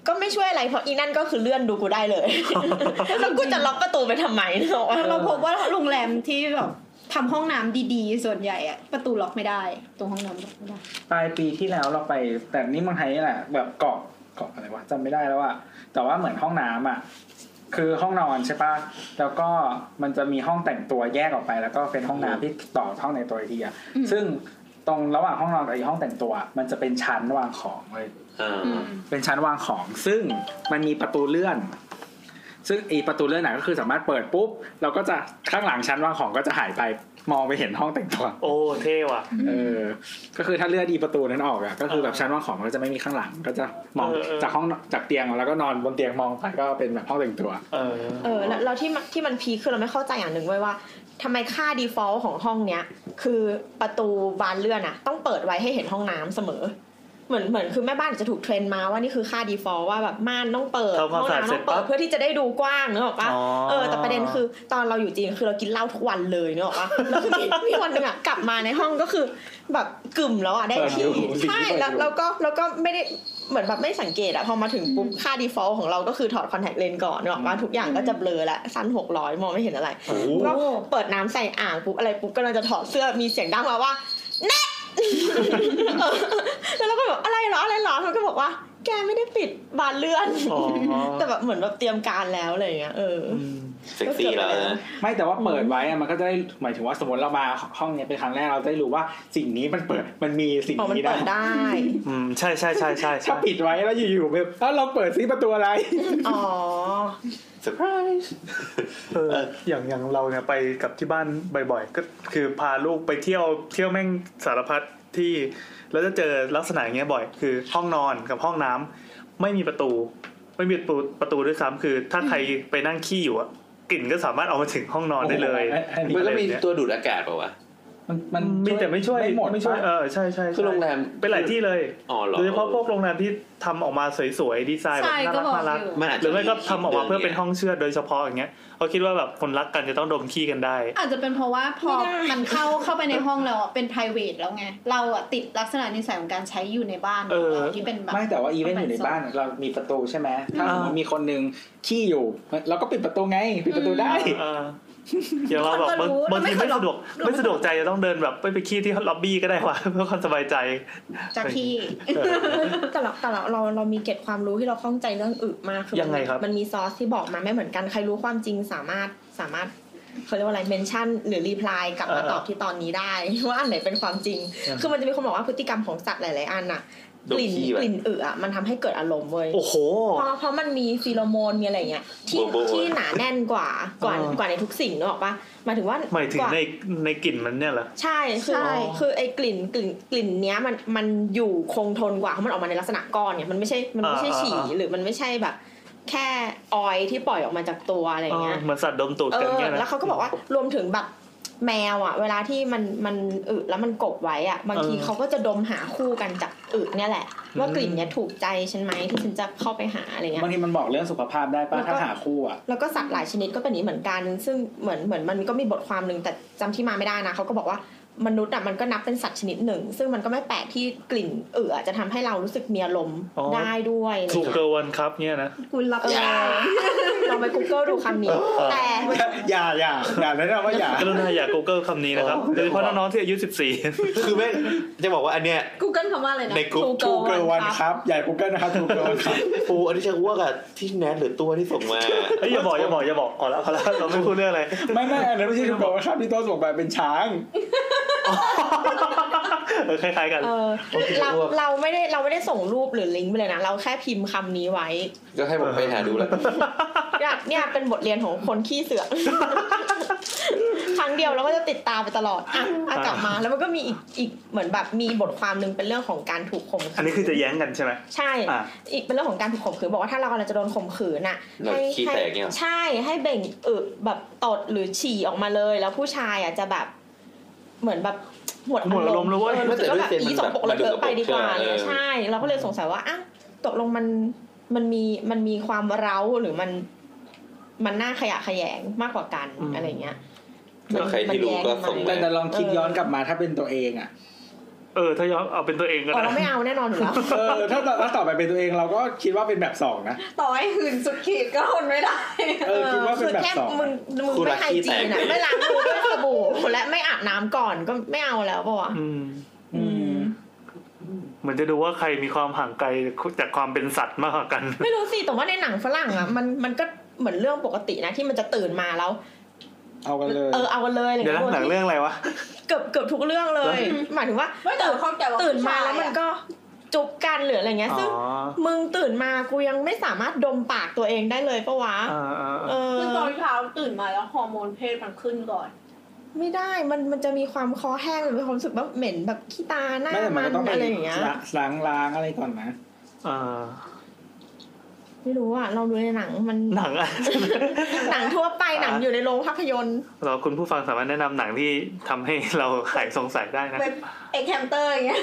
E: ก็ไม่ช่วยอะไรเพราะอีนั่นก็คือเลื่อนดูกูได้เลย
D: [LAUGHS]
E: แล้วกูจะล็อกประตูไปทำไมเนาะ
D: เราพบว่าโรงแรมที่แบบทำห้องน้ำดีๆ ส่วนใหญ่อะประตูล็อกไม่ได้ตรงห้องน้ำล็อกไม่ได้
B: ปลายปีที่แล้วเราไป แต่นี่เมืองไทยนี่แหละ แบบเกาะเกาะอะไรวะจำไม่ได้แล้วอะแต่ว่าเหมือนห้องน้ำอะคือห้องนอนใช่ปะแล้วก็มันจะมีห้องแต่งตัวแยกออกไป แล้วก็เป็นห้องน้ำที่ต่อห้องในตัวอีกทีอะ
D: อืม
B: ซึ่งตรงระหว่างห้องนอนกับอีกห้องแต่งตัว มันจะเป็นชั้นวางของเลย เป็นชั้นวางของ ซึ่งมันมีประตูเลื่อน ซึ่งไอีประตูเลื่อนน่ะก็คือสามารถเปิดปุ๊บ เราก็จะข้างหลังชั้นวางของก็จะหายไปมองไปเห็นห้องแต่งตัว
C: โอ้ เท่ว่ะ
B: เออ ก็คือถ้าเลื่อนอีประตูนั้นออกอะก็คือแบบชั้นวางของมันก็จะไม่มีข้างหลัง ก็จะมอง
C: เออเออ
B: จากห้องจากเตียงแล้วก็นอนบนเตียงมองไปก็เป็นแบบห้องแต่งตัว
C: เออ
E: เออแล้วแล้วที่มันที่มันพีคคือเราไม่เข้าใจอย่างหนึ่งไว้ยว่าทำไมค่า default ของห้องเนี้ย คือประตูบานเลื่อนอ่ะ ต้องเปิดไว้ให้เห็นห้องน้ำเสมอ เหมือนเหมือนคือแม่บ้านอาจจะถูกเทรนมาว่านี่คือค่า default ว่าแบบม่านต้องเปิด
C: ทำความ
E: ห้อง
C: สะอาด
E: น้ำ
C: เสร็
E: ต้
C: จ
E: อง
C: ปั๊บ
E: เปิดเพื่อที่จะได้ดูกว้างเนกอะปะ
C: อ๋อ
E: เออแต่ประเด็นคือตอนเราอยู่จีนคือเรากินเหล้าทุกวันเลยเนกอะปะแล้วคือมี มีวันหนึ่งอ่ะกลับมาในห้องก็คือแบบกึ่มแล้วอ่ะได้
B: เปิด
E: ที่
B: อยู่สิ่งที่
E: ใช่
B: เปิดอยู่
E: แล้วแล้วก็แล้วก็ไม่ได้ เหมือนแบบไม่สังเกตอะพอมาถึงปุ๊บค่า default ของเราก็คือถอด contact lens ก่อนนึกออกว่าทุกอย่างก็จะเบลอละสั้นหกร้อยมองไม่เห็นอะไร
C: โอ้โห
E: ก็เปิดน้ำใส่อ่างปุ๊บอะไรปุ๊บก็เราจะถอดเสื้อมีเสียงดังมาว่าแน่เออ [LAUGHS] แล้วเราก็แบบอะไรเหรออะไรเหรอเขาก็บอกว่า แกไม่ได้ปิดบานเลื่อน
C: อ๋อ
E: [LAUGHS] แต่แบบเหมือนแบบเตรียมการแล้วอะไรอย่างเงี้ยเออ
C: อืม
G: เซ็กซี่แล้วนะ
B: ไม่แต่ว่าเปิดไว้อะมันก็จะได้หมายถึงว่าสมมติเรามาห้องเนี้ยเป็นครั้งแรกเราจะได้รู้ว่าสิ่งนี้มันเปิดมันมีสิ่ง
E: พอมัน
B: นี้
E: เปิด
B: นะ
E: ได้
C: อืม ใช่ใช่ใช่ใช่ใช่
B: ถ้าปิดไว้แล้วอยู่ๆแบบเอ้าเราเปิดซิประตูอะไร
E: อ๋อ
C: เอออย่างอย่างเราเนี่ยไปกับที่บ้านบ่อยๆ ก็คือพาลูกไปเที่ยวเที่ยวแม่งสารพัดที่แล้วจะเจอลักษณะอย่างเงี้ยบ่อย คือห้องนอนกับห้องน้ำไม่มีประตู ไม่มีประตูประตูด้วยซ้ำคือ ถ้าใครไปนั่งขี้อยู่อะกลิ่นก็สามารถเอามาถึงห้องนอนได้เลย
B: โอ้โหไอ้ไอ้นี่
G: มันก็มีตัวดูดอากาศเปล่าวะ
B: มันมัน
C: มีแต่ไม่ช่วย
B: ไม่หมด
C: ไม่ช่วย
B: ปะ
C: เออใช่ใช่ใช่
G: คือโรงแรม
C: เป็นหลายที่เลย
G: อ๋อเหรอ
C: โดยเฉพาะพวกโรงแรมที่ทำออกมาสวยๆดีไซน์แบบ
D: ใช่ก็
C: น่า
D: บอกก
C: รัน่ารัก
D: อยู่
G: มันอาจ
C: ห
G: จะ
C: รือไม่ก็ทำออกมาเพื่อเป็นห้องเชือดโดยเฉพาะอย่างเงี้ยเขาคิดว่าแบบคนรักกันจะต้องดมขี้กันได้
D: อาจจะเป็นเพราะว่าพอ
E: ไม่ได้
D: มันเข้าเข้าไปในห้องเราอะเป็น p r i v a t แล้วไง เราอะติดลักษณะนิสัยของการใช้อยู่ในบ้าน
C: เออ
D: ที่เป็นแบบ
B: ไม่แต่ว่าอีเวนต์
D: ประ
B: อ
D: มาณ
B: ยู่ในบ้านเรามีประตูใช่ไหมถ้า
C: อ่า
B: สมมติมีคนหนึงขี้อยู่เราก็ปิดประตูไง ปิดประตูได้
C: เออ อย่างเราแบบ
D: คนก็รู้
C: บาง
D: เราไม่
C: ทีไม่
D: เคยลอง
C: สะดวก
D: เราไม่
C: ไม่สะดวกใจจะต้องเดินแบบไปไปขี้ที่ล็อบบี้ก็ได้ว่ะ เพื่อความสบายใจ
D: จากที่
C: เออ
D: [LAUGHS]
E: แต่เราแต่เราเราเรามีเกร็ดความรู้ที่เราข้องใจเรื่องอึมากอ
C: ยังไงครับ
E: มันมีซอสที่บอกมาไม่เหมือนกันใครรู้ความจริงสามารถสามารถเขาเรียกว่าอะไรเมนชั่นหรือรีพลายกลับมาตอบที่ตอนนี้ได้ [LAUGHS] ว่าอันไหนเป็นความจริง คือมันจะมีคนบอกว่าพฤติกรรมของสัตว์หลาย ๆ อันน่ะ
G: ดู
E: ก
G: ด
E: ลิ่น
G: ขี้ไป
E: กลิ่นอึอ่ะมันทำให้เกิดอารมณ์เว้ย
C: โอ้โห
E: เพราะเพราะมันมีฟีโรโมนมีอะไรเงี้ยที่
G: โบโบ
E: ที่หนาแน่นกว่ากว่า
C: อ่าก
E: กว่าในทุกสิ่งนึกออกปะหมายถึงว่า
C: หมายถึง
E: กว่า
C: ในในกลิ่นมันเนี่ยเหรอ
E: ใช่คือ
D: ใช่
E: คือไอ้กลิ่นกลิ่นกลิ่นเนี้ยมันมันอยู่คงทนกว่าเพราะมันออกมาในลักษณะก้อนเนี่ยมันไม่ใช่มันไม่ใช่
C: อ่า
E: ฉี่
C: อ่า
E: หรือมันไม่ใช่แบบ แค่ออยล์ที่ปล่อยออกมาจากตัวอะไร
C: เออ
E: เงี้ย
C: เหมือนสัตว์ดมตูด
E: เอ
C: กัน
E: อ
C: เนี่ยนะ
E: แล้วเขาก็บอกว่ารวมถึงแบบแมวอ่ะ เวลาที่มันมันอึแล้วมันกบไว้อ่ะบางที
C: เออ
E: เขาก็จะดมหาคู่กันจากอึเนี่ยแหละ ว่า
C: อืม
E: กลิ่นเนี้ยถูกใจฉันไหมที่ฉันจะเข้าไปหาอะไรเงี้ย
B: บางทีมันบอกเรื่องสุขภาพได้ป่ะ
E: แล้วก็
B: ถ้าหาคู่อ่ะ
E: แล้วก็สัตว์หลายชนิดก็เป็นอย่างนี้เหมือนกัน ซึ่งเหมือนเหมือนมันก็มีบทความหนึ่งแต่จำที่มาไม่ได้นะเขาก็บอกว่ามนุษย์อ่ะมันก็นับเป็นสัตว์ชนิดหนึ่ง ซึ่งมันก็ไม่แปลกที่กลิ่นเอือะจะทำให้เรารู้สึกมีอารมณ์
C: อ๋อ
E: ได้ด้วยอะไร
C: ถูก
E: เงี้ย
C: เกิร์ลวันครับเนี่ยนะ
D: คุณรับ
E: เออย
D: า
E: ลองไป Google ดูคำนี้
C: เออ
E: แต่
B: อย่าอย่าอย่าแนะนำว่าอย่าก
C: รุณาอย่า Google คำนี้นะครับโดยเฉพาะน้องๆที่อายุ 14
G: คือไม่จะบอกว่าอันเนี้ย
D: กูเกิลคำว่าอะไรนะ
G: ในกลุ่ม
B: ทูเกิลวันครับอย่ากูเกิลนะครับทูเกิลวันครับ
G: ปูอันนี้จะอ้วกอะที่แนทหรือตัวที่ส่งมา
C: เฮ้ยอย่าบอกอย่าบอกอย่าบอกขอแล้วขอแล้วเราไม่พูดเรื่องอะไร
B: [LAUGHS]
C: [LAUGHS]
B: ไม่ไม่อันนั้นไม่ใช่ทูเกิลวันครับที่โต้ส่งมาเป็นช้าง
C: เออคล้ายๆกัน
E: เออ
G: โอเค
E: เรา
G: รวบ
E: เราไม่ได้เราไม่ได้ส่งรูปหรือลิงก์ไปเลยนะ เราแค่พิมพ์คำนี้ไว้
G: ก็ให้ผมไปหาดูแล้ว
E: เนี่ยเนี่ยเป็นบทเรียนของคนขี้เสือก [LAUGHS] ครั้งเดียวเราก็จะติดตามไปตลอดอ่ะอ่ะกลับมาแล้วมันก็มีอีกอีกเหมือนแบบมีบทความหนึ่งเป็นเรื่องของการถูกข่มขื
C: อันนี้คือจะแย้งกันใช่ไหม
E: ใช่
C: อ่ะ
E: อีกเป็นเรื่องของการถูกข่มขืนบอกว่าถ้าเรากำลังจะโดนข่มขืนน่ะ
G: เรา
E: ให้
G: ขี้แตกเนี่ยหรอ
E: ใช่ให้เบ่งอึแบบตดหรือฉี่ออกมาเลย แล้วผู้ชายอ่ะจะแบบเหมือนแบบหมด
C: หมดอารมณ์แล้วเว้ย
E: ออรู้สึกว่าแบบอีสกปรกเลอะเทอะไปดีกว่าอะไรเนี่ยใช่ เราก็เลยสงสัยว่าอ่ะตกลงมันมันมีมันมีความเร้าหรือมันมันน่าขยะแขยงมากกว่ากัน
C: อืม
E: อะไรเงี้ย
G: แล้วใครที่รู้ก็ส่งมา
E: ไป
B: แต่แต่ลองคิดย้อนกลับมาถ้าเป็นตัวเองอ่ะ
C: เออถ้ายอมเอาเป็นตัวเองก็ได้
E: เราไม่เอาแน่นอนอยู่แล้ว
B: เออถ้าถ้าต่อไปเป็นตัวเองเราก็คิดว่าเป็นแบบสองนะ
D: ต่อให้หื่นสุดขีดก็ทนไม่ได้
B: เออคิดว่าเป็นแบบสอง
E: คือค่มึงมึง
G: คุณ
E: ไม่
G: รัก
E: ไฮ
G: ขี้
E: จีน
G: แต
E: อะ
G: ก
E: ไม่ล้างมือด้วยสบู่ [LAUGHS] และไม่อาบน้ำก่อนก็ไม่เอาแล้วป่ะวะ
C: อืม
B: อืม
C: เหมือนจะดูว่าใครมีความห่างไกลจากความเป็นสัตว์มากกว่ากัน
E: ไม่รู้สิแต่ว่าในหนังฝรั่งอ่ะมันมันก็เหมือนเรื่องปกตินะที่มันจะตื่นมาแล้ว
B: เอากันเลย
E: เออเอากันเลยอะไร
C: เดี๋ยวนะ
E: เงี้ย
C: หนังเรื่องอะไรวะ
E: เกือบเกือบทุกเรื่องเลย
C: เหรอ
E: หมายถึงว่า
D: ไม่แต่เข้าใจว่า
E: ตื่นมาแล้วมันก็จุบกันหรืออะไรเงี้ย
C: อ๋
E: ซึ่ง
C: อ
E: มึงตื่นมากูยังไม่สามารถดมปากตัวเองได้เลยปะวะ
C: อ่าอ่า
E: เอ
C: อ่า
E: อ
D: คือตอนเช้าตื่นมาแล้วฮอร์โมนเพศมันขึ้นก่อน
E: ไม่ได้มันมันจะมีความคอแห้งมันมีความรู้สึกแบบเหม็นแบบขี้ตาหน้า
B: ไม่แต่มั
E: มัน น
B: ก็ต้องไป
E: อะไรอย่างเงี้ย
B: ล้างล้างอะไรก่อนนะ
C: อ่า
E: ไม่รู้อ่ะเราดูในหนังมัน
C: หนังอะ
E: [LAUGHS] หนังทั่วไปหนังอยู่ในโรงภาพยนตร์
C: เราคุณผู้ฟังสามารถแนะนำหนังที่ทำให้เราหายสงสัยได้นะ
D: เว็บเอ็กแฮมเตอร์อย่างเงี้ย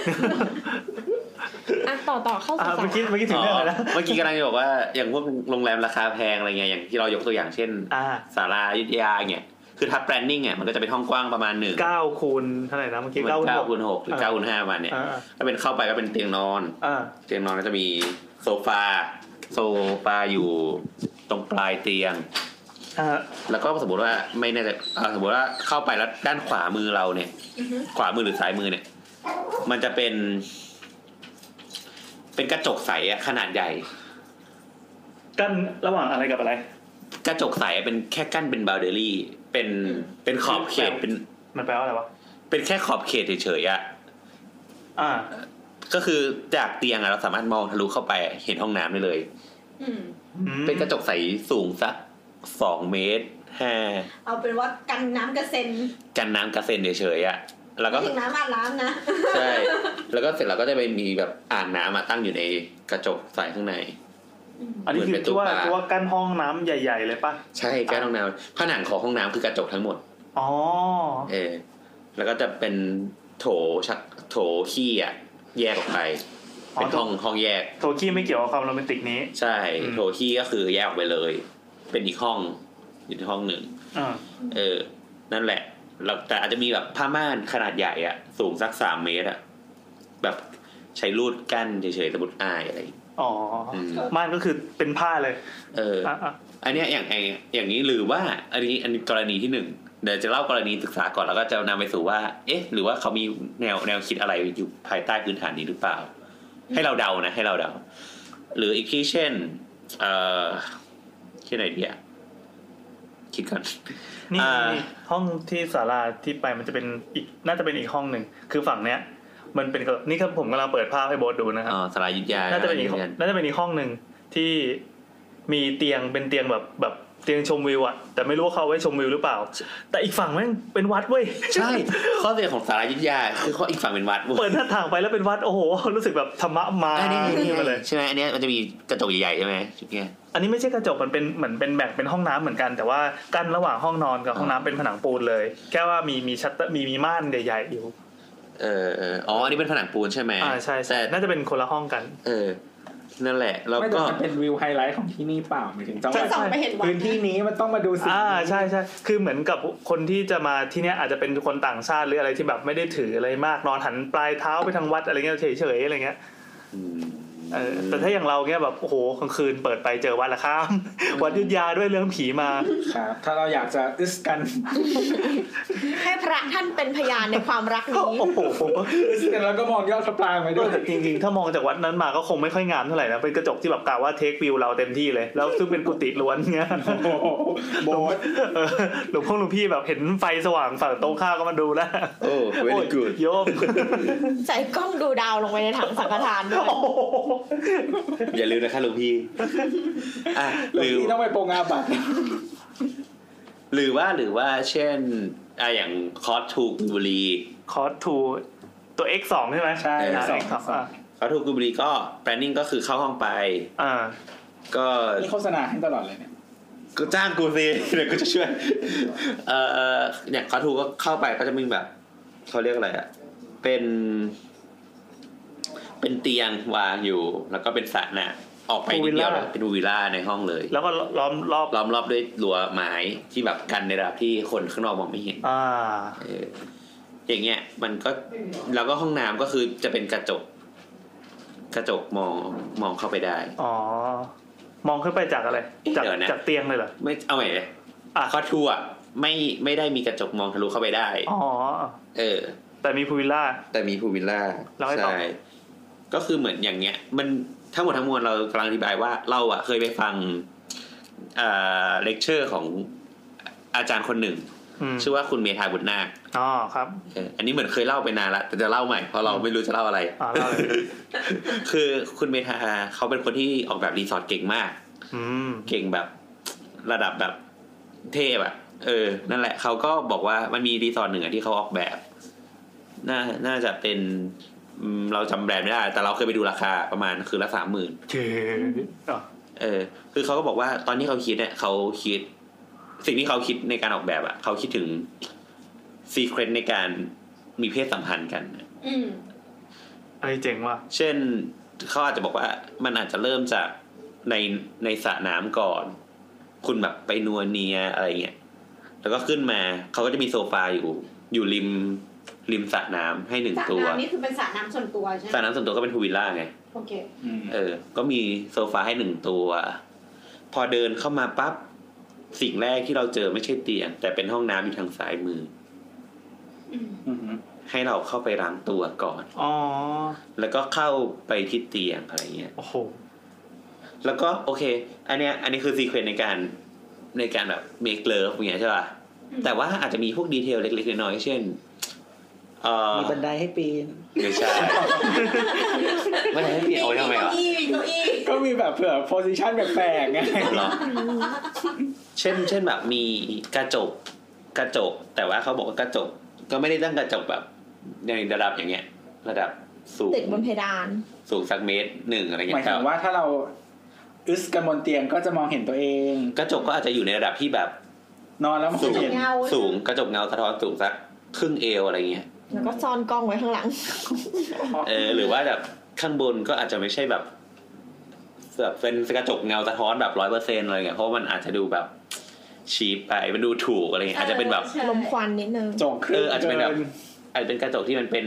E: อ่ะ ต่อต่อเข้า
C: [LAUGHS] อ่ะ
E: สู่สา
C: เมื่อกี้
E: ระ
C: เมื่อกี้ถึงเรื่องอะไรนะ
G: เมื่อกี้กำลังจะบอกว่าอย่างพวกโรงแรมราคาแพงอะไรเงี้ยอย่างที่เรายกตัวอย่างเช่น
C: อ่า
G: สาราอยุทยาเนี่ยคือทับแบรนดิ้งเนี่ยมันก็จะเป็นห้องกว้างประมาณหนึ่ง
C: เก้าคูณเท่าไหร่นะเมื่อกี้
G: เหมือน
C: เก้า
G: เก้า
C: คู
G: คู
C: ณ
G: ณ
C: หก
G: หกหรือ
C: อ่า
G: เก้าคูณห้าประมาณเนี่ย
C: อ่าอ่า
G: ถ้าเป็นเข้าไปก็เป็นเตียงนอน
C: อ่า
G: เตียงนอนก็จะมีโซฟา โซฟาอยู่ตรงปลายเตียง
C: อ่า
G: แล้วก็สมมติว่าไม่แน่ใจอ่าสมมติว่าเข้าไปแล้วด้านขวามือเราเนี่ย ขวามือหรือซ้ายมือเนี่ย มันจะเป็น เป็นกระจกใสอะขนาดใหญ่
C: กั้นระหว่างอะไรกับอะไร
G: กระจกใสอะเป็นแค่กั้นเป็นบาวเดอรี่ เป็นเป็นขอบเขตเป็น
C: มันแปลว่าอะไรวะ
G: เป็นแค่ขอบเขตเฉยๆอะ
C: อ่า
G: ก็คือจากเตียงอะเราสามารถมองทะลุเข้าไปเห็นห้องน้ำได้เลย
D: อืม
C: อืม
G: เป็นกระจกใสสูงสักสองเมตรห้า
D: เอาเป็นว่ากันน้ำกระเซ็น
G: กันน้ำกระเซ็นเฉยๆอะแล้วก็
D: ไม่ถึงน้ำอาบน้ำนะ
G: ใช่ แล้วก็เสร็จเราก็จะไปมีแบบอ่างน้ำอะตั้งอยู่ในกระจกใสข้างใน
C: อันนี้คื
G: เหมื
C: อ
G: อนเป็น
C: ที่ว่า
G: ตู้ปลา
C: ที่ว่ากั้นห้องน้ำใหญ่ ๆ เลยป่ะ
G: ใช่แก้วห้องน้ำผนังของห้องน้ำคือกระจกทั้งหมด
C: อ๋อ
G: เออ แล้วก็จะเป็นโถชักโถขี้อะแยกออกไป
C: อ๋อ
G: เป็นห้องห้องแยก
C: โทคี้ไม่เกี่ยวกับความโรแมนติกนี้
G: ใช่
C: อืม
G: โถขี้ก็คือแยกออกไปเลย เป็นอีกห้องอยู่ในห้องหนึ่ง
C: อ่า
G: เออ นั่นแหละแล้วแต่อาจจะมีแบบผ้าม่านขนาดใหญ่อะสูงสักสามเมตรอะแบบใช้รูดกั้นเฉยๆสมมติอายอะไรอย่างเงี้ย
C: อ๋อ
G: อืม
C: ม่านก็คือเป็นผ้าเลย
G: เออ
C: อ่ะอ่ะ
G: อันเนี้ยอย่างไออย่างนี้หรือว่าอันนี้อันนี้กรณีที่หนึ่งเดี๋ยวจะเล่ากรณีศึกษาก่อนแล้วก็จะนำไปสู่ว่า เอ๊ะ หรือว่าเขามีแนวแนวคิดอะไรอยู่ภายใต้พื้นฐานนี้หรือเปล่า ให้เราเดานะ ให้เราเดา หรืออีกที่เช่น เอ่อที่ไหนดีอะคิดก่อน
C: นี่
G: อ่า
C: ห้องที่ศาลาที่ไปมันจะเป็นอีกน่าจะเป็นอีกห้องหนึ่งคือฝั่งเนี้ย มันเป็นกับนี่ครับผมกำลังเปิดภาพให้โบทดูนะครับ
G: อ๋อสลายยุทธยา
C: น่าจะเป็นอีกห้องน่าจะเป็นอีกห้องหนึ่งที่มีเตียงเป็นเตียงแบบแบบเตียงชมวิวอะแต่ไม่รู้ว่าเขาเอาไว้ชมวิวหรือเปล่า แต่อีกฝั่งแม่งเป็นวัดเว้ย
G: ใช่ ข้อเสียของสลายยุทธยาคือข้ออีกฝั่งเป็นวัดเว้ย
C: เปิดหน้าต่างไปแล้วเป็นวัดโอ้โหรู้สึกแบบธรรมะมา
G: อันนี้
C: ขึ้นมาเลย
G: ใช่ไหมอันเนี้ยมันจะมีกระจกใหญ่ๆใช่ไหมชุดเนี้ย
C: อันนี้ไม่ใช่กระจกมันเป็นเหมือนเป็นแบ่งเป็นห้องน้ำเหมือนกัน แต่ว่ากั้นระหว่างห้องนอนกับห้องน้ำเป็นผนังปูนเลย แค่ว่ามีมีชัตเตอร์มีมีม่านใหญ่ๆอยู่
G: เออเอออ๋ออันนี้เป็นผนังปูนใช่ไหม
C: อ่าใช่ใช่
G: แต่
C: น่าจะเป็นคนละห้องกัน
G: เออ นั่นแหละ แล้ว
B: ไม่แต่
G: ก็
B: มันเป็นวิวไฮไลท์ของที่นี่เปล่าหมายถึงจังห
D: ฉั
B: วัน ด
D: ส่องไปเห็นวัด
B: พื้นที่นี้มันต้องมาดูสิ่ง
C: อ่า
B: นี้
C: ใช่ใช่คือเหมือนกับคนที่จะมาที่เนี้ยอาจจะเป็นคนต่างชาติหรืออะไรที่แบบไม่ได้ถืออะไรมากนอนหันปลายเท้าไปทางวัดอะไรเงี้ยเฉยๆอะไรเงี้ยเออแต่ถ้าอย่างเราเงี้ยแบบโอ้โหกลางคืนเปิดไปเจอวัดละครับ [LAUGHS] วัดยุทธยาด้วยเรื่องผีมา [LAUGHS]
B: ครับถ้าเราอยากจะอึสกัน
E: ให้พระท่านเป็นพยานในความรักนี้
C: โอ้โหผมก็
B: อึสกันแล้วก็มองยอดพระปรางไป
C: เอ
B: ด้ว
C: อย แต่จริงๆ ถ้ามองจากวัดนั้นมาก็คงไม่ค่อยงามเท่าไหร่นะเป็นกระจกที่แบบกล่าวว่าเทควิวเราเต็มที่เลยแล้วซึ่งเป็นกุฏิล้วนเงี้ย
B: โอ้โหโบส
C: เออหลวงพ่อหลวงพี่แบบเห็นไฟสว่างฝั่งตรงข้ามก็มาดูแล้ว
G: โอ้
C: โอ้ยโยม [LAUGHS]
E: ใส่กล้องดูดาวลงไปในถังสังฆทานด้วย
C: โอ้โห
G: อย่าลืมนะคะหลวงพี่อ่ะ
B: ห
G: ห
B: ลว
G: รื
B: ง
G: อ
B: พี่ต้องไปปรงอาบัติ
G: หรือว่าหรือว่าเช่นอ่ะอย่างคอสทูกุบุรี
C: คอร์สทูตัว x สองใช่ไหม
B: ใช่
C: อ่า
B: X2
C: X2 อ่ะ
G: คอสทูกุบุรีก็แปลนนิ่งก็คือเข้าห้องไป
C: อ่า
G: ก็
B: นี่โฆษณาให้ตลอดเลยเนี่ย
G: ก็จ้างกูสิ [LAUGHS] เดี๋ยวกูจะช่วย เอ่อเอ่อเนี่ยคอสทูก็เข้าไปก็จะมีแบบเขาเรียกอะไรอะเป็น เป็นเตียงวางอยู่ แล้วก็เป็นสระน่ะออกไปนิดเดียวเลยเป็นวิลล่าในห้องเลย
C: แล้วก็ล้อมรอบ
G: ล้อมรอบด้วยรั้วไม้ที่แบบกันในระดับที่คนข้างนอกมองไม่เห็น
C: อ่า
G: เอออย่างเงี้ยมันก็แล้วก็ห้องน้ำก็คือจะเป็นกระจก กระจกมองมองเข้าไปได้
C: อ๋อ มองขึ้นไปจากอะไร จาก
G: เดี๋ยวนะ
C: จากเตียงเลยเหรอ
G: ไม่เอาใหม่เลย
C: อ่ะ
G: คอทัวร์ไม่ไม่ได้มีกระจกมองทะลุเข้าไปได้
C: อ๋อ
G: เออ
C: แต่มีพูลวิลล่า
G: แต่มีพูลวิลล่า
C: แล้วไงต่อ
G: ใช่ก็คือเหมือนอย่างเงี้ย มันทั้งหมดทั้งมวลเรากำลังอธิบายว่าเราอะเคยไปฟังอ่าเลคเชอร์ของอาจารย์คนหนึ่ง
C: อืม
G: ชื่อว่าคุณเมธาบุญนาค
C: อ๋อครับ
G: เอออันนี้เหมือนเคยเล่าไปนานละแต่จะเล่าใหม่เพราะเราไม่รู้จะเล่าอะไร
C: อ่าเล่าเลย
G: คือคุณเมธาเขาเป็นคนที่ออกแบบรีสอร์ทเก่งมาก
C: อืม
G: เก่งแบบ ระดับแบบเทพอะเออ นั่นแหละเขาก็บอกว่ามันมีรีสอร์ทหนึ่งอะที่เขาออกแบบ น่าน่าจะเป็นอืมเราจำแบรนด์ไม่ได้ แต่เราเคยไปดูราคาประมาณคือละสามหมื่น
C: เจออ่ะ
G: เออ คือเขาก็บอกว่าตอนที่เขาคิดเนี่ยเขาคิด สิ่งที่เขาคิดในการออกแบบอะเขาคิดถึงซีเครตในการมีเพศสัมพันธ์กัน
D: อืม
C: อันนี้เจ๋งว่ะ
G: เช่นเขาอาจจะบอกว่ามันอาจจะเริ่มจากในในสระน้ำก่อน คุณแบบไปนัวเนียอะไรเงี้ยแล้วก็ขึ้นมาเขาก็จะมีโซฟาอยู่ อยู่ริมริมสระน้ำให้หนึ่ง
D: สระ
G: ตัว
D: น้ำนี่คือเป็นสระน้ำส่วนตัวใช่ไห
G: ส
D: ม
G: ระน้ำส่วนตัวก็เป็นพูลวิลล่าไง
D: โอเค
G: เออ ก็มีโซฟาให้หนึ่งตัว พอเดินเข้ามาปั๊บสิ่งแรกที่เราเจอไม่ใช่เตียง แต่เป็นห้องน้ำอยู่ทางซ้ายมือ
D: อืม
B: อือฮึ
G: ให้เราเข้าไปล้างตัวก่อน
C: อ๋อ
G: แล้วก็เข้าไปที่เตียงอะไรเงี้ย
C: โอ้โห
G: แล้วก็โอเค อันเนี้ยอันนี้คือซีเควนต์ในการในการแบบ make love อย่างเงี้ยใช่ป่ะ แต่ว่าอาจจะมีพวกดีเทลเล็กๆน้อยๆเช่น เอ่อ
B: มีบันไดให้ปีน
G: ไม่ [LAUGHS] ใช่ไม่ได้ให้พี่เอาไว้ทำไมวะ
D: มีเก้าอี้มี
B: ก็มีแบบเผื่อโพสิชันแปลกๆไง
G: เหรอเช่น เช่นแบบมีกระจกกระจก แต่ว่าเขาบอกว่ากระจก ก็ไม่ได้ตั้งกระจกแบบในระดับอย่างเงี้ย ระดับสูง
E: ติดบนเพดาน
G: สูงสักเมตรหนึ่งอะไร
B: หมา
G: เงี้
B: ย
G: ย
B: ถึงว่าถ้าเราอึสกันบนเตียงก็จะมองเห็นตัวเอง
G: กระจกก็อาจจะอยู่ในระดับที่แบบ
B: นอนแล้วมอง
G: สูง
B: เห็น
G: สูงกระจกเงาสะท้อนสูงสักครึ่งเอวอะไรเงี้ย
E: แล้วก็ซ่อนกล้องไว้ข้างหลัง
G: เออหรือว่าแบบข้างบนก็อาจจะไม่ใช่แบบแบบเป็นกระจกเงาสะท้อนแบบร้อยเปอร์เซ็นต์อะไรเงี้ยเพราะมันอาจจะดูแบบชีพไปมันดูถูกอะไรเงี้ยอาจจะเป็นแบบ
D: ใช่
E: ลมควันนิดนึง
B: จงครึ่ง
G: เอออาจจะเป็นแบบ อาจจะเป็นกระจกที่มันเป็น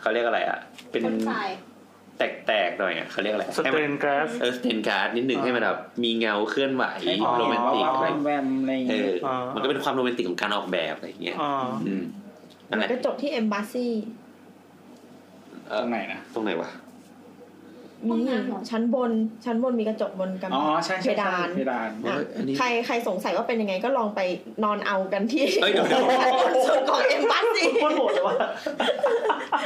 G: เขาเรียกอะไรอ่ะเป็น
D: คนทราย
G: แตกๆหน่อยอ่ะเขาเรียกอะไร
C: ส
G: ให้
C: เต
G: มัน
C: นกราส
G: เออสเตนการ์ดนิดนึงให้มันแบบมีเงาเคลื่อนไหว
B: ให้พอ
G: โรแม
B: เห็น
G: น
B: ว่า
G: ติก
B: ว่า
G: อะไร
B: แวมๆอะไรอย่าง
G: เอ
B: เงี้ย
G: อ
C: อ่ามั
G: มันก็เป็นความโรแมนติกของการออกแบบอะไรอย่างเงี้ย
C: อ่า
G: อืมนั่นแหละ
E: ก็จบที่เอมบ s สซี่
G: เอ
B: ต
G: อ
B: รงไหนนะ
G: ตรงไหนวะ
E: มีชั้นบนชั้นบนมีกระจกบนกำ
B: อ๋อ ใช่
E: เพ
B: ใช่
E: ดา
B: ใช่
E: น
B: เพดาน
G: เอ้ยอันนี้
E: ใครใครสงสัยว่าเป็นยังไงก็ลองไปนอนเอากันที่
G: เอ้ยเดี๋ยวเดี๋ยว
E: ชั้นบนสุดของเอมบัสซี่
C: โคตรโหดเลยว่ะ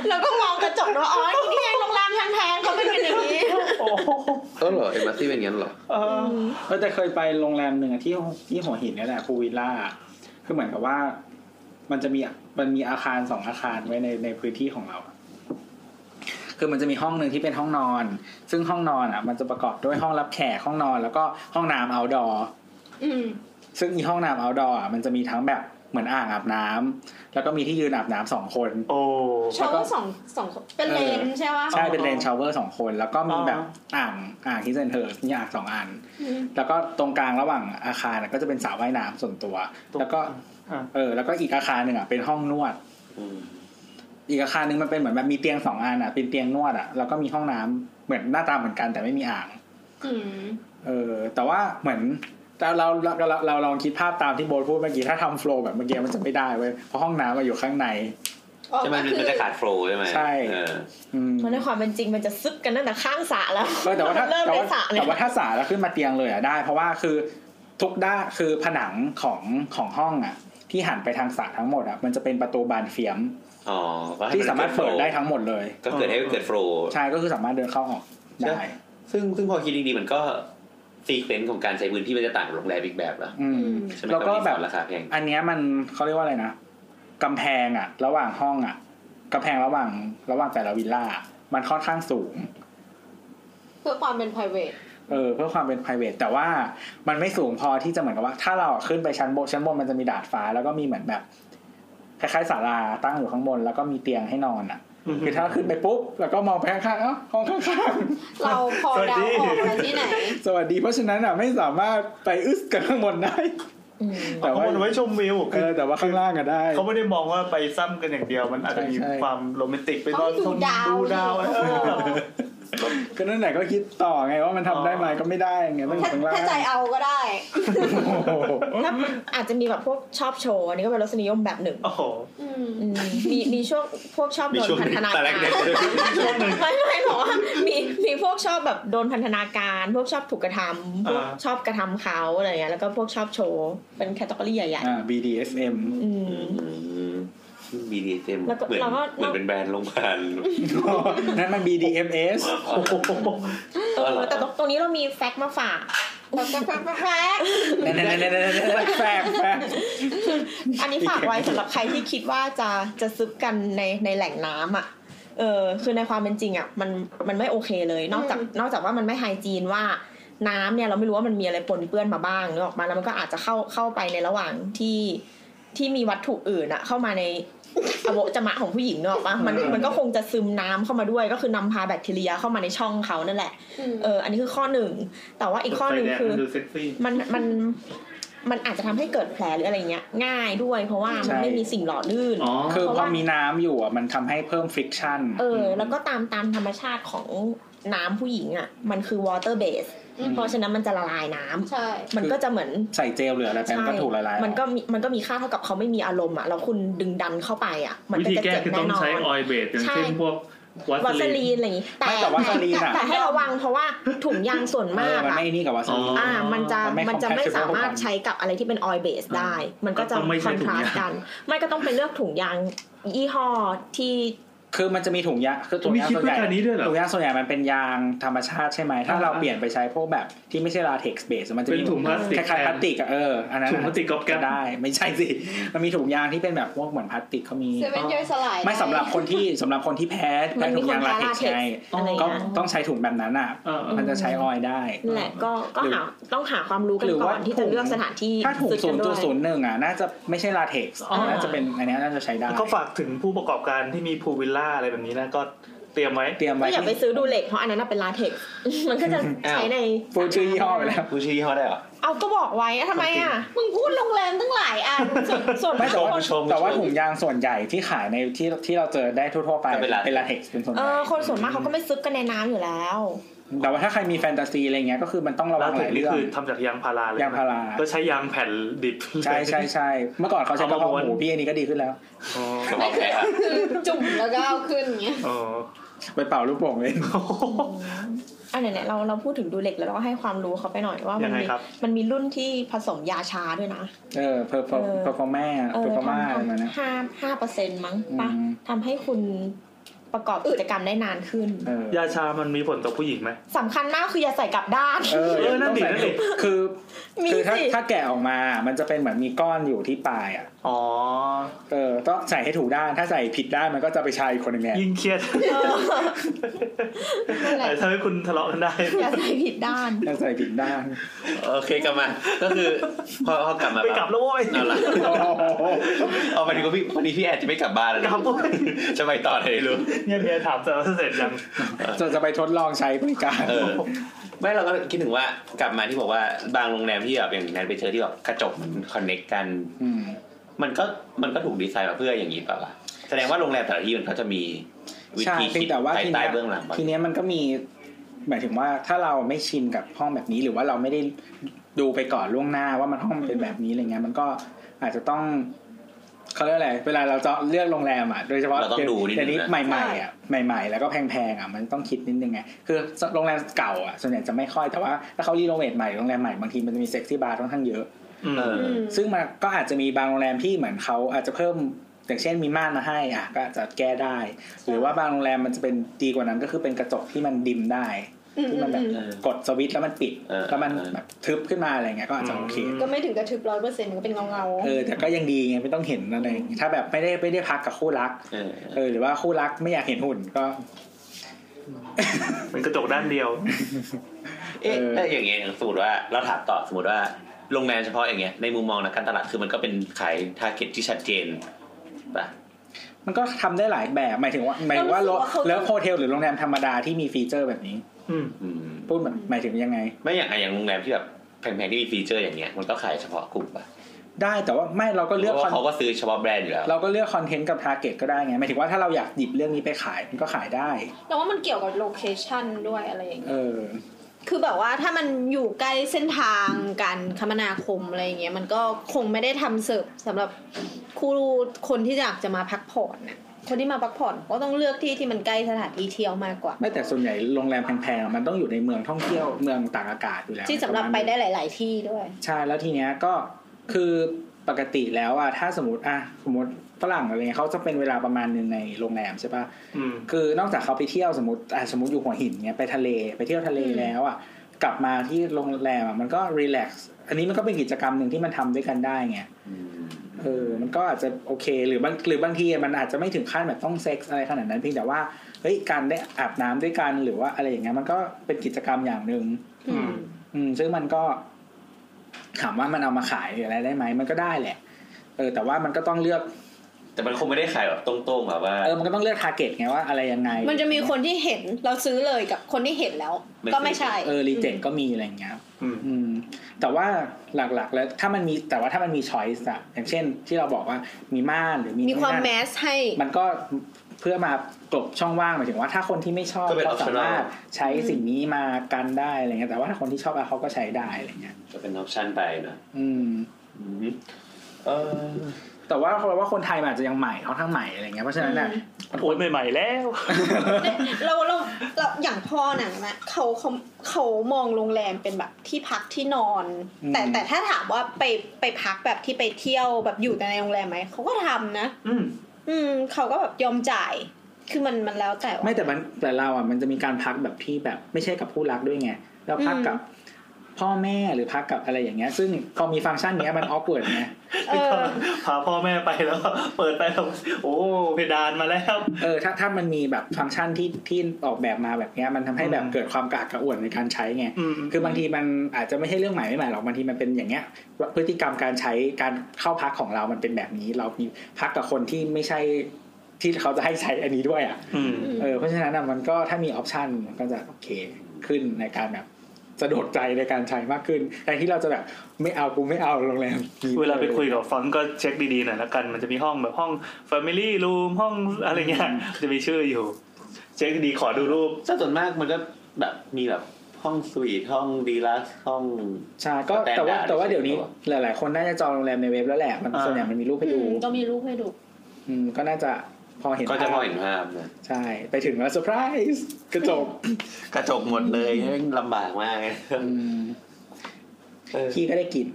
E: แล้วก็มองกระจกว่าอ๋อที่นี่เองโรงแรมแพงๆเขาไม่เป็นอย่างนี้
C: โอ้โห
G: เออเหรอเอ็มบัสซี่เป็นอย่างนั้นเหรอ
C: เออ
B: เออแต่เคยไปโรงแรมหนึ่งอะที่ที่หัวหินเนี่ยแหละภูวิลล่าคือเหมือนกับว่า มันจะมีมันมีอาคารสองอาคารไว้ในในพื้นที่ของเราอะคือมันจะมีห้องหนึ่งที่เป็นห้องนอน ซึ่งห้องนอนอ่ะ มันจะประกอบด้วยห้องรับแขกห้องนอน แล้วก็ห้องน้ำ outdoor
D: อืม
B: ซึ่งอีห้องน้ำ outdoor อ่ะมันจะมีทั้งแบบเหมือนอ่างอาบน้ำแล้วก็มีที่ยืนอาบน้ำสองคน
C: โอ้
D: ชาวเวอร์สองสองคนเป็นเลนใช่ปะ
B: ใช่เป็นเลนชาวเวอร์สองคน แล้วก็มี
C: อ๋อ
B: แบบอ่างอ่างที่เซนเทอร์มีอ่างสองอัน แล้วก็ตรงกลางระหว่างอาคารน่ะก็จะเป็นสระว่ายน้ำส่วนตัว แล้วก็
C: อ่ะ
B: เออแล้วก็อีกอาคารหนึ่งอ่ะเป็นห้องนวด
G: อืม
B: อีกอาคารหนึ่งมันเป็นเหมือนแบบมีเตียงสองอันอ่ะเป็นเตียงนวดอ่ะแล้วก็มีห้องน้ำเหมือนหน้าตาเหมือนกันแต่ไม่มีอ่าง
D: อืม
B: เออแต่ว่าเหมือนเราเราเราเราเราลองคิดภาพตามที่โบทพูดเมื่อกี้ถ้าทำโฟลว์แบบเมื่อกี้มันจะไม่ได้เว้ยเพราะห้องน้ำมาอยู่ข้างใน
G: ใช่ไหมมันมันจะขาดโฟลว์ใช่ไหม
B: ใช่
G: เออ
B: อืม
E: มันในความเป็นจริงมันจะซึบกันตั้งแต่ข้างสระแล้ว
B: เออแต่ว่าถ้า
E: เริ่ม
B: แต่
E: ใน
B: ว่า
E: สระเลย
B: แต่ว่าถ้าสาแล้วขึ้นมาเตียงเลยอะได้ เพราะว่าคือทุกด้านคือผนังของของห้องอะที่หันไปทางสระทั้งหมดอะมันจะเป็นประตูบานเฟียม
G: อ๋อก็ให้น
B: ที่สามารถเปิดได้ทั้งหมดเลย
G: ก็เกิดให้เกิดโฟลว์
B: ใช่ก็คือสามารถเดินเข้าออกได้
G: ซึ่งซึ่งพอคิดดีๆมันก็ซีเควนต์ของการใช้พื้นที่มันจะต่างกับโรงแรมอีกแบบละ
B: อื
D: อื
B: ม
D: ม
G: ใช่ไหม
B: แล้วก็แบบ
G: บราคาแพง
B: อันเนี้ยมันเขาเรียกว่าอะไรนะกำแพงอะระหว่างห้องอะกำแพงระหว่างระหว่างแต่ละวิลล่ามันค่อนข้างสูง
D: เพื่อความเป็น private
B: เออเพื่อความเป็น p r i v a t แต่ว่ามันไม่สูงพอที่จะเหมือนกับว่า ถ้าเราขึ้นไปชั้นบนชั้นบนมันจะมีดาดฟ้า แล้วก็มีเหมือนแบบคล้ายๆศาลาตั้งอยู่ข้างบน แล้วก็มีเตียงให้นอนอ่ะคือถ้าขึ้นไปปุ๊บแล้วก็มองไปข้างๆเอ้าห้องข้าง
D: เราพอเดาออกมาที่ไหน
B: ๆ สวัสดีเพราะฉะนั้นอ่ะไม่สามารถไปอึสกันข้างบนได้
E: อืม
B: แต่
C: แต่
B: ว่า
C: ว่าไว้ชมวิว
B: เอ
C: คือ
B: อแต่ว่าข้างล่างอ่ะได้
C: เขาไม่ได้มองว่าไปซ้ำกันอย่างเดียว มันอาจจะมี
B: ใช่ใช่
C: ความโรแมนติกไปนอน
D: เขาดู
C: ชม
D: ดาว
C: ดูดาวเออ
B: ก็นั่นแหละก็คิดต่อไงว่ามันทำได้ไหมก็ไม่ได้ไงต้องอยู่ข้างล่าง
D: ถ้าใจเอาก็ได้
B: โอ้โห
E: ถ้าอาจจะมีแบบพวกชอบโชว์อันนี้ก็เป็นรสนิยมแบบหนึ่ง
C: โอ้โห
D: อืม
E: อืมมีมีช่วงพวกชอบ
G: มี
E: โดน
G: ช่วง
E: พันธนา
G: แต่แร
E: กาก ร
G: เด็กเลย
C: ช่วงหนึ่ง
E: ไม่ไม่บอกว่ามีมีพวกชอบแบบโดนพันธนาการ พวกชอบถูกกระทำพวก
C: อ่า
E: ชอบกระทำเขาอะไรเงี้ยแล้วก็พวกชอบโชว์เป็นแคตตาล็อกใหญ่
B: [LAUGHS] อ่า BDSM
E: ๆอืม
G: บีดีเต็ม
E: แล้วก็
G: เหมือน
E: แล้วก็
G: เหมือนเป็นแบรนด์โรงพยาบาล
B: นั่นมัน BDMS
C: โอ้โห
E: เออแต่ตรงนี้เรามีแฟกต์มาฝาก
B: นั่นนั่นนั่นนั่นแฝกแฝก
E: อันนี้ฝากไว้สำหรับใครที่คิดว่าจะจะซึบกันในในแหล่งน้ำอ่ะ เออคือในความเป็นจริงอ่ะมันมันไม่โอเคเลย นอกจากนอกจากว่ามันไม่ไฮจีนว่าน้ำเนี่ยเราไม่รู้ว่ามันมีอะไรปนเปื้อนมาบ้างนึกออกมาแล้วมันก็อาจจะเข้าเข้าไปในระหว่างที่ที่มีวัตถุอื่นอ่ะ เข้ามาใน อโวจมะของผู้หญิงเนกออกปะมันมันก็คงจะซึมน้ำเข้ามาด้วยก็คือนำพาแบคทีเรียเข้ามาในช่องเขานั่นแหละเอออันนี้คือข้อหนึ่งแต่ว่าอีกข้อหนึ่ง
C: ใส่แด
E: คือ
C: มัดูเซ็กซี่
E: มันมันมันอาจจะทำให้เกิดแผลหรืออะไรเงี้ย ง่ายด้วย เพราะว่า
B: ใช่
E: มันไม่มีสิ่งหล่อลื่น
C: อ๋อ
B: คือพ
E: เพ
B: อ
E: ราะว่ามี
B: มีน้ำอยู่อ่ะมันทำให้เพิ่ม friction
E: เออ แล้วก็ตามตามธรรมชาติของน้ำผู้หญิงอ่ะ มันคือ water base เพราะฉะนั้นมันจะละลายน้ำ
D: ใช่
E: มันก็จะเหมือน
B: ใส่เจลหรืออะไรไปมันก็ถูกละลาย
E: มันก็มีมันก็มีค่าเท่ากับเขาไม่มีอารมณ์อ่ะแล้วคุณดึงดันเข้าไปอ่ะ มัน
C: วิธี
E: ก็จะ
C: แก้
E: เจ็บ
C: คือต้
E: แน่
C: อง
E: นอน
C: ใช้ออยล์เบสอย่าง
E: ใช่
C: เช่นพวกวั
E: วั
C: ส
E: ส
C: ลีน
E: ลีนอะไรอย่างงี้
B: ไม่แต่ว่าซาลีนอ่ะ
E: แต่ให้ระวังเพราะว่าถุงยางส่วน
B: เอ
E: มา
B: อกมัน
E: อ่ะ
B: ไม่นี่กับวาซาลีน
E: อ่ามันจะ
B: มันไม่
E: มันจะ
B: compatible
E: ไม่สามารถ
B: กัน
E: ใช้กับอะไรที่เป็นออยเบสได้ มันก็จะ
C: ก็ต้องไม่
E: ค
C: ใช้
E: อน
C: ถุ
E: ท
C: ง
E: ราส
C: ยาง
E: ต์กัน ไม่ก็ต้องไปเลือกถุงยางยี่ห้อที่
B: คือมันจะมีถุงยางคือถุง
C: มี
B: ยาง
C: คิด
B: ส่วน
C: เพื่
B: ให
C: อ
B: ญ่
C: การนี้ด้วยเหรอ
B: ถุงยางส่วนใหญ่มันเป็นยางธรรมชาติใช่ไหมถ้าเรา
C: อ่า
B: เปลี่ยนไปใช้พวกแบบที่ไม่ใช่ลาเท็กซ์เบสมันจะ
C: เป็น
B: มี
C: ถุงพลาสติก
B: คล้ายๆพลาสติกอะเอออันนั้น
C: ถุงพลาสติกกอบแก๊
B: ก็
C: บ
B: ได้ไม่ใช่สิ มันมีถุงยางที่เป็นแบบพวกเหมือนพลาสติกเขามี
D: เซเว่นย่อยสลาย
B: ไม่สำหรับคนที่
E: [LAUGHS]
B: สำหรับคนที่แพ้แพ้
E: มันมี
B: ถุง
E: คน
B: ยาง
E: แพ้
B: ลาเท็กซ์
E: latex
B: ไง
E: อะไรอย่าง
B: ก็
E: เงี้ย
B: ต้องใช้ถุงแบบนั้นอ่ะ
C: เออเออ
B: มันจะใช้ออยล์ได้
E: นั่นแหละก็ก็
B: หรือ
E: หาต้องหาความรู้กัน
B: หรือ
E: ก่อ
B: ว่าน
E: ที่จะ
B: ถุง
E: เลือกสถานที่
B: ถ้าถุง
E: ซื้อ
B: ศู
E: กัน
B: ย์
E: ด้
B: จุ
E: ว
B: ด
E: ย
B: ศูนย์หนึ่งอ่ะน่าจะไม่ใช่ลาเท็กซ์
C: อ๋อ
B: น่าจะเป็นอันเนี้ยน่าจะใช้ได้
C: ก็ฝากถึงผู้ประกอบการที่มีพูลวิลล่าอะไรแบบนี้นะก็ เตรียมไว้
B: เตรียม
E: ก็
B: ไว้
E: อย่าไปซื้อดูเหล็กเพราะอันนั้นนะเป็นลาเท็กซ์ [LAUGHS] มันก็จะใช้ใน
B: ฟูดชื่อยี่ห้อไปแล้ว
G: ผู้ชี้เขาได้เหรอ
E: เอาก็บอกไว้อะทำไมอ่ะ มึงพูดโรงแรมตั้งหลายอันส่วนส่วน
B: ไม่แต่ว่า
E: คน
G: ชม
B: แต่ว่า
G: ชม
B: ถุงยางส่วนใหญ่ที่ขายในที่ที่เราเจอได้ทั่วๆไป
G: ก็เป็นลาเท็กซ์
B: เป็นลาเท็กซ์เป็นส่วนให
E: เอ
B: ญ่
E: อคนส่วนมากเขาก็ไม่ซึบกันในน้ำอยู่แล้ว
B: แต่ว่าถ้าใครมีแฟนตาซีอะไรเงี้ยก็คือมันต้องระวั
C: ล่าง
B: ห
C: สุด
B: ลาย
C: นี่
B: เรื่อง
C: คือทำจากยางพาราเลย
B: ยางพารา
C: ก็ใช้ยางแผ่นดิบ
B: ใช่ใช่ใช่เมื่อก่อนเขาใช้กระเพาะหมูพี่อันนี้ก็ดีขึ้นแล้ว
C: อ๋อ
G: ก็บอกแค่ครับ
D: คือจุ่มแล้วก็เอาขึ้นอย่างเงี้ย
C: อ๋อ
B: ไปเป่าลูกโป่งเลย
E: อันไหนๆเราเราพูดถึงดูเหล็กแล้วเราก็ให้ความรู้เขาไปหน่อยว่ามั
C: ยังไง
E: มี
C: ครับ
E: มันมีรุ่นที่ผสมยาชาด้วยนะ
B: เออเพอร์ฟอร์
E: เออ
B: เพอร์ฟอร์แม่
E: เอ
B: เพอ
E: อ
B: ร์ฟอร์มา
E: ทำ
B: อะไรมานะ
E: ทำห้าห้าเปอร์เซ็นต์มั้งปะ
B: อืม
E: ทำให้คุณประกอบกิจกรรมได้นานขึ้น
B: เออย
C: าชามันมีผลต่อผู้หญิงไหม
E: สำคัญมากคืออย่าใส่กลับด้าน
B: เออ
C: เออนั่นดิ
B: ต้อง
C: นั่นดิ
B: ใส่คือ
E: มี
B: คือถ้า
E: สิ
B: ถ้าแกะออกมา มันจะเป็นเหมือนมีก้อนอยู่ที่ปลายอ่ะ
C: อ๋อ
B: เออต้องใส่ให้ถูกด้านถ้าใส่ผิดด้านมันก็จะไปชายอีกคนหนึ่งเนี่ย
C: ยิ่งเครียด
E: นั่นแหละ
C: ทำให้คุณทะเลาะกันได้
E: อย่าใส่ผิดด้าน
B: ถ้าใส่ผิดด้าน [LAUGHS]
G: โอเคกลับมา ก็คือพอพอกลับมา
C: ไปกลับแล้วโว้ย
G: เอาละ
B: โอ้โห
G: เอาวันนี้ก็พี่วันนี้พี่แอดจะไม่กลับบ้านแล้ว
C: ก
G: นะ
C: ลับโว้ย
G: จะไปต่อไหนรู้
C: เนี่ยเมียถามจะเสร็จยัง
B: จะจะไปทดลองใช้บริการ
G: เออไม่เราก็คิดถึงว่ากลับมาที่บอกว่าบางโรงแรมที่แบบอย่างนั้นไปเจอที่แบบกระจกมันคอนเน็กกัน
B: ม
G: มันก็มันก็ถูกดีไซน์มาเพื่ออย่างนี้เปล่าวะแสดงว่าโรงแรมแต่ละที่มันเขาจะมีวิ
B: ใช่
G: ธี
B: เพีย
G: คิ
B: ง
G: ด
B: แต่ว่า
G: ภาย
B: ที
G: ใต้
B: เนี้ย
G: เบื้องหลังบาง
B: ทีเนี้ยมันก็มีหมายถึงว่าถ้าเราไม่ชินกับห้องแบบนี้หรือว่าเราไม่ได้ดูไปก่อนล่วงหน้าว่ามันห้องมันเป็นแบบนี้อะไรเงี้ยมันก็อาจจะต้องเขาเรียกอะไรเวลาเราจะเลือกโรงแรมอ่ะโดยเฉพาะ
G: เราต้องดูนิด
B: เดี๋ยว
G: นึง
B: นี้
G: นะ
B: ใหม่ๆอ่ะใหม่ ๆ แล้วก็แพงๆอ่ะมันต้องคิดนิดนึงไงคือโรงแรมเก่าอ่ะส่วนใหญ่จะไม่ค่อยแต่ว่าถ้าเขารีโนเวทใหม่โรงแรมใหม่บางทีมันจะมีเซ็กซี่บาร์ค่อนข้างเยอะ
G: เออ
B: ซึ่งมันก็อาจจะมีบางโรงแรมที่เหมือนเขาอาจจะเพิ่มอย่างเช่นมีม่านมาให้อ่ะก็อาจจะแก้ได้ หรือว่าบางโรงแรมมันจะเป็นดีกว่านั้นก็คือเป็นกระจกที่มันดิมได้ที่มันแบบ
G: เออ
B: กดสวิตช์แล้วมันปิด
G: เออ
B: แล้วมัน
G: เออ
B: แบบทึบขึ้นมาอะไรเงี้ยก็อาจจะโอเค
C: อืม
D: ก็ไม่ถึงกระทึบร้อยเปอร์เซ็นต์ก็เป็นเงาเงาๆ
B: เออแต่ก็ยังดีไงไม่ต้องเห็นอะไรอย่างงี้ถ้าแบบไม่ได้ไม่ได้พักกับคู่รัก
G: เออ
B: เออหรือว่าคู่รักไม่อยากเห็นหุ่นก็
C: เป็นกระจกด้านเดียว
G: เอ๊ะ
B: เออ
G: แล้วอย่างเงี้ยอย่างสมมติว่าเราถามต่อสมมติว่าโรงแรมเฉพาะอย่างเงี้ยในมุมมองนักการตลาดคือมันก็เป็นขายทาร์เก็ตที่ชัดเจนป่ะ
B: มันก็ทำได้หลายแบบหมายถึงว่าหมายถึงว่า
D: เรารู้สึกว่าเขา
B: เลิฟโฮเทลหรือโรงแรมธรรมดาที่มีฟีเจอร์แบบนี้
C: อืม
G: อืม
B: พูดแบบหมายถึงยังไง
G: ไม่อย่างอย่างโรงแรมที่แบบแพงๆที่มีฟีเจอร์อย่างเงี้ยมันก็ขายเฉพาะกลุ่มป่ะ
B: ได้แต่ว่าไม่เราก็เลือก
G: เพราะ
B: คอน
G: ว่าเขาก็ซื้อเฉพาะแบรนด์อยู่แล้ว
B: เราก็เลือกคอนเทนต์กับทาร์เก็ตก็ได้ไงหมายถึงว่าถ้าเราอยากหยิบเรื่องนี้ไปขายมันก็ขายได้
D: เราว่ามันเกี่ยวกับโลเคชันด้วยอะไรอย่างเงี้ย
B: เออ
D: คือแบบว่าถ้ามันอยู่ใกล้เส้นทางการคมนาคมอะไรอย่างเงี้ยมันก็คงไม่ได้ทำเสิร์ฟสำหรับคู่คนที่อยากจะมาพักผ่อนน่ะคนที่มาพักผ่อนก็ต้องเลือกที่ที่มันใกล้สถานที่เที่ยวมากกว่า
B: ไม่แต่ส่วนใหญ่โรงแรมแพงๆอ่ะมันต้องอยู่ในเมืองท่องเที่ยวเมืองต่างอากาศอยู่แล้ว
D: ที่สำหรับไปได้หลาย ๆ ที่ด้วย
B: ใช่แล้วทีเนี้ยก็คือปกติแล้วอ่ะถ้าสมมติอ่ะสมมติฝรั่งอะไรเงี้ยเขาจะเป็นเวลาประมาณหนึงในโรงแรมใช่ปะ
C: อืม
B: คือนอกจากเขาไปเที่ยวสมมติอ่ะสมมติอยู่หัวหินเนี้ยไปทะเลไปเที่ยวทะเล
D: อืม
B: แล้วอ่ะกลับมาที่โรงแรมอ่ะมันก็รีแลกซ์อันนี้มันก็เป็นกิจกรรมหนึ่งที่มันทำด้วยกันได้ไงเออมันก็อาจจะโอเคหรือบางหรือบางทีมันอาจจะไม่ถึงขั้นแบบต้องเซ็กซ์อะไรขนาดนั้นเพียงแต่ว่าเฮ้ยการได้อาบน้ำด้วยกันหรือว่าอะไรอย่างเงี้ยมันก็เป็นกิจกรรมอย่างหนึ่ง
C: อืม
B: อืมซึ่งมันก็ถามว่ามันเอามาขายหรืออะไรได้ไหมมันก็ได้แหละ เออแต่ว่ามันก็ต้องเลือก
G: แต่มันคงไม่ได้ขายแบบตรงๆแบบว่า
B: เออมันก็ต้องเลือกทาร์เก็ตไงว่าอะไรยังไง
D: มันจะมีคนที่เห็นเราซื้อเลยกับคนที่เห็นแล้ว
G: ไม่
D: ก็ไม่ใช่
B: เออรีเจ็คก็มีอะไรอย่างเงี้ย
C: อืม
B: อืม แต่ว่าหลักๆ แล้วถ้ามันมีแต่ว่าถ้ามันมีช้อยส์อะอย่างเช่น ที่เราบอกว่ามีม่านหรือมี
D: มีความแม
B: นั่น
D: สให้
B: มันก็เพื่อมากลบช่องว่างหมายถึงว่าถ้าคนที่ไม่ชอบ
G: ก็เป็น
B: เขาสามารถใช้สิ่งนี้มากันได้อะไรเงี้ยแต่ว่าถ้าคนที่ชอบอะเขาก็ใช้ได้อะไรเงี้ย
G: ก็เป็นออปชั่นไปนะ
B: อืม
G: อืมเออ
B: แต่ว่าเราว่าคนไทยมันอาจจะยังใหม่ค่อนข้างใหม่อะไรเงี้ยเพราะฉะนั้นอะ
C: โอ้ยใหม่ ๆ แล้ว
D: เราเราเราอย่างพ่อน่ะนะเขาเขาเขามองโรงแรมเป็นแบบที่พักที่นอน แต่แต่ถ้าถามว่าไปไปพักแบบที่ไปเที่ยวแบบอยู่แต่ในโรงแรมไหมเขาก็ทำนะ
C: อืม
D: อืมเขาก็แบบยอมจ่าย คือมันมันแล้วแต่ว่า
B: ไม่แต่มันแต่เราอะมันจะมีการพักแบบที่แบบไม่ใช่กับผู้รักด้วยไงเราพัก
D: อืม
B: กับ พ่อแม่หรือพักกับอะไรอย่างเงี้ย ซึ่งพอมีฟังก์ชันเนี้ยมันออเวิร์ดไง
D: เออ
C: พาพ่อแม่ไปแล้วก็เปิดไปแล้วโอ้เพดานมาแล้ว
B: เออถ้าถ้ามันมีแบบฟังก์ชันที่ที่ออกแบบมาแบบเนี้ยมันทำให้แบบ
C: อืม
B: เกิดความกระอักกระอ่วนในการใช้ไง
C: อืม
B: คือบางทีมันอาจจะไม่ใช่เรื่องใหม่ไม่ใหม่หรอกบางทีมันเป็นอย่างเงี้ยว่าพฤติกรรมการใช้การเข้าพักของเรามันเป็นแบบนี้ เรามีพักกับคนที่ไม่ใช่ ที่เขาจะให้ใช้อันนี้ด้วยอ่ะ
C: อืม
B: เออเพราะฉะนั้นอะมันก็ถ้ามีออปชันมันก็จะโอเคขึ้นในการแบบสะดวกใจในการใช้มากขึ้นแต่ที่เราจะแบบไม่เอากูไม่เอาโรงแรมนี้
C: เวลาไปคุยกับฟอนต์ก็เช็คดีๆหน่อยละกัน มันจะมีห้องแบบห้อง Family Room ห้องอะไรเงี้ย จะมีชื่ออยู่ เช็คดีๆขอดูรูป
G: ถ้าส่วนมากมันก็แบบมีแบบห้องสวีทห้องดีลักซ์ห้อง
B: ใช่ก็แต่ว่า
G: Standard
B: แต่ว่าเดี๋ยวนี้หลาย ๆ คนน่าจะจองโรงแรมในเว็บแล้วแหละมัน
C: อ่า
B: ส่วนใหญ่มันมีรูปให้ดู
H: อืมก็มีรูปให้ดู
B: อืมก็น่าจะพอเห็น
G: ก็จะพอ
B: ภาพ
G: เห็นภาพนะ
B: ใช่ไปถึงแล้วเซอร์ไพรส์กระจก
G: กระจกหมดเลยลำบากมาก
B: อืม
G: เออ
B: ขี้ก็ได้กลิ่น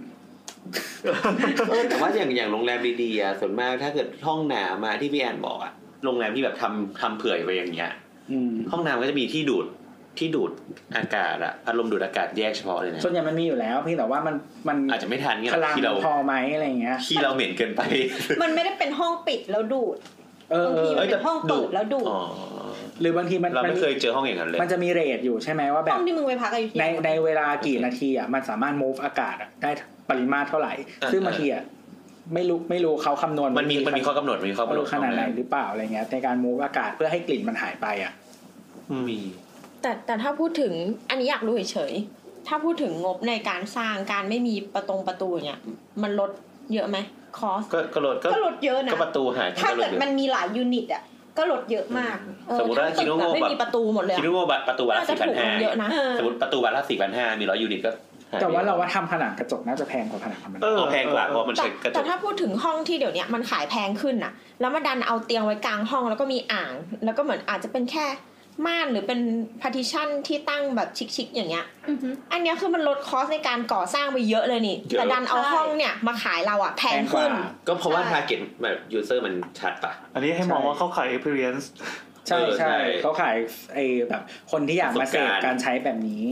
G: เออแต่ว่าอย่างอย่างโรงแรมดีๆอ่ะส่วนมากถ้าเกิดห้องน้ำอ่ะที่พี่แอนบอกอ่ะโรงแรมที่แบบทำทำเผื่อไปอย่างเงี้ย
B: อืม
G: ห้องน้ำก็จะมีที่ดูดที่ดูดอากาศอ่ะพัดลมดูดอากาศแยกเฉพาะเลยนะ
B: ส่วนใหญ่มันมีอยู่แล้วเพียงแต่ว่ามันมัน
G: อาจจะไม่ทันเงี้ย
B: พลัง
G: ที่เรา
B: พอไหมอะไรอย่างเงี้ย
G: ที่เราเหม็นเกินไป
H: มันไม่ได้เป็นห้องปิดแล้วดูด
B: เออบ
H: างทีมันเป็นห้องเปิดแล้วดูด
G: อ๋อ
B: หรือบางทีมัน
G: เรา
B: มัน
G: ไม่เคยเจอห้องอย่างนั้นเลย
B: มันจะมีเรทอยู่ใช่ไหมว่าแบ
H: ห้อบ งที่มึงไปพักอะอยู่ที่
B: ในในเวลากี่นาทีอ่ะมันสามารถ move อากาศอะได้ปริมาตรเท่าไหร่ ซึ่งบางทีอ่ะไม่รู้ไม่รู้เขาคำนวณ
G: มันมีมันมีข้อกำหนดมีข้อกำหน
B: รู้
G: ด
B: ขนาดไหนหรือเปล่าอะไรเงี้ยในการ move อากาศเพื่อให้กลิ่นมันหายไปอ่ะ
G: มี
E: แต่แต่ถ้าพูดถึงอันนี้อยากรู้เฉยๆ ถ้าพูดถึงงบในการสร้างการไม่มีประตงประตูเนี่ยมันลดเยอะไหมคอส
G: ก็กระโดดก็
H: ก็ลดเยอะนะ
G: ก็ประตูหาย
H: ถ้า
G: ระโด
H: เกิ
G: ด
H: ด
G: อยู่
H: มันมีหลายยูนิตอะก็ลดเยอะมาก
E: เออ
G: สมมุติว่า
E: ทั้งตึก
G: คิโนโงะ
E: อะไม่
G: แบบ
E: มีประตูหมดเลย
G: คิด
E: อะ
G: ว่าประตูวันละ
E: น่าจะ
G: สี่พัน
E: ถูกล
G: ห้าง
E: เยอะนะ
G: สมมติประตูวันละสี่พันห้ามีร้อยยูนิตก็หยไป
B: แต่ว่าเราว่าทำผนังกระจกน่าจะแพงกว่าผนังธรรม
C: เอ
B: ดา
C: อ
G: เอาแพงกว่าเพราะมัน
E: แต่
G: ใช้กระจ
E: แต่
G: ก
E: ถ้าพูดถึงห้องที่เดี๋ยวเนี้ยมันขายแพงขึ้นน่ะ แล้วมาดันเอาเตียงไว้กลางห้องแล้วก็มีอ่าง แล้วก็เหมือนอาจจะเป็นแค่ม่านหรือเป็น partition ที่ตั้งแบบชิคๆอย่างเงี้ย
H: อือฮึ
E: อันเนี้ยคือมันลดคอสในการก่อสร้างไปเยอะเลยนี่
G: เยอะ
E: แต่ดันเอา
H: ใช่
E: ห้องเนี่ยมาขายเราอะแพง
B: กว่า
E: ขึ้น
G: ก็เพราะว่า
H: ใช่
G: ทาร์เก็ตแบบยูเซอร์มันชัดปะ
C: อันนี้ให้มอง
B: ใช่
C: ว่าเข้าขาย experience
B: ใช่
G: เออใช่
B: ใช่เขาขายไอ้แบบคนที่อยากมาเส
G: ป
B: พ
G: ระสบการณ์
B: การใช้แบบนี้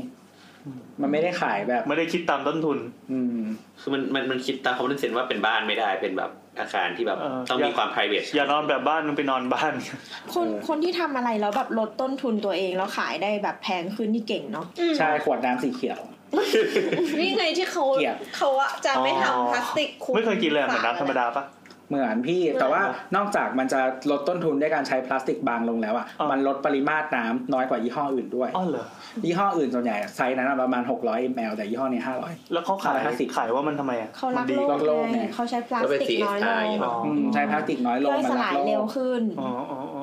B: มันไม่ได้ขายแบบ
C: ไม่ได้คิดตามต้นทุน
B: อืม
G: คือมันมันมันคิดตามคอมมอนเซนว่าเป็นบ้านไม่ได้เป็นแบบอาคารที่แบบ
C: เออ
G: ต้องมี
C: อยาก
G: ความ p r i v a t
C: อย่านอนแบบบ้านมึงไปนอนบ้าน
E: คนคนที่ทำอะไรแล้วแบบลดต้นทุนตัวเองแล้วขายได้แบบแพงขึ้นนี่เก่งเนาะ
H: อืม
B: ใช่ขวดน้ำสีเขียว
H: นี่ไงที่เขา
B: เกลียด
H: เขาอะจะไม่
C: อ๋อ
H: ทำพลาสติกคุ
C: ไม่เคยกินเลยอะเหมือนน้ำธรรมดาปะ
B: เหมือนพี่แต่ว่านอกจากมันจะลดต้นทุนด้วยการใช้พลาสติกบางลงแล้วอ่ะ
C: อ๋อ
B: มันลดปริมาตรน้ำน้อยกว่ายี่ห้ออื่นด้วย
C: อ๋อเหรอ
B: ยี่ห้ออื่นส่วนใหญ่ไซส์นั้นอะประมาณ 600 ml แต่ยี่ห้อนี้ 500
C: แล้วเขาขาย
B: 150
C: ขายว่ามันทำไมอะ
E: เขารั
C: มั
E: ก
C: ดี
E: โล
B: รั
E: ก
B: กโลก
E: ไง
B: ไง
E: เขาใช้พลาส
G: ก็เป็น
E: ติกน้อยล
G: CSI
E: ง
G: เหรอ
B: อืมใช้พลาสติกน้อยลง
E: ย่อยส
B: มัน
E: ลาย
B: รักโล
E: เร็ว
B: ก
E: ขึ้น
C: อ๋ออ๋ออ๋อ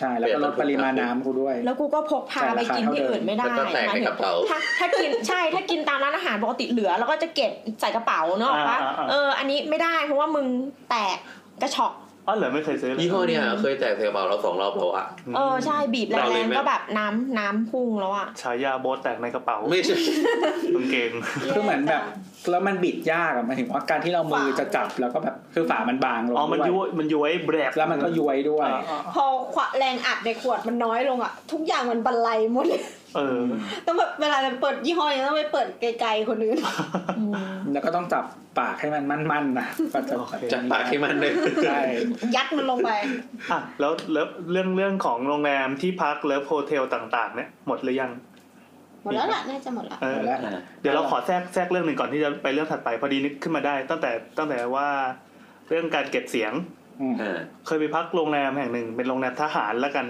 B: ใช่ แล้วก็ลดปริมาณน้ำกูด้วย
E: แล้วกูก็พกพาไปกินที่อื่นไม่ได้
G: แล้วก็แตกในกระเป๋า
E: ถ้าถ้ากิน [LAUGHS] ใช่ถ้ากินตามร้านอาหารปกติเหลือ แล้วก็จะเก็บใส่กระเป๋าเนาะปะเออ อันนี้ไม่ได้เพราะว่ามึงแตกกระชอก
C: อ๋อเหรอไม่เคยซื้อเลย
G: ยี่ห้อเนี่ยเคยแตกใส่กระเป๋าเราสองรอบแล้วอะ
E: เออใช่บีบแร
G: เราเลย
E: ง
G: ไหม
E: ๆก็แบบน้ำน้ำพุ่งแล้วอ่ะ
C: ฉายาโบทแตกในกระเป๋า
G: ไม่ใช่ [LAUGHS]
C: กางเกง
B: คือเหมือนแบบแล้วมันบิดยากอะหมายถึงว่าการที่เรามือจะจับแล้วก็แบบคือฝามันบางลง
C: อ๋อมัน
B: ด้
C: ย้
B: ว
C: ว
B: ย
C: ยมันย้วยแบรบ
B: แล้วมันก็ย้วยด้วย
C: อ่าอ่า
H: พอขวะแรงอัดในขวดมันน้อยลงอะทุกอย่างมันบรรลัยหมดเลย
C: เออ
H: ต้องแบบเวลาเปิดยี่ห้อเนี่ยต้องไปเปิดไกลๆคนอื่น
B: แล้วก็ต้องจับปากให้มันมั่นๆนะก็จะแบบ
G: จับปากให้มันเลย
B: ใช่
H: ยัดมันลงไป
C: อ่ะแล้วแล้วเรื่องเรื่องของโรงแรมที่พักแล้วโฮเทลต่างๆ เนี่ยหมดหรือยัง
H: หมดแล้วล่ะน่าจะหมดละ
C: เออ
B: เอาละ
C: เดี๋ยวเราขอแทรกแทรกเรื่องหนึ่งก่อนที่จะไปเรื่องถัดไปพอดีนึกขึ้นมาได้ ตั้งแต่ตั้งแต่ว่าเรื่องการเก็บเสียง
B: อืม
G: อ่า
C: เคยไปพักโรงแรมแห่งหนึ่ง เป็นโรงแรมทหารแล้วกัน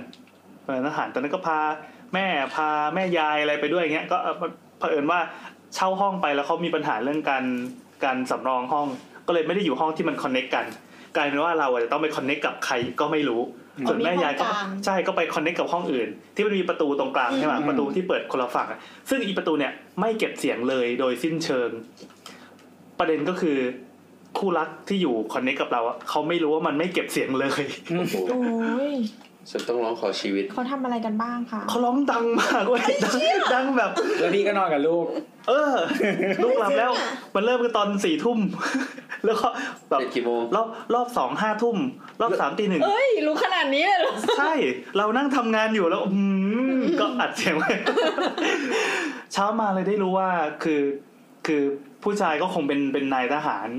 C: โรงแรมทหารตอนนั้นก็พาแม่พาแม่ยายอะไรไปด้วยอย่างเงี้ยก็เอ่อเผอิญว่าเช่าห้องไปแล้วเขามีปัญหาเรื่องการการสำรองห้อง ก็เลยไม่ได้อยู่ห้องที่มันคอนเน็กกันกลายเป็นว่าเราอาจจะต้องไปคอนเน็กกับใครก็ไม่รู้ส่วนแม่ยายก็
H: มีห้องกลาง
C: ใช่ก็ไปคอนเน็กกับห้องอื่น ที่มันมีประตูตรงกลางใช่ไหมประตูที่เปิดคนละฝั่งอะซึ่งอีประตูเนี่ยไม่เก็บเสียงเลยโดยสิ้นเชิง ประเด็นก็คือคู่รักที่อยู่คอนเน็กกับเราอะเขาไม่รู้ว่ามันไม่เก็บเสียง [LAUGHS] เลย
E: [LAUGHS] โอ้ย
G: ฉันต้องร้องขอชีวิต
E: เขาทำอะไรกันบ้างคะ
C: เขาร้องดังมากเว้ยดังดังแบบ
B: แล้วพี่ก็นอนกับลูก
C: เออ ลูกหลับ [LAUGHS] แล้ว มันเริ่มกันตอนสี่ทุ่ม [LAUGHS] แล้วก็แบบ
G: เสร็จกี่โมง
C: รอบรอบสองห้าทุ่ม รอบสามตีหนึ่ง
H: เอ้ย รู้ขนาดนี้เลยเหรอ
C: ใช่ เรานั่งทำงานอยู่แล้วอืมก็อัดเสียงไว้ เช้ามาเลยได้รู้ว่าคือ คือผู้ชายก็คงเป็นเป็นนายทหาร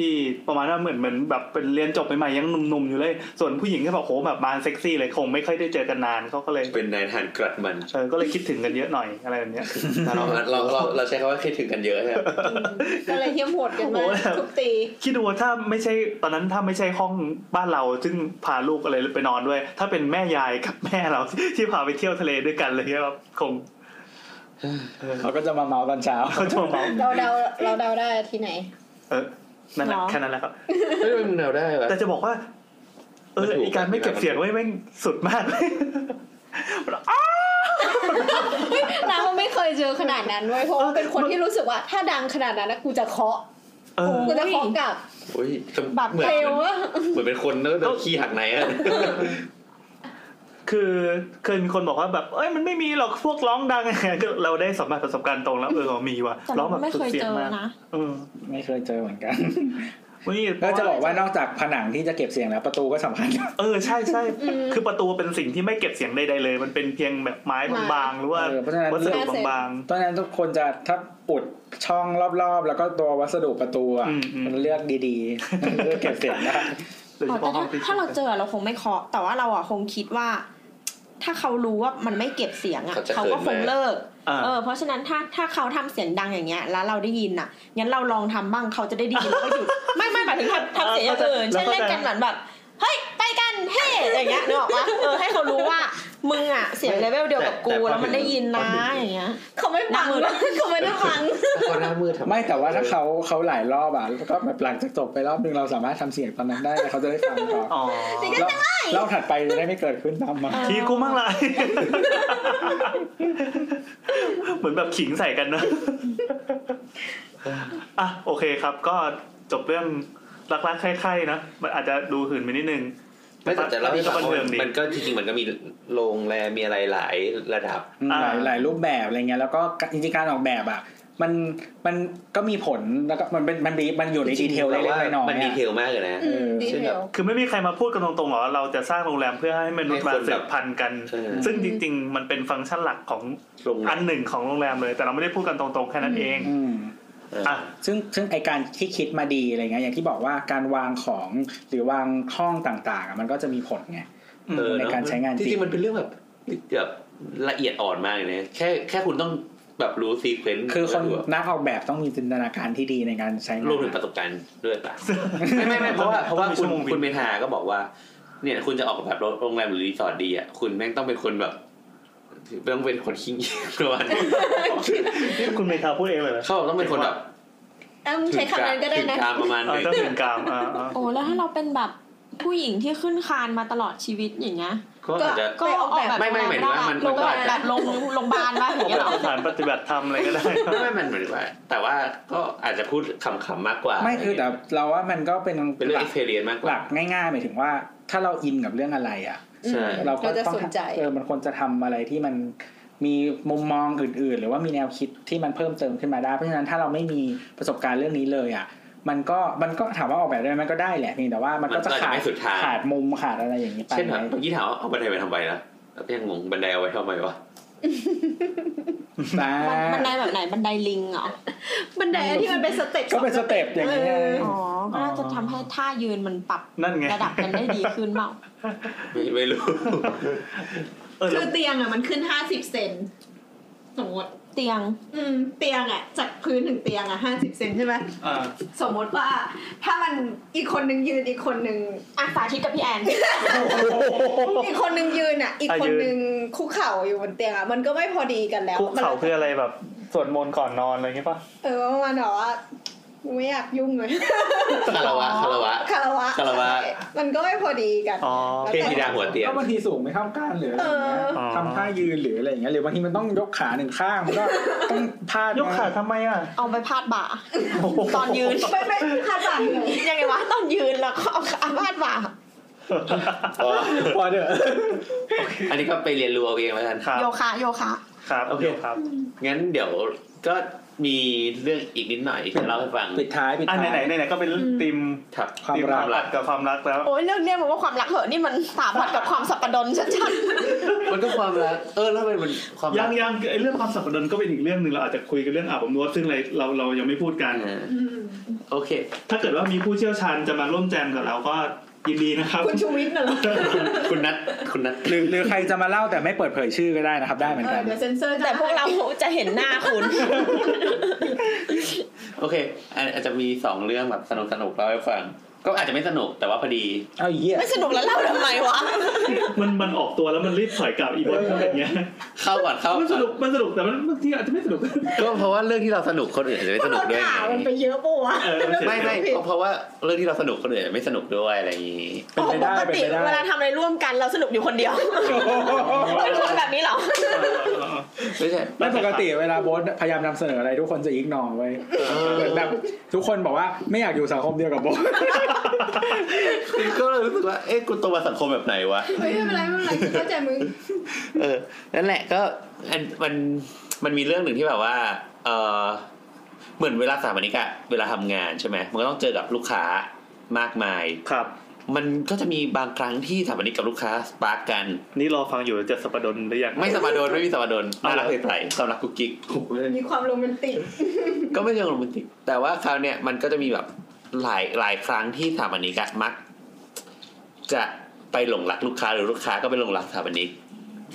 C: ที่ประมาณว่าเหมือนเหมือนแบบเป็นเรียนจบใหม่ๆยังหนุ่มๆอยู่เลย ส่วนผู้หญิงก็แบบโหแบบบานเซ็กซี่เลยคงไม่ค่อยได้เจอกันนานเขาก็เลย
G: เป็นนายทหารกรัดมัน
C: เออก็เลยคิดถึงกันเยอะหน่อยอะไรแบบเนี้ยนะค
G: เรา
C: รับ
G: เราเราเราใช้คำว่าคิดถึงกันเยอะใช่ไหม
H: ก็เลยเยี่ยมโหดกันมา
C: โอ้โห
H: ทุบตี
C: คิดดูว่าถ้าไม่ใช่ตอนนั้นถ้าไม่ใช่ห้องบ้านเราซึ่งพาลูกอะไรไปนอนด้วย ถ้าเป็นแม่ยายกับแม่เรา [LAUGHS] ที่พาไปเที่ยวทะเลด้วยกันเลยครับคง
B: เขาก็จะมาเมาตอนเช้า
C: เขาจะมาเมา
H: เราเดาเราเดาได้ที่ไหน
C: เออนั่นแหละ
E: หรอ
C: แค่นั้นแหละครับ
G: ไม่ได้ยมึงเดาได้ปะ
C: แต่จะบอกว่า เออ
G: มันถูก
C: ไอการไม่เก็บเสียงไว้แม่งสุดมาก [LAUGHS]
H: น้ำมันไม่เคยเจอขนาดนั้นเว้ยเพราะว่าเป็นคนที่รู้สึกว่าถ้าดังขนาดนั้นนะกูจะเคาะ
C: เออ
H: กูจะเคาะกลับ
G: โอ้ย
H: แบบ
G: เหมือน
H: เร็วอะ
G: เหมือนเป็นคนแล้วแบบขี้หักไหนอะ
C: คือเคยมีคนบอกว่าแบบ เอ้ยมันไม่มีหรอกพวกร้องดัง [LAUGHS] ก็เราได้สัมผัสประสบการณ์ตรงแล้วเออมีว่ะ
E: แต่
C: ร้องแบบ
E: ไม่
C: สุด
E: เคย
C: เสีย
E: เจ
C: ง
E: อ
C: มาก
E: นะ
C: เออ
B: ไม่เคยเจอเหมือนกัน
C: วันนี้
B: ก็จะบอกว่านอกจากผนังที่จะเก็บเสียงแล้วประตูก็สำคัญ
C: เออใช่ใช่
H: อืม
C: คือประตูเป็นสิ่งที่ไม่เก็บเสียงใดๆเลย มันเป็นเพียงแบบไม้บางๆหรือว่า
B: เออเพราะฉะนั้น
C: วัสดุบาง
B: ตอนนั้นทุกคนจะถ้าอุดช่องรอบๆ แล้วก็ตัววัสดุประตูอะ
C: อืมอืม
B: มันเลือกดีๆ เลือกเก็บเสียงได้
C: ๆโดยเฉพาะห้องที่
E: ถ้าเราเจอเราคงไม่เคาะแต่ว่าเราอ่ะคงคิดว่า ถ้าเขารู้ว่ามันไม่เก็บเสียงอ่ะ
G: เขาจะ
E: เขาก็คง
G: เขินไหม
E: เลิก
C: อ่า
E: เออเพราะฉะนั้นถ้าถ้าเขาทำเสียงดังอย่างเงี้ย แล้วเราได้ยินอ่ะงั้นเราลองทำบ้างเขาจะได้ได้ยินแล้วก็หยุด ไม่ [LAUGHS] ไม่หมายถึงทำทำเสียงอย่างอื่นเช่นเล่นกันเหมือนแบบเฮ้ยไปกันเฮ้อย่างเงี้ยนึกออกปะเออให้เขารู้ว่ามึงอ่ะเสียงเลเวลเดียวกับกูแล้วมันได้ยินนะอย่างเงี้ย
H: เขาไม่ฟัง
E: น้ำมือ
H: เขาไม่ได้ฟัง
G: พอหน้ามืดทำ
B: ไม่แต่ว่าถ้าเขาเขาหลายรอบอะแล้วก็แบบหลังจากจบไปรอบนึงเราสามารถทำเสียงตอนนั้นได้แล้วเขาจะได้ฟังต่อ
C: อ๋อ
B: รอบถัดไปจะได้ไม่เกิดขึ้นตามมา
C: ทีกูมั่งละเหมือนแบบขิงใส่กันนะอ่ะโอเคครับ ก็จบเรื่องรักๆใคร่ๆนะมันอาจจะดูหื่นไปนิดนึง
G: ไม่แต่แต่เรา
C: ที่
G: ที่
C: ก็
G: ฟัง
C: บัน
G: ว่า
C: เทิงดี
G: มันก็จริงๆมันก็มีโรงแรมมีอะไรหลายระดับ
B: อืมหลาย
C: อ่า
B: หลายรูปแบบอะไรเงี้ยแล้วก็จริงๆการออกแบบอ่ะมันมันก็มีผลแล้วก็มันเป็นมันดีมันอยู่ในดีเทลเล็กๆน้อยๆ
G: มันดี
B: อะ
G: เทลมากเลยนะ
H: อืม
B: เออ
H: ดี
G: เช่น
H: เท
G: แบบ
H: ล
C: คือไม่มีใครมาพูดกันตรงๆหรอเราจะสร้างโรงแรมเพื่อให้มนุษย์มาสืบพันธุ์กัน
G: ใช่
C: ซึ่งจริง ๆ มันเป็นฟังก์ชันหลักของ
G: โรงแร
C: อั
G: ม
C: นหนึ่งของโรงแรมเลย แต่เราไม่ได้พูดกันตรงๆแค่นั้นเอง
B: อืม
C: อ่ะ
B: ซึ่งซึ่งไอการที่คิดมาดีอะไรเงี้ยอย่างที่บอกว่าการวางของหรือวางห้องต่างๆอะมันก็จะมีผลไง
G: เออ
B: ในการใช้งานจ
G: จ
B: ริง
G: ริงๆมันเป็นเรื่องแบบแบบละเอียดอ่อนมากเลยนะแค่แค่คุณต้องแบบรู้ซีเควนซ์
B: คือคนนักออกแบบต้องมีจินตนาการที่ดีในการใช้งาน
G: รวมถึงประสบการณ์ด้วยป่ะ ไม่ไม่ไม่เพราะ
C: [LAUGHS]
G: ว่าเพราะว่า
C: ต้องมีชั่
G: คุณ
C: วโมงบิน
G: คุณเมธาก็บอกว่า เนี่ยคุณจะออกแบบโรงแรมหรือรีสอร์ทดีอ่ะคุณแม่งต้องเป็นคนแบบต้องเป็นคนขี้เกียจประมาณนั้น
C: นี่คุณเมธาพูดเองเลยเหรอ
G: เขาบอกต้องเป็นคนแบบ
H: เอ้าใช้คำนั้นก็ได้
G: ถึง
H: นะ
G: กลางประมาณ
C: เอ
G: นึ
C: อง ต้องเป็นกลามอ่าอ่า
E: โอ้แล้วถ้าเราเป็นแบบผู้หญิงที่ขึ้นคานมาตลอดชีวิตอย่างเงี้ย
G: ก็อาจจะ
E: ก็ออกแบบ
G: ไม่ไม่หมายถึงว่ามัน
E: โร
G: มัน
E: ง
G: ก็อาจจะ
E: แบบโรงโรงพยาบาลบ้างอย่าง
C: เป็
E: เงี้ย
C: น
E: เหรอ
C: สถานปฏิบัติธรรมอะไรก็ได้
G: ไม่ไม่มันเหมือนว่า แต่ว่าก็อาจจะพูดขำๆมากกว่า
B: ไม่คือแต่เราว่ามันก็เป็น
G: เป็นเรื่อง
B: หลัก
G: experience มากก
B: ห
G: ว่า
B: ลักง่ายๆหมายถึงว่า ถ้าเราอินกับเรื่องอะไรอ่ะ
G: ใช่
B: เราก็
H: เราจะ
B: ต้อง
H: สนใจ
B: เออมันควรจะทำอะไรที่มันมีมุมมองอื่น ๆ หรือว่ามีแนวคิดที่มันเพิ่มเติมขึ้นมาได้ เพราะฉะนั้นถ้าเราไม่มีประสบการณ์เรื่องนี้เลยอ่ะ มันก็มันก็ถามว่าออกแบบได้ไหมมันก็ได้แหละเพียงแต่ว่ามันก็จะ
G: อา
B: ขาด
G: ไม่สุดทาง
B: ขาดมุมขาดอะไรอย่างนี้ไป
G: เช่นแบบ
B: ไง
G: เมื่อกี้ถามว่าเอาบันไดไปทำไมนะแล้วก็ยังงงบันไดเอาไว้ทำไมวะ
B: นะ
E: บันบันไดแบบไหนบันไดลิงเหรอ
H: บันไดที่มันเป็นสเต็ป
B: ก็เป็นสเต็ปอย่างนี้ไง
E: อ๋อ ก็น่าจะทำให้ท่ายืนมันปรับ
C: นั่นไง
E: ระดับกันได้ดีขึ้นเปล่า
G: ไม่ไม่รู้
C: เออ
I: คื
C: แล้ว
I: อเตียงอ่ะมันขึ้นห้าสิบเซนสมมติ
E: เตียง
I: อืมเตียงอ่ะจากพื้นถึงเตียงอ่ะห้าสิบเซนใช่ไหม
C: อ่า
I: สมมติว่าถ้ามันอีกคนนึงยืนอีกคนนึง
E: อ่ะสาธิตกับพี่แอน
H: อีกคนนึงยืนอ่ะ อีกคนนึงคุกเข่าอยู่บนเตียงอ่ะ มันก็ไม่พอดีกันแล้ว
C: คุกเข่า
H: มัน
C: เพื่ออะไรแบบสวดมนต์ก่อนนอนอะไรอย่างเงี้ยป่ะ
H: เออประมาณแบบว่ากูไม่อยากยุ่งเลย
G: คารวะคารวะ
H: คารวะ
G: คารวะ
H: มันก็ไม่พอดีกัน
C: อ๋อ
H: แล้ว
G: เท
H: แต่
G: พธิดาหัวเตียง
B: ก็บางทีสูงไม่เท่ากันหรืออะไรอย่างเงี้ย
C: เออ
B: ทำท่ายืนหรืออะไรอย่างเงี้ยหรือบางทีมันต้องยกขาหนึ่งข้างมันก็ต้องพาด
C: ยกขาทำไมอ่ะ
E: เอาไปพาดบ่า ตอนยืน
I: ไม่ไม่คาดหวังเลย
E: ยังไงวะตอนยืนแล้วก็เอาขาพาดบ่า
G: อ๋อ
B: พอเด้อ
G: อันนี้ก็ไปเรียนรู้เอาเองแล้วกัน
C: ครับ
E: โยคะโยคะ
C: ครับ
G: โอเค
C: ครับ
G: งั้นเดี๋ยวก็ มีเรื่องอีกนิดหน่อยจะเล่าให้ฟัง
B: ปิดท้ายปิด
C: อ่ะ
B: ท้าย
C: ไหนๆไหนๆก็เป็นติม
G: ครับ
B: ความ
C: ติม
B: รั
C: ค
B: ก
C: วามรักกับความรักแล้ว
D: โอ้ยเรื่องเนี้ยบอกว่าความรักเหอะนี่มันสาพันกับความสับปะดนชัด
G: มันก็ความรัก เออแล้วมันมันความ
C: ยั
G: รัก
C: งยังไอเรื่องความสับปะรดก็เป็นอีกเรื่องหนึ่งเราอาจจะคุยกันเรื่องอาบอบนวดซึ่งอะไรเราเรายังไม่พูดกัน
G: อ่าโอเค
C: ถ้าเกิดว่ามีผู้เชี่ยวชาญจะมาร่วมแจมกับเราก็ยินดีนะครับ
D: ๆคุณชูวิทย์น่ะเหรอ
G: คุณนัทคุณนัท
B: หรือหรือใครจะมาเล่าแต่ไม่เปิดเผยชื่อก็ได้นะครับ ได้เหมือน
D: เอ
B: กั
D: อน เดี๋ยวเซ็นเซอร์
E: แต่พวกเราจะเห็นหน้าคุณ
G: โอเคอันอาจจะมีสองเรื่องแบบสนุกสนุกๆเล่าให้ฟัง ก็อาจจะไม่สนุกแต่ว่าพอดี
B: เอาเยี่ย
D: ไม่สนุกแล้วเล่าทำไมวะ
C: มันมันออกตัวแล้วมันรีบถอยกลับอีก
G: [LAUGHS]
C: แล้วอย่างเงี้ย
G: เข้าก่อนเข้า
C: มันสนุกมันสนุกแต่มันบางทีอาจจะไม่ส
G: [LAUGHS]
C: นุก
G: ก็เพราะว่าเรื่องที่เราสนุกคนอื่นอาจจะไม่สนุกด้วยไง
C: เออเสีย
G: ไม่ไม่เพราะว่าเรื่องที่เราสนุกคนอื่นอาจจะไม่สนุกด้วยอะไรอย่างนี้
B: เป็นไปได้
E: ปก
B: เป็น
E: ติ
B: ไปได้
E: เวลาทำอะไรร่วมกันเราสนุกอยู่คนเดียว เป็นคนแบบนี้เหรอ
G: ไม่ใช่
B: ไม่ปกติเวลาโบสพยายามนำเสนออะไรทุกคนจะอิกนองไว้เหมือนแบบทุกคนบอกว่าไม่อยากอยู่สังคมเดียวกับโบส
G: ก็เลยรู้สึกว่า เอ๊ะกูโตมาสังคมแบบไหนวะ
D: เฮ้ยไม่เป็นไรไม่เป็นไรเข้าใจมึง
G: เออ นั่นแหละก็อันมันมันมีเรื่องหนึ่งที่แบบว่า เออเหมือนเวลาสถาปนิกอะเวลาทำงานใช่ไหมมันก็ต้องเจอกับลูกค้ามากมาย
C: ครับ
G: มันก็จะมีบางครั้งที่สถาปนิกกับลูกค้าสปาร์กกัน
C: นี่รอฟังอยู่จะสับปะรดหรือยัง
G: ไม่สมาโดนไม่มีสมาโดน
C: เอา
G: น่า
C: เหรอ
G: รักใสๆสำหรับกุ๊กกิ๊ก
D: มีความโรแมนติก
G: ก็ไม่เชิงโรแมนติก แต่ว่าคราวเนี้ยมันก็จะมีแบบหลายหลายครั้งที่สถาปนิกอะมัก จะไปหลงรักลูกค้าหรือลูกค้าก็ไปหลงรักสถาปนิก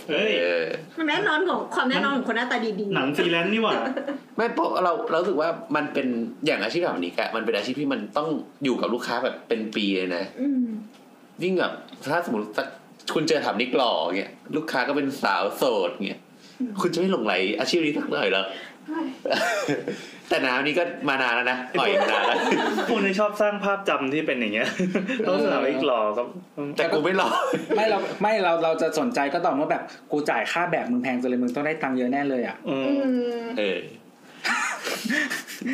C: เฮ้ย
G: เออ
H: แน่นอนของความแน่นอนของคนหน้าตาดี
C: หนังฟรีแลนซ์นี่ห
G: [LAUGHS]
C: ว่า
G: ไม่เพราะเราเรารู้สึกว่ามันเป็นอย่างอาชีพแบบนี้กะมันเป็นอาชีพที่มันต้องอยู่กับลูกค้าแบบเป็นปีเลยนะ
H: ๆอืม
G: ยิ่งแบบถ้าสมมติสักคุณเจอถามนิกหล่อเงี้ยลูกค้าก็เป็นสาวโสดเงี้ยคุณจะไม่หลงไหลอาชีพนี้สักหน่อย [LAUGHS] เหรอ แต่น้ำนี้ก็มานาน [LAUGHS] แล้วนะอ่อยมานานแล้ว
C: พวกนี้ชอบสร้างภาพจำที่เป็นอย่างเงี้ย [LAUGHS] ต้องสนามอีกหล่อครับ
G: แต่กูไม่หล่อ
B: [LAUGHS] ไม่เราไม่เราเราจะสนใจก็ต่อเมื่อแบบกูจ่ายค่าแบบมึงแพงจังเลยมึงต้องได้ตังค์เยอะแน่เลยอ่ะ
C: อืม
G: เออ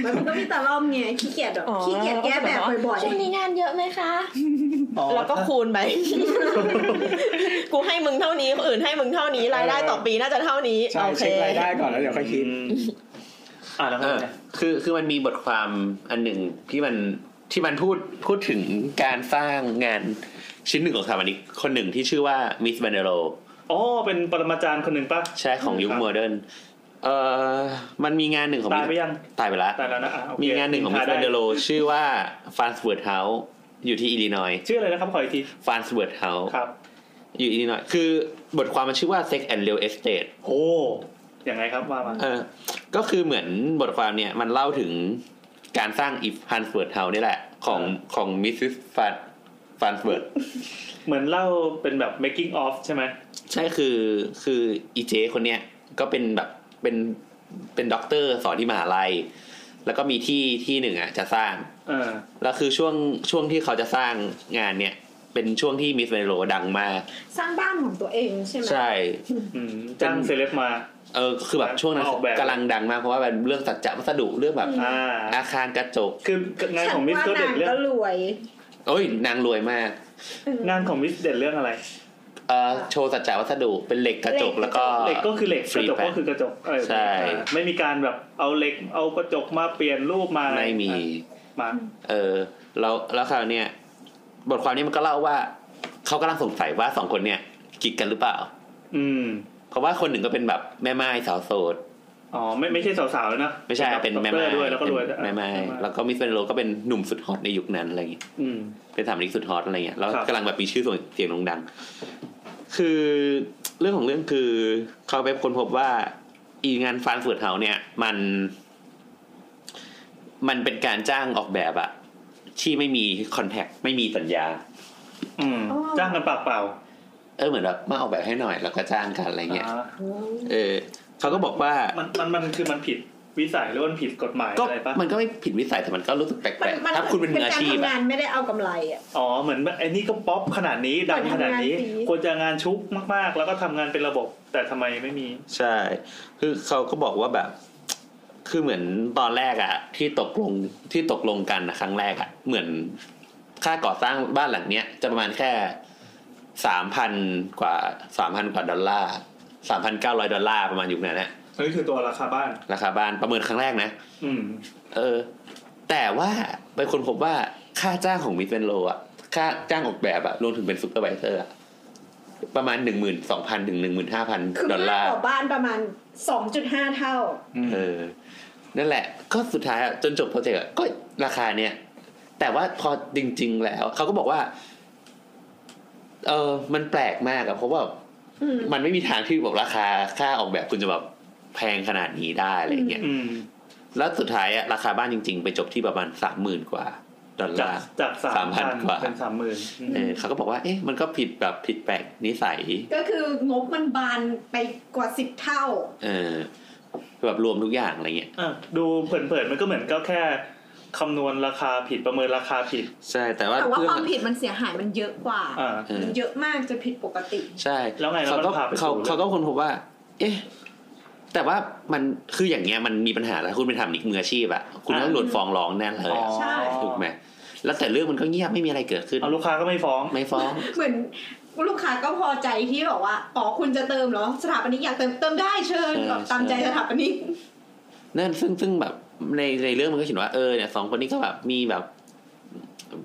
H: มันก็มีแต่รอบไงขี้เกียจแบบ
E: อ๋อ
H: ขี้เกียจแก้แบบบ่อย
D: ช่วงนี้งานเยอะไหมคะ
E: แล้วก็คูณไป [LAUGHS] กูให้มึงเท่านี้คนอื่นให้มึงเท่านี้รายได้ต่อปีน่าจะเท่านี้
B: ใช่
E: โอเค
B: เช็ครายได้ก่อนแล้วเดี๋ยวค่อยคิด
C: อืมอ่าแล้ว
G: เออ คือคือมันมีบทความอันหนึ่งที่มันที่มันพูดพูดถึงการสร้างงานชิ้นหนึ่งของสถาปนิกคนหนึ่งที่ชื่อว่ามิสแมนเดโร
C: อ๋อเป็นปรมาจารย์คนหนึ่งปะ
G: ใช่ของยุค
C: ครับ
G: โมเดิร์น เอ่อ มันมีงานหนึ่งของ
C: ตายไปยัง
G: ตายไปละ
C: ตายแล้วนะอ่ะโอเค
G: มีงานหนึ่งของมิส
C: ท
G: แมนเดโลชื่อว่าฟานสเวิร์ดเฮาส์อยู่ที่อิลลินอย
C: ชื่ออะไรนะครับขออีกที
G: ฟานสเวิร์ดเฮาส์
C: ครับ
G: อยู่อิลลินอยคือบทความมันชื่อว่า Sex and Real Estate
C: โอ้ยังไงครับว่ามา
G: เออก็คือเหมือนบทความเนี่ย มันเล่าถึงการสร้างอีฟานสเวิร์ดเฮาส์นี่แหละ ของของมิสซิสฟานฟานสเวิร์ด
C: เหมือนเล่าเป็นแบบ making of ใช่ไหม
G: ใช่คือคืออีเจคนเนี้ยก็เป็นแบบเป็นเป็นด็อกเตอร์สอนที่มหาลัย แล้วก็มีที่ที่หนึ่งอ่ะจะสร้าง
C: เออ
G: แล้วคือช่วงช่วงที่เขาจะสร้างงานเนี่ย เป็นช่วงที่มิสเวโรดังมาก
H: สร้างบ้านของตัวเองใช่ไหม
G: ใช่
C: อืมจ้างเซเลบมา
G: เออคือแบบช่วงนั้น
C: ออกแบบ
G: กำลังดังมากเพราะว่าเป็นเรื่องสัจจะวัสดุเรื่องแบบ
C: อ่า
G: อาคารกระจก
C: คืองาน
H: ฉั
C: ของมิส
H: ว่า
C: ก็
H: นา
C: เด่
H: ง
C: นเรื่อ
H: ก็
C: ง
H: รวย
G: เอ้ยนางรวยมาก
C: งานของมิสเด่นเรื่องอะไร
G: เออโชว์สัจจะวัสดุเป็นเหล็กกระจกแล้วก็
C: เหล็กก็คือเหล็กกระจก
G: free pan
C: ก็คือกระจกเออ
G: ใช่
C: ไม่มีการแบบเอาเหล็กเอากระจกมาเปลี่ยนรูปมาอะร
G: ไม่มี
C: มา
G: เออแล้วแล้วคราวเนี่ยบทความนี้มันก็เล่าว่าเขากำลังสงสัยว่าสองคนเนี่ยกิ๊กกันหรือเปล่า
C: อืม
G: เพราะว่าคนหนึ่งก็เป็นแบบแม่ไม้สาวโสด
C: อ๋อไม่ไม่ใช่สาวๆแล้วนะ
G: ไม่ใช่เป็นแม่ไม้
C: ด็อกตอร์ด้วยแล้วก็รวย
G: เป็นแม่ไม้แล้วก็มิสเวนโรก็เป็นหนุ่มสุดฮอตในยุคนั้นอะไรอย่างเงี้ย
C: อืม
G: เป็นสามนิกสุดฮอตอะไรเงี้ยแล้ว
C: ครับ
G: กำลังแบบมีชื่อส่วนเสียงโด่งดัง คือเรื่องของเรื่องคือเขาไปค้นพบว่า อีงานฟันเฟือเฮาเนี่ย มัน มันเป็นการจ้างออกแบบอะที่ไม่มีคอนแทคไม่มีสัญญา
C: อืมจ้างกันปากเปล่า
G: เออเหมือนแบบมาออกแบบให้หน่อยแล้วก็จ้างกันอะไรเงี้ย
C: อ่า
G: เออเขาก็บอกว่า
C: มันมันมันคือมันผิดวิสัยหรือมันผิดกฎหมาย
G: ก็
C: อะไรปะ
G: มันก็ไม่ผิดวิสัยแต่มันก็รู้สึกแปลก
H: มั
G: ๆถ้าคุณเป็นมืออาชีพ
H: เป็นการทำ
G: อะ
H: งานไม่ได้เอากำไรอ่ะ
C: อ๋อเหมือนแบบไอ้นี่ก็ป๊อปขนาดนี้ดังขนาดนี้
H: เหมือนทำงานฟรี
C: ควรจะงานชุกมากๆ แล้วก็ทำงานเป็นระบบ แต่ทำไมไม่มี
G: ใช่ คือเขาก็บอกว่าแบบ คือเหมือนตอนแรกอะที่ตกลงที่ตกลงกันนะครั้งแรกอะเหมือนค่าก่อสร้างบ้านหลังเนี้ย จะประมาณแค่สามพันกว่าสามพันกว่าดอลลาร์สามพันเก้าร้อยดอลลาร์ประมาณอยู่นั้นแหละ
C: อันนี้คือตัวราคาบ้าน
G: ราคาบ้านประเมินครั้งแรกนะ
C: อืม
G: เออ แต่ว่าไปคนพบว่าค่าจ้างของมิสเวนโลอะค่าจ้างออกแบบอะรวมถึงเป็นซูเปอร์ไ i เซอร์อะประมาณหนึ่งหมื่นสองพันถึงหนึ่งหมื่นห้าพัน
H: คือ
G: ดอล
H: มา
G: ลา
H: ก
G: ร์
H: กว่าบ้านประมาณ 2.5 เท่า
G: เออ นั่นแหละ ก็สุดท้ายอะจนจบโปรเจกต์อะก็ราคาเนี่ย แต่ว่าพอจริง ๆ แล้ว เขาก็บอกว่า เออ มันแปลกมากอะเพราะว่า
H: อืม
G: มันไม่มีทางที่บอกราคาค่าออกแบบคุณจะแบบแพงขนาดนี้ได้อะไรเงี้ย
C: อืม
G: แล้วสุดท้ายอะราคาบ้านจริง ๆ ไปจบที่ประมาณสามหมื่นกว่าดอล
C: จาก
G: ลาร์
C: จากสามพัน
G: 3,000กว่า
C: เป็นสามหมื่น
G: เออเขาก็บอกว่า เอ๊ะ มันก็ผิดแบบผิดแปลกนิสัย
H: ก็คืองบมันบานไปกว่า 10 เท่า
G: เออ แบบรวมทุกอย่างอะไรเงี้ย
C: อ่ะดูเผินๆมันก็เหมือนก็แค่คำนวณราคาผิดประเมินราคาผิด
G: ใช่ แต่ว่า
H: แต่ว่า
G: เรื่
H: ค
G: อ
H: วาม
G: ง
H: ผิดมันเสียหายมันเยอะกว่า
C: อ่า
G: เออ
H: เยอะมากจนผิดปกติ
G: ใช่
C: แล้วไงแล้ว
G: เขา
C: มัน
G: ก็
C: พาไปสู่
G: เขา
C: เรื่อง
G: เขาก็คนพบว่า เอ๊ะ แต่ว่ามันคืออย่างเงี้ยมันมีปัญหาแล้วคุณไปทำนิกมืออาชีพอะคุณต้องโดนฟ้องร้องแน่เลย
C: อ๋อ
G: อะ
H: ใช่
G: ถูกไหมแล้วแต่เรื่องมันก็เงียบไม่มีอะไรเกิดขึ้น
C: เอาลูกค้าก็ไม่ฟ้อง
G: ไม่ฟ้อง
H: เหมือนลูกค้าก็พอใจที่บอกว่า อ๋อคุณจะเติมเหรอ สถาปนิกอยากเติมเติมได้เชิญ
G: ใช่
H: แบบตามใจ
G: ใช่
H: สถาปนิก
G: นั่นซึ่งซึ่งแบบในในเรื่องมันก็เขียนว่าเออเนี่ยสองคนนี้ก็แบบมีแบบ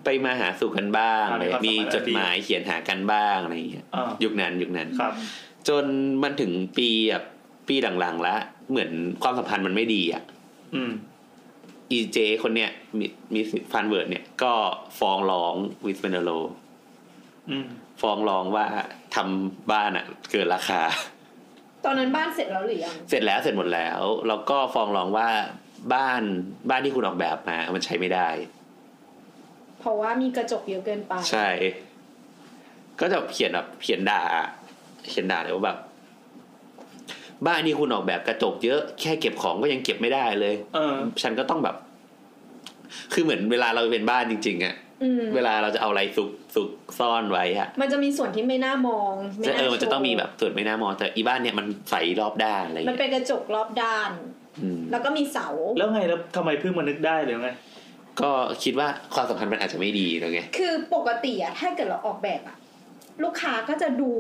G: ไปมาหาสู่กันบ้าง
C: อ่า
G: อะไร
C: มีความสัมพันธ์
G: มีจดหมายเขียนหากันบ้างอะไรอย่างเงี้ย
C: อ่า
G: ยุคนั้นยุคนั้น
C: ครับ
G: จนมันถึงปีแบบปีหลังๆแล้วเหมือนความสัมพันธ์มันไม่ดีอ่ะ
C: อืม
G: อีเจคนเนี้ยมีมีฟันเวิร์ดเนี่ยก็ฟ้องร้องวิสเปนโล
C: อืม
G: ฟ้องร้องว่าทำบ้านอะเกินราค [LAUGHS] า
H: ตอนนั้นบ้านเสร็จแล้วหรือยัง
G: เสร็จแล้วเสร็จหมดแล้วแล้วก็ฟ้องร้องว่าบ้านบ้านที่คุณออกแบบมา มันใช้ไม่ได้
H: เพราะว่ามีกระจกเยอะเกินไป
G: ใช่ ก็จะเขียนแบบเขียนด่า เขียนด่าเลยว่าแบบ บ้านที่คุณออกแบบกระจกเยอะแค่เก็บของก็ยังเก็บไม่ได้เลย
C: เออ
G: ฉันก็ต้องแบบ คือเหมือนเวลาเราเป็นบ้านจริงๆอะ
H: อืม
G: เวลาเราจะเอาอะไรซุกซุกซ่อนไว้อะ
H: มันจะมีส่วนที่ไม่น่ามองไม่
G: จะ
H: น่า
G: เออมันจะ
H: โชว์
G: ต้องมีแบบส่วนไม่น่ามองแต่อีบ้านเนี่ยมันใสรอบด้านอะไร
H: มั
G: เงี้
H: น
G: ย
H: เป็นกระจกรอบด้าน
G: อืม
H: แล้วก็มีเสา
C: แล้วไงแล้วทำไมเพิ่งมานึกได้หรือไง
G: ก็คิดว่าความสัมพันธ์มันอาจจะไม่ดีแล้วไง
H: คือปกติอะถ้าเกิดเราออกแบบอะลูกค้าก็จะดู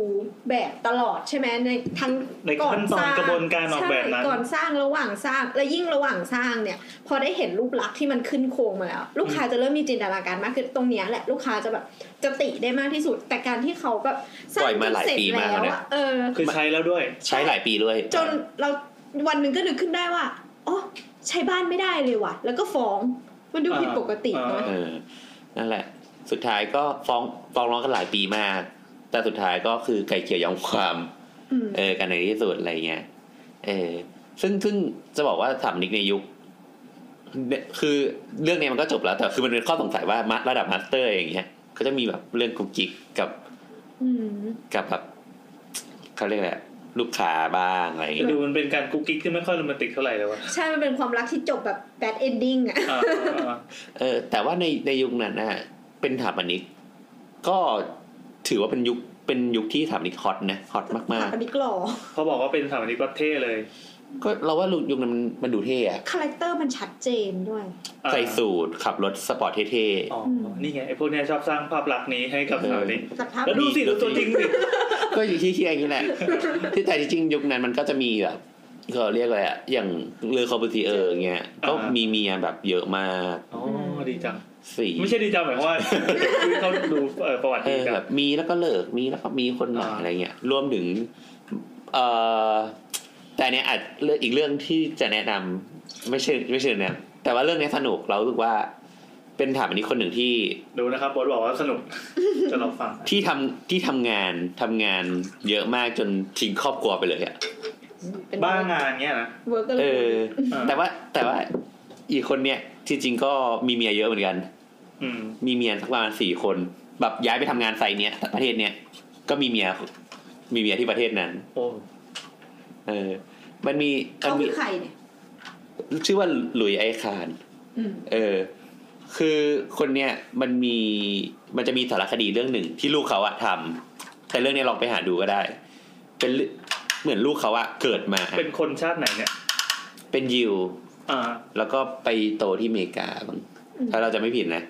H: แบบตลอดใช่ไหมในทั้ง
C: ในขั้นตอนกระบวนการออกแบบนั้น
H: ใช่ก่อนสร้างระหว่างสร้างและยิ่งระหว่างสร้างเนี่ย พอได้เห็นรูปลักษณ์ที่มันขึ้นโครงมาแล้ว ลูกค้าจะเริ่มมีจินตนาการมากขึ้นตรงเนี้ยแหละลูกค้าจะแบบจะติได้มากที่สุด แต่การที่เขาแบบสร้าง
G: ปล่อยมาหลาย
H: จนเสร็จ
G: ปีมากแล้
H: แล้ว
G: วเนี่ย
H: อะเออ
C: คือใช้แล้วด้วย
G: ใช้หลายปีด้วย
H: จนเราวันหนึ่งก็นึกขึ้นได้ว่าอ๋อใช้บ้านไม่ได้เลยว่ะ แล้วก็ฟ้องมันดูผิดปกติเนอะ
C: อ่า
G: เออนั่นแหละ สุดท้ายก็ฟ้องฟ้องร้องกันหลายปีมาก แต่สุดท้ายก็คือไก่เกลี่ยยอมความ
H: ม
G: เออกันในที่สุดอะไรเงี้ย เออ ซึ่งซึ่งจะบอกว่าสามนิกในยุคเนี่ยคือเรื่องเนี้ยมันก็จบแล้ว แต่คือมันเป็นข้อสงสัยว่ามาระดับมาสเตอร์อย่างเงี้ยก็จะมีแบบเรื่องกุ๊กกิ๊กกับ
H: อืม
G: กับแบบเขาเรียกแหละไรลูกค้าบ้างอะไรอย่างเงี้ย
C: ดูมันเป็นการกุ๊กกิ๊กที่ไม่ค่อยโรแมนติกเท่าไหร่เลยวะ
H: ใช่มันเป็นความรักที่จบแบบ bad ending อะ
C: อ่าอ่า
G: เออ แต่ว่าในในยุคนั้นนะเป็นถาปนิกก็ถือว่าเป็นยุคเป็นยุคที่ถาปนิกฮอตนะฮอตมาก
H: ปนิกหล่อ
C: เขาบอกว่าเป็นสถาปนิกก็เท่เลย
G: ๆ ก็เราว่ายุคนั้นมันมันดูเท่อะ
H: คาแรคเตอร์มันชัดเจนด้วย
C: อ่า
G: ใส่สูทขับรถสปอร์ตเท่
C: อ๋อ นี่ไงไอ้พวกเนี้ยชอบสร้างภาพลักษณ์นี้ให้กับสถาปนิก
H: สักพัก
C: แล้วดูสิดูตัวจริงสิ
G: ๆ ก็อยู่ที่เคียงนี้แหละที่แต่จริงๆยุคนั้นมันก็จะมีแบบเขาเรียกอะไรอะอย่างเลอคอมบูติเออร์เงี้ยก็มีเมียแบบเยอะมาก
C: อ๋อดีจัง
G: สี่
C: ไม่ใช่ดีจังหมายความ [LAUGHS] ว่าคือเขาดูเอ่อประวัติ
G: เอ
C: ดี
G: อ
C: จัง
G: แบบมีแล้วก็เลิกมีแล้วก็มีคนใหม่
C: อ่า
G: อะไรเงี้ยรวมถึงเอ่อแต่เนี้ยอาจเลือกอีกเรื่องที่จะแนะนำไม่เชิงไม่เชิงแนะแต่ว่าเรื่องเนี้ยสนุกเรารู้สึกว่า เป็นถามอันนี้คนหนึ่งที่
C: ดูนะครับบอสบอกว่าสนุก จะลองฟัง
G: ที่ทำที่ทำงานทำงานเยอะมากจนทิ้งครอบครัวไปเลยอะ
H: เป็น
C: บ้างานเนี้ยนะ
H: เวิร์กเล
G: เออ
H: ย
G: แต่ว่าแต่ว่าอีกคนเนี้ยที่จริงก็มีเมียเยอะเหมือนกัน
C: อืม
G: มีเมียสักประมาณสี่คน แบบย้ายไปทำงานไซต์เนี้ยประเทศเนี้ยก็มีเมียมีเมียที่ประเทศนั้น
C: โอ้
G: เออ มันมีมัน
H: เขา
G: มี
H: คือใครเนี่ย
G: ชื่อว่าหลุยไอคาน
H: อืม
G: เออ คือคนเนี้ยมันมี มันจะมีสารคดีเรื่องหนึ่งที่ลูกเขาอะทำแต่เรื่องเนี้ยลองไปหาดูก็ได้ เป็นเรื่องเหมือนลูกเขาอะเกิดมา
C: เป็นคนชาติไหนเนี่ย
G: เป็นยิว
C: อ่า
G: แล้วก็ไปโตที่อเมริกาบ้าง
H: อืม
G: ถ้าเราจะไม่ผิดนะ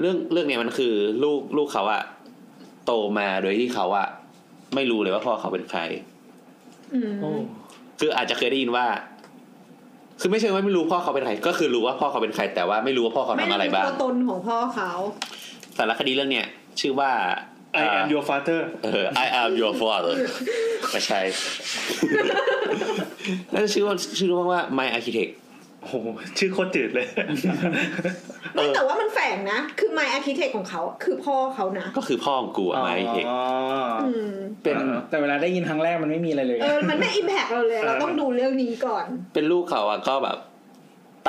G: เรื่องเรื่องเนี้ยมันคือลูกลูกเขาอะโตมาโดยที่เขาอะไม่รู้เลยว่าพ่อเขาเป็นใคร
H: อืม
C: โอ้
G: คืออาจจะเคยได้ยินว่า คือไม่เชิงว่าไม่รู้พ่อเขาเป็นใคร ก็คือรู้ว่าพ่อเขาเป็นใคร แต่ว่าไม่รู้ว่าพ่อเขา
H: ไม่
G: ทำอะไร
H: รู้
G: บ้าง
H: ตัวตนของพ่อเขา
G: สารคดีเรื่องเนี้ยชื่อว่า
C: I am your father
G: เออ I am your father ไม่
H: [LAUGHS]
G: ใช่ น่าจะชื่อว่าชื่อว่า My Architect
C: โอ้โหชื่อโคตรจืดเลย
G: เอ
H: ไม่
G: อ
H: แต่ว่ามันแฝงนะ คือไม a อาร์คิเทคของเขาคือพ่อเขานะ
G: ก็คือพ่อของกูอะ My Architect
C: อ๋อ
H: อืม
G: เป็น
C: เออ
B: แต่เวลาได้ยินครั้งแรกมันไม่มีอะไรเลย
H: เออ มันไม่อิมแพกเราเลย เราต้องดูเรื่องนี้ก่อน
G: เป็นลูกเขาอะก็แบบ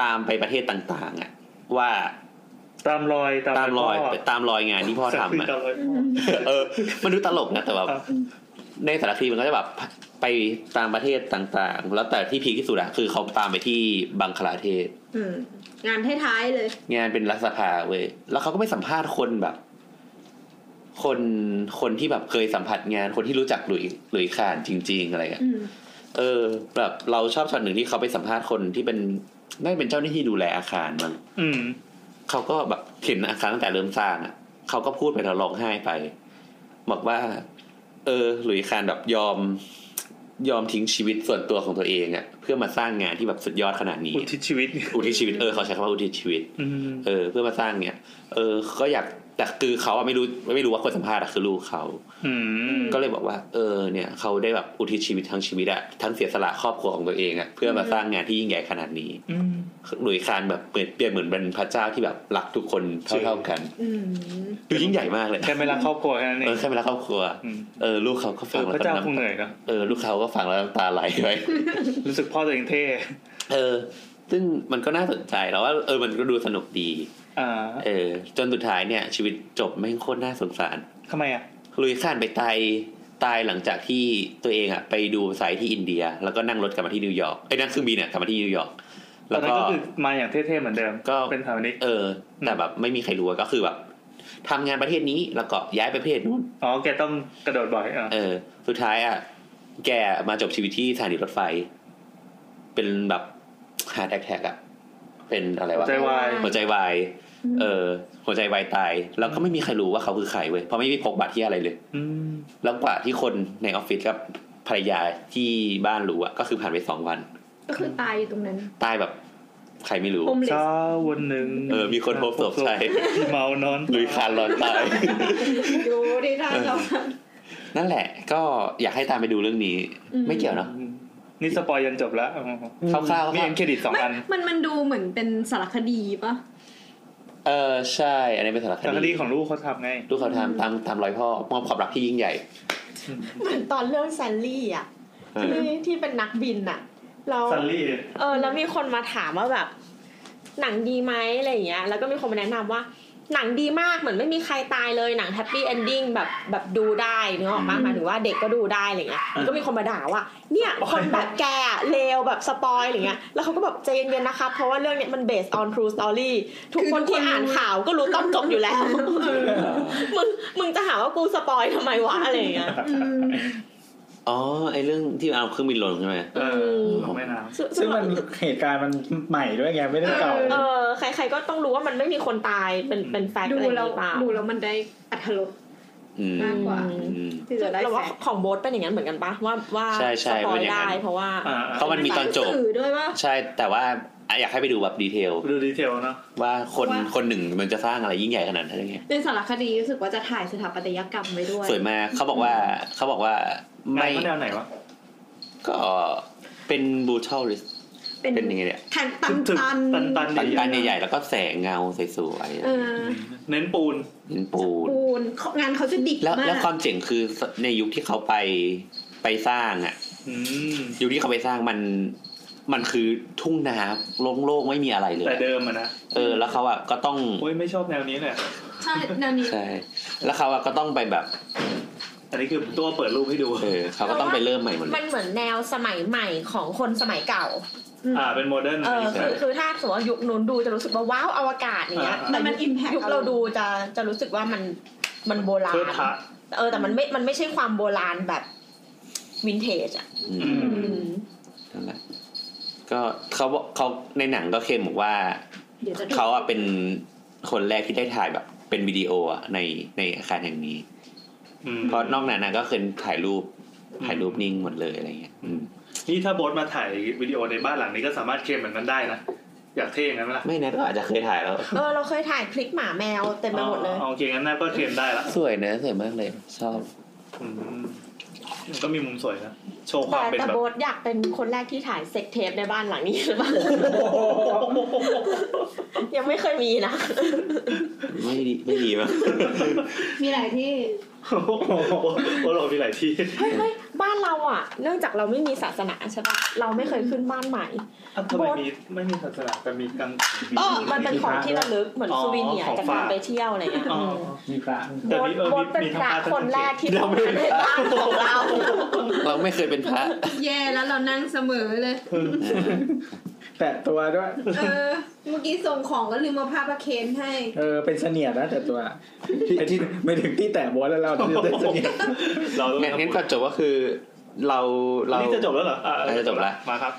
G: ตามไปประเทศต่างๆอะว่า
C: ตามรอยตาม
G: ตามรอย
C: พ่
G: ตามรอยงานที่พ่อทำอะ
C: ตามรอยพ่อ
G: [LAUGHS] เออ มันดูตลกนะแต่แบบ
C: ครับ
G: ในสารคดีมันก็จะแบบไปตามประเทศต่างๆ แล้วแต่ที่พีคที่สุดอะคือเขาตามไปที่บังคลาเทศ
H: อืม งานท้ายๆเลย
G: งานเป็นรัฐสภาเว้ย แล้วเขาก็ไปสัมภาษณ์คนแบบ คนคนที่แบบเคยสัมผัสงานคนที่รู้จักหลุยหลุยข่านจริง ๆ อะไรเงี้ย
H: อืม
G: เออ แบบเราชอบช็อตหนึ่งที่เขาไปสัมภาษณ์คนที่เป็นน่าจะเป็นเจ้าหน้าที่ดูแลอาคารมั้ง
C: อืม
G: เขาก็แบบเห็นอาคารตั้งแต่เริ่มสร้างอ่ะเขาก็พูดไปแล้วร้องไห้ไป บอกว่า เออ หลุยข่านแบบยอม ยอมทิ้งชีวิตส่วนตัวของตัวเองอ่ะ เพื่อมาสร้างงานที่แบบสุดยอดขนาดนี้
C: อุทิศชีวิต
G: อุทิศชีวิตเออเขาใช้คำว่าอุทิศชีวิต
C: อืม
G: เออเพื่อมาสร้างเนี่ย เออ ก็อยากแต่คือเขาอะไม่รู้ไม่รู้ว่าคนสัมภาษณ์อะคือลูกเขา
C: อืม
G: ก็เลยบอกว่า เออเนี่ย เขาได้แบบอุทิศชีวิตทั้งชีวิตอะทั้งเสียสละครอบครัวของตัวเองอะเพื่อมาสร้างงานที่ยิ่งใหญ่ขนาดนี้
C: อืม
G: หลุยส์คานแบบเปรียบเปรียบเหมือนเป็นพระเจ้าที่แบบรักทุกคนเท่าเท่าๆกัน
H: อืม
G: ดูยิ่งใหญ่มากเลย
C: แค่ไม่รักครอบครัวแค่นั้นเอ
G: เออง แค่เป็นรักครอบครัว
C: อืม
G: เออลูกเขาก็
C: เอ
G: ฟัง
C: อพ
G: แล้
C: ระ
G: วก็
C: เจ้าคง
G: น้ำ
C: เหนื่อยเนอะ
G: เออลูกเขาก็ฟังแล้วน้ำตาไหลไป
C: รู้สึกพ่อตัวเองเท่
G: เออ ซึ่งมันก็น่าสนใจแล้วว่าเออมันก็ดูสนุกดี
C: อ่า
G: เออ จนสุดท้ายเนี่ย ชีวิตจบไม่งโคตรน่าสงสาร
C: ทำไมอ่ะ
G: ลุยส์ข่านไปตายตายหลังจากที่ตัวเองอ่ะไปดูสายที่อินเดีย แล้วก็นั่งรถกลับมาที่นิวยอร์กไอ้ยนั่งเครื่องบินเนี่ยกลับมาที่นิวยอร์ก
C: ต
G: แล้
C: อน
G: ว
C: นั้
G: ก็
C: นก็คือมาอย่างเท่ๆเหมือนเดิม
G: ก็
C: เป็นสถาปนิก
G: เออ แต่แบบไม่มีใครรู้อะก็คือแบบทำงานประเทศนี้แล้วก็ย้ายไปประเทศนู้น
C: อ๋อ แกต้องกระโดดบ่อยอ่ะ
G: เออ สุดท้ายอ่ะแกมาจบชีวิตที่สถานีรถไฟ เป็นแบบฮาร์ดแท็กอ่ะเป็นอะไร
C: หัว
G: วะ
C: ใจวาย
G: หัวใจวายเออ หัวใจวายตาย แล้วก็ไม่มีใครรู้ว่าเขาคือใครเว้ยเพราะไม่มีพกบัตรที่อะไรเลย
C: อืม
G: แล้วกว่าที่คนในออฟฟิศกับภรรยาที่บ้านรู้อะก็คือผ่านไปสองวัน
H: ก็คือตายอยู่ตรงนั้น
G: ตายแบบใครไม่รู้
H: โฮมเลส
C: เช้าวันหนึ่ง
G: เออมีคนพบศพ
H: [LAUGHS]
G: ใช่
C: ที่เมานอน
G: ลุยคานรอนตาย
H: ดูดิท่านเรา
G: นั่นแหละ ก็อยากให้ตามไปดูเรื่องนี้
H: อืม
G: ไม่เกี่ยวเนาะ
C: นี่สปอยยันจบแล้วอ๋อ
G: คร่าวๆก็
C: มีเอ็นเครดิตสอง
H: ไม่
C: อัน
H: มันมันดูเหมือนเป็นสารคดีปะ
G: เออใช่ อันนี้เป็นสาร
C: สาร
G: ค
C: ค
G: ดี
C: ดีของลูกเขาทำไง
G: ลูกเขาทำตามตามรอยพ่อมอบความรักที่ยิ่งใหญ่
J: เหมือนตอนเรื่องแซนลี่อ่ะ
G: เออ
J: ที่ที่เป็นนักบินอ่ะ เรา
C: ซันลี่
E: เออแล้วมีคนมาถามว่าแบบ หนังดีไหมอะไรอย่างเงี้ย แล้วก็มีคนมาแนะนำว่า หนังดีมากเหมือนไม่มีใครตายเลยหนังแฮปปี้เอนดิ้งแบบแบบดูได้เนื้อออกมาหมายถึงว่าเด็กก็ดูได้อะไรเงี้ยแล้วก็มีคนมาด่าว่า [LAUGHS] เนี่ยคนแบบแกอะเลวแบบสปอยอะไรเงี้ยแล้วเขาก็แบบใจเย็นๆนะคะเพราะว่าเรื่องเนี้ยมันเบสออนทรูสตอรี่ทุกคนที่อ่านข่าวก็รู้ต้นจบอยู่แล้ว [LAUGHS] มึงมึงจะหาว่ากูสปอยทำไมวะอะไรอย่างเงี้ย
H: อืม
G: อ๋อไอเรื่องที่เอาเครื่องบินหล่นใช่ไหม
C: เออของแม่น้
E: ซึ่งซึ่
B: ซึ่
E: ง
B: งมันเหตุการณ์มันใหม่ด้วยไงไม่ได้เก่า
E: เออใครๆก็ต้องรู้ว่ามันไม่มีคนตายเป็นเป็นแฟกต์
H: ดู
E: อะไรอย่าง
H: แล้ว
E: งี้เปล่า
H: ดูแล้วมันได้อัธรส
G: อืม
H: มากกว่า
G: อืม
H: ที่จะได้
E: เรา
H: แฟ
E: ว่าของโบสเป็นอย่างนั้นเหมือนกันปะว่าว่า
G: ใช่ใช่
E: สปอ
G: เป็น
E: ย
G: อย่างนั้
E: ได้
G: น
E: เพราะว่า
C: ำอ่า
G: เพราะมันมีตอนจบ
H: สื่อด้วยว่า
G: ใช่ แต่ว่าอ่ะอยากให้ไปดูแบบดีเทล
C: ดูดีเทลเนาะ
G: ว่าคน
H: ว่า
G: คนหนึ่งมันจะสร้างอะไรยิ่งใหญ่ขนาดนั้นได้ไง
H: ในสารคดีรู้สึกว่าจะถ่ายสถาปัตยกรรมไว้ด้วย
G: สวยมากเขาบอกว่าเขาบอกว่า
C: ไม่
G: ไม่
C: แนวไหนวะ
G: ก็เป็นบูทัลลิส
H: เป็น
G: เป็นยังไงเนี่ย
H: แทนตัน
C: ถึก
H: ตัน
C: ๆตันๆ
G: ตันตันใหญ่ๆแล้วก็แสงเงาสวย
H: เออ
C: เน้นปูน
G: ๆเป็นปูน
H: ปูนเขางานเขาจะดิบ
G: แล้ว
H: มา
G: แล้ว
H: ก
G: ความเจ๋งคือในยุคที่เขาไปไปสร้างอ่ะ
C: อืม
G: ยุคที่เขาไปสร้างมันมันคือทุ่งนาโล่งๆไม่มีอะไรเล
C: แต่
G: ย
C: เดิมอะนะ
G: เออ แล้วเขาอ่ะก็ต้อง
C: โอ้ยไม่ชอบแนวนี้เลยอะ
H: ใช่แนวนี้
G: ใช่แล้วเขาอ่ะก็ต้องไปแบบ
C: อันนี้คือตัวเปิดรูปให้ดู
G: เออเขาก็ต้องไปเริ่มใหม่หมดเล
E: มัน
G: ย
E: เหมือนแนวสมัยใหม่ของคนสมัยเก่า
C: อ่า เป็นโมเดิร์น
E: เออ
C: ใช่
E: คือคือถ้าสมมติว่ายุคนู้นดูจะรู้สึกว่าว้าวอวกาศอย่างเงี้ย
C: อ่า
E: แต่
H: แต่
E: มั
H: มัน นอิมแพค
E: ยุคเราดูจะจะรู้สึกว่ามันมันโบราณ
C: เพื่อพระ
E: เออแต่มันไม่มันไม่ใช่ความโบราณแบบวินเทจอ่ะ
G: อืม
C: อืม
E: อืม
G: นั่นแหละก็เขาบอกเขาในหนังก็เคลมบอกว่า
H: เดี๋ยวจะ
G: เขาอะเป็นคนแรกที่ได้ถ่ายแบบเป็นวิดีโออะในในอาคารแห่งนี้
C: อืม
G: เพราะนอกนั้นนะก็เคยถ่ายรูปถ่ายรูปนิ่งหมดเลยอะไรเงี้ยอืม
C: นี่ถ้าโบทมาถ่ายวิดีโอในบ้านหลังนี้ก็สามารถเคลมเหมือนกันได้นะ อยากเท่อย่างนั้นไหมล่ะ
K: ไม่นะก็อาจจะเคยถ่ายแล้ว
E: เออเราเคยถ่ายคลิปหมาแมวเต็มไปหมดเลย
C: อ๋อโอเคงั้นน่าก็เคลมได้ละ
G: สวยนะสวยมากเลย ชอบ
C: อืมมันก็มีมุมสวยนะโชว์ความ
E: แต่
C: เป็น
E: แต่
C: แบบ
E: โบทอยากเป็นคนแรกที่ถ่ายเซ็กเทปในบ้านหลังนี้หรือเปล่า [LAUGHS] ยังไม่เคยมีนะ
K: ไม่ดีไม่ดีมั้ง
H: มีหลายที่
C: โอ้โหโอ้โหมีหลายที่
E: เฮ้ยเฮ้ยบ้านเราอ่ะ เนื่องจากเราไม่มีศาสนาใช่ปะเราไม่เคยขึ้นบ้านใหม่
C: อ่ะทำไมมีไม่มีศาสนาแต่มีกัง
E: ก็มันเป็นของที่ระลึกเหมือน
C: อ๋อ
E: ซูวิเนียร์
C: ของ
E: จาก
C: ฝาก
E: การไปเที่ยวอะไรอย่างเงี้ย
C: อ๋อ
B: มีพระ
C: แต่
E: โบ
C: มี
E: ท
C: เออ
E: โบ
C: มี
E: ทเป็น
C: มี
E: พ
C: ทาง
E: ระ
C: ภาค
E: คนแรกที่
G: เรา
E: ทำ
G: ไม่
E: งาน
G: เป็
E: ใน
G: นพระ
E: บ้านของเรา
G: [LAUGHS] เราไม่เคยเป็นพระ
H: แย่แล้วเรานั่งเสมอเลย
B: แปดตัวด้วย
H: เออ เมื่อกี้ส่งของก็ลืมมาพาประเคนให้
B: เออเป็นเสนียดนะแต่ตัวที่ที่ไม่ถึงที่แต่บอสแล้วเราที่เป็นเสนียด
C: เราต้อง
G: งั้นงั้นก่อนจบก็คือเราเรา
C: นี่จะจบแล้วเหรออ่
G: เออจะจบละ
C: มาครับ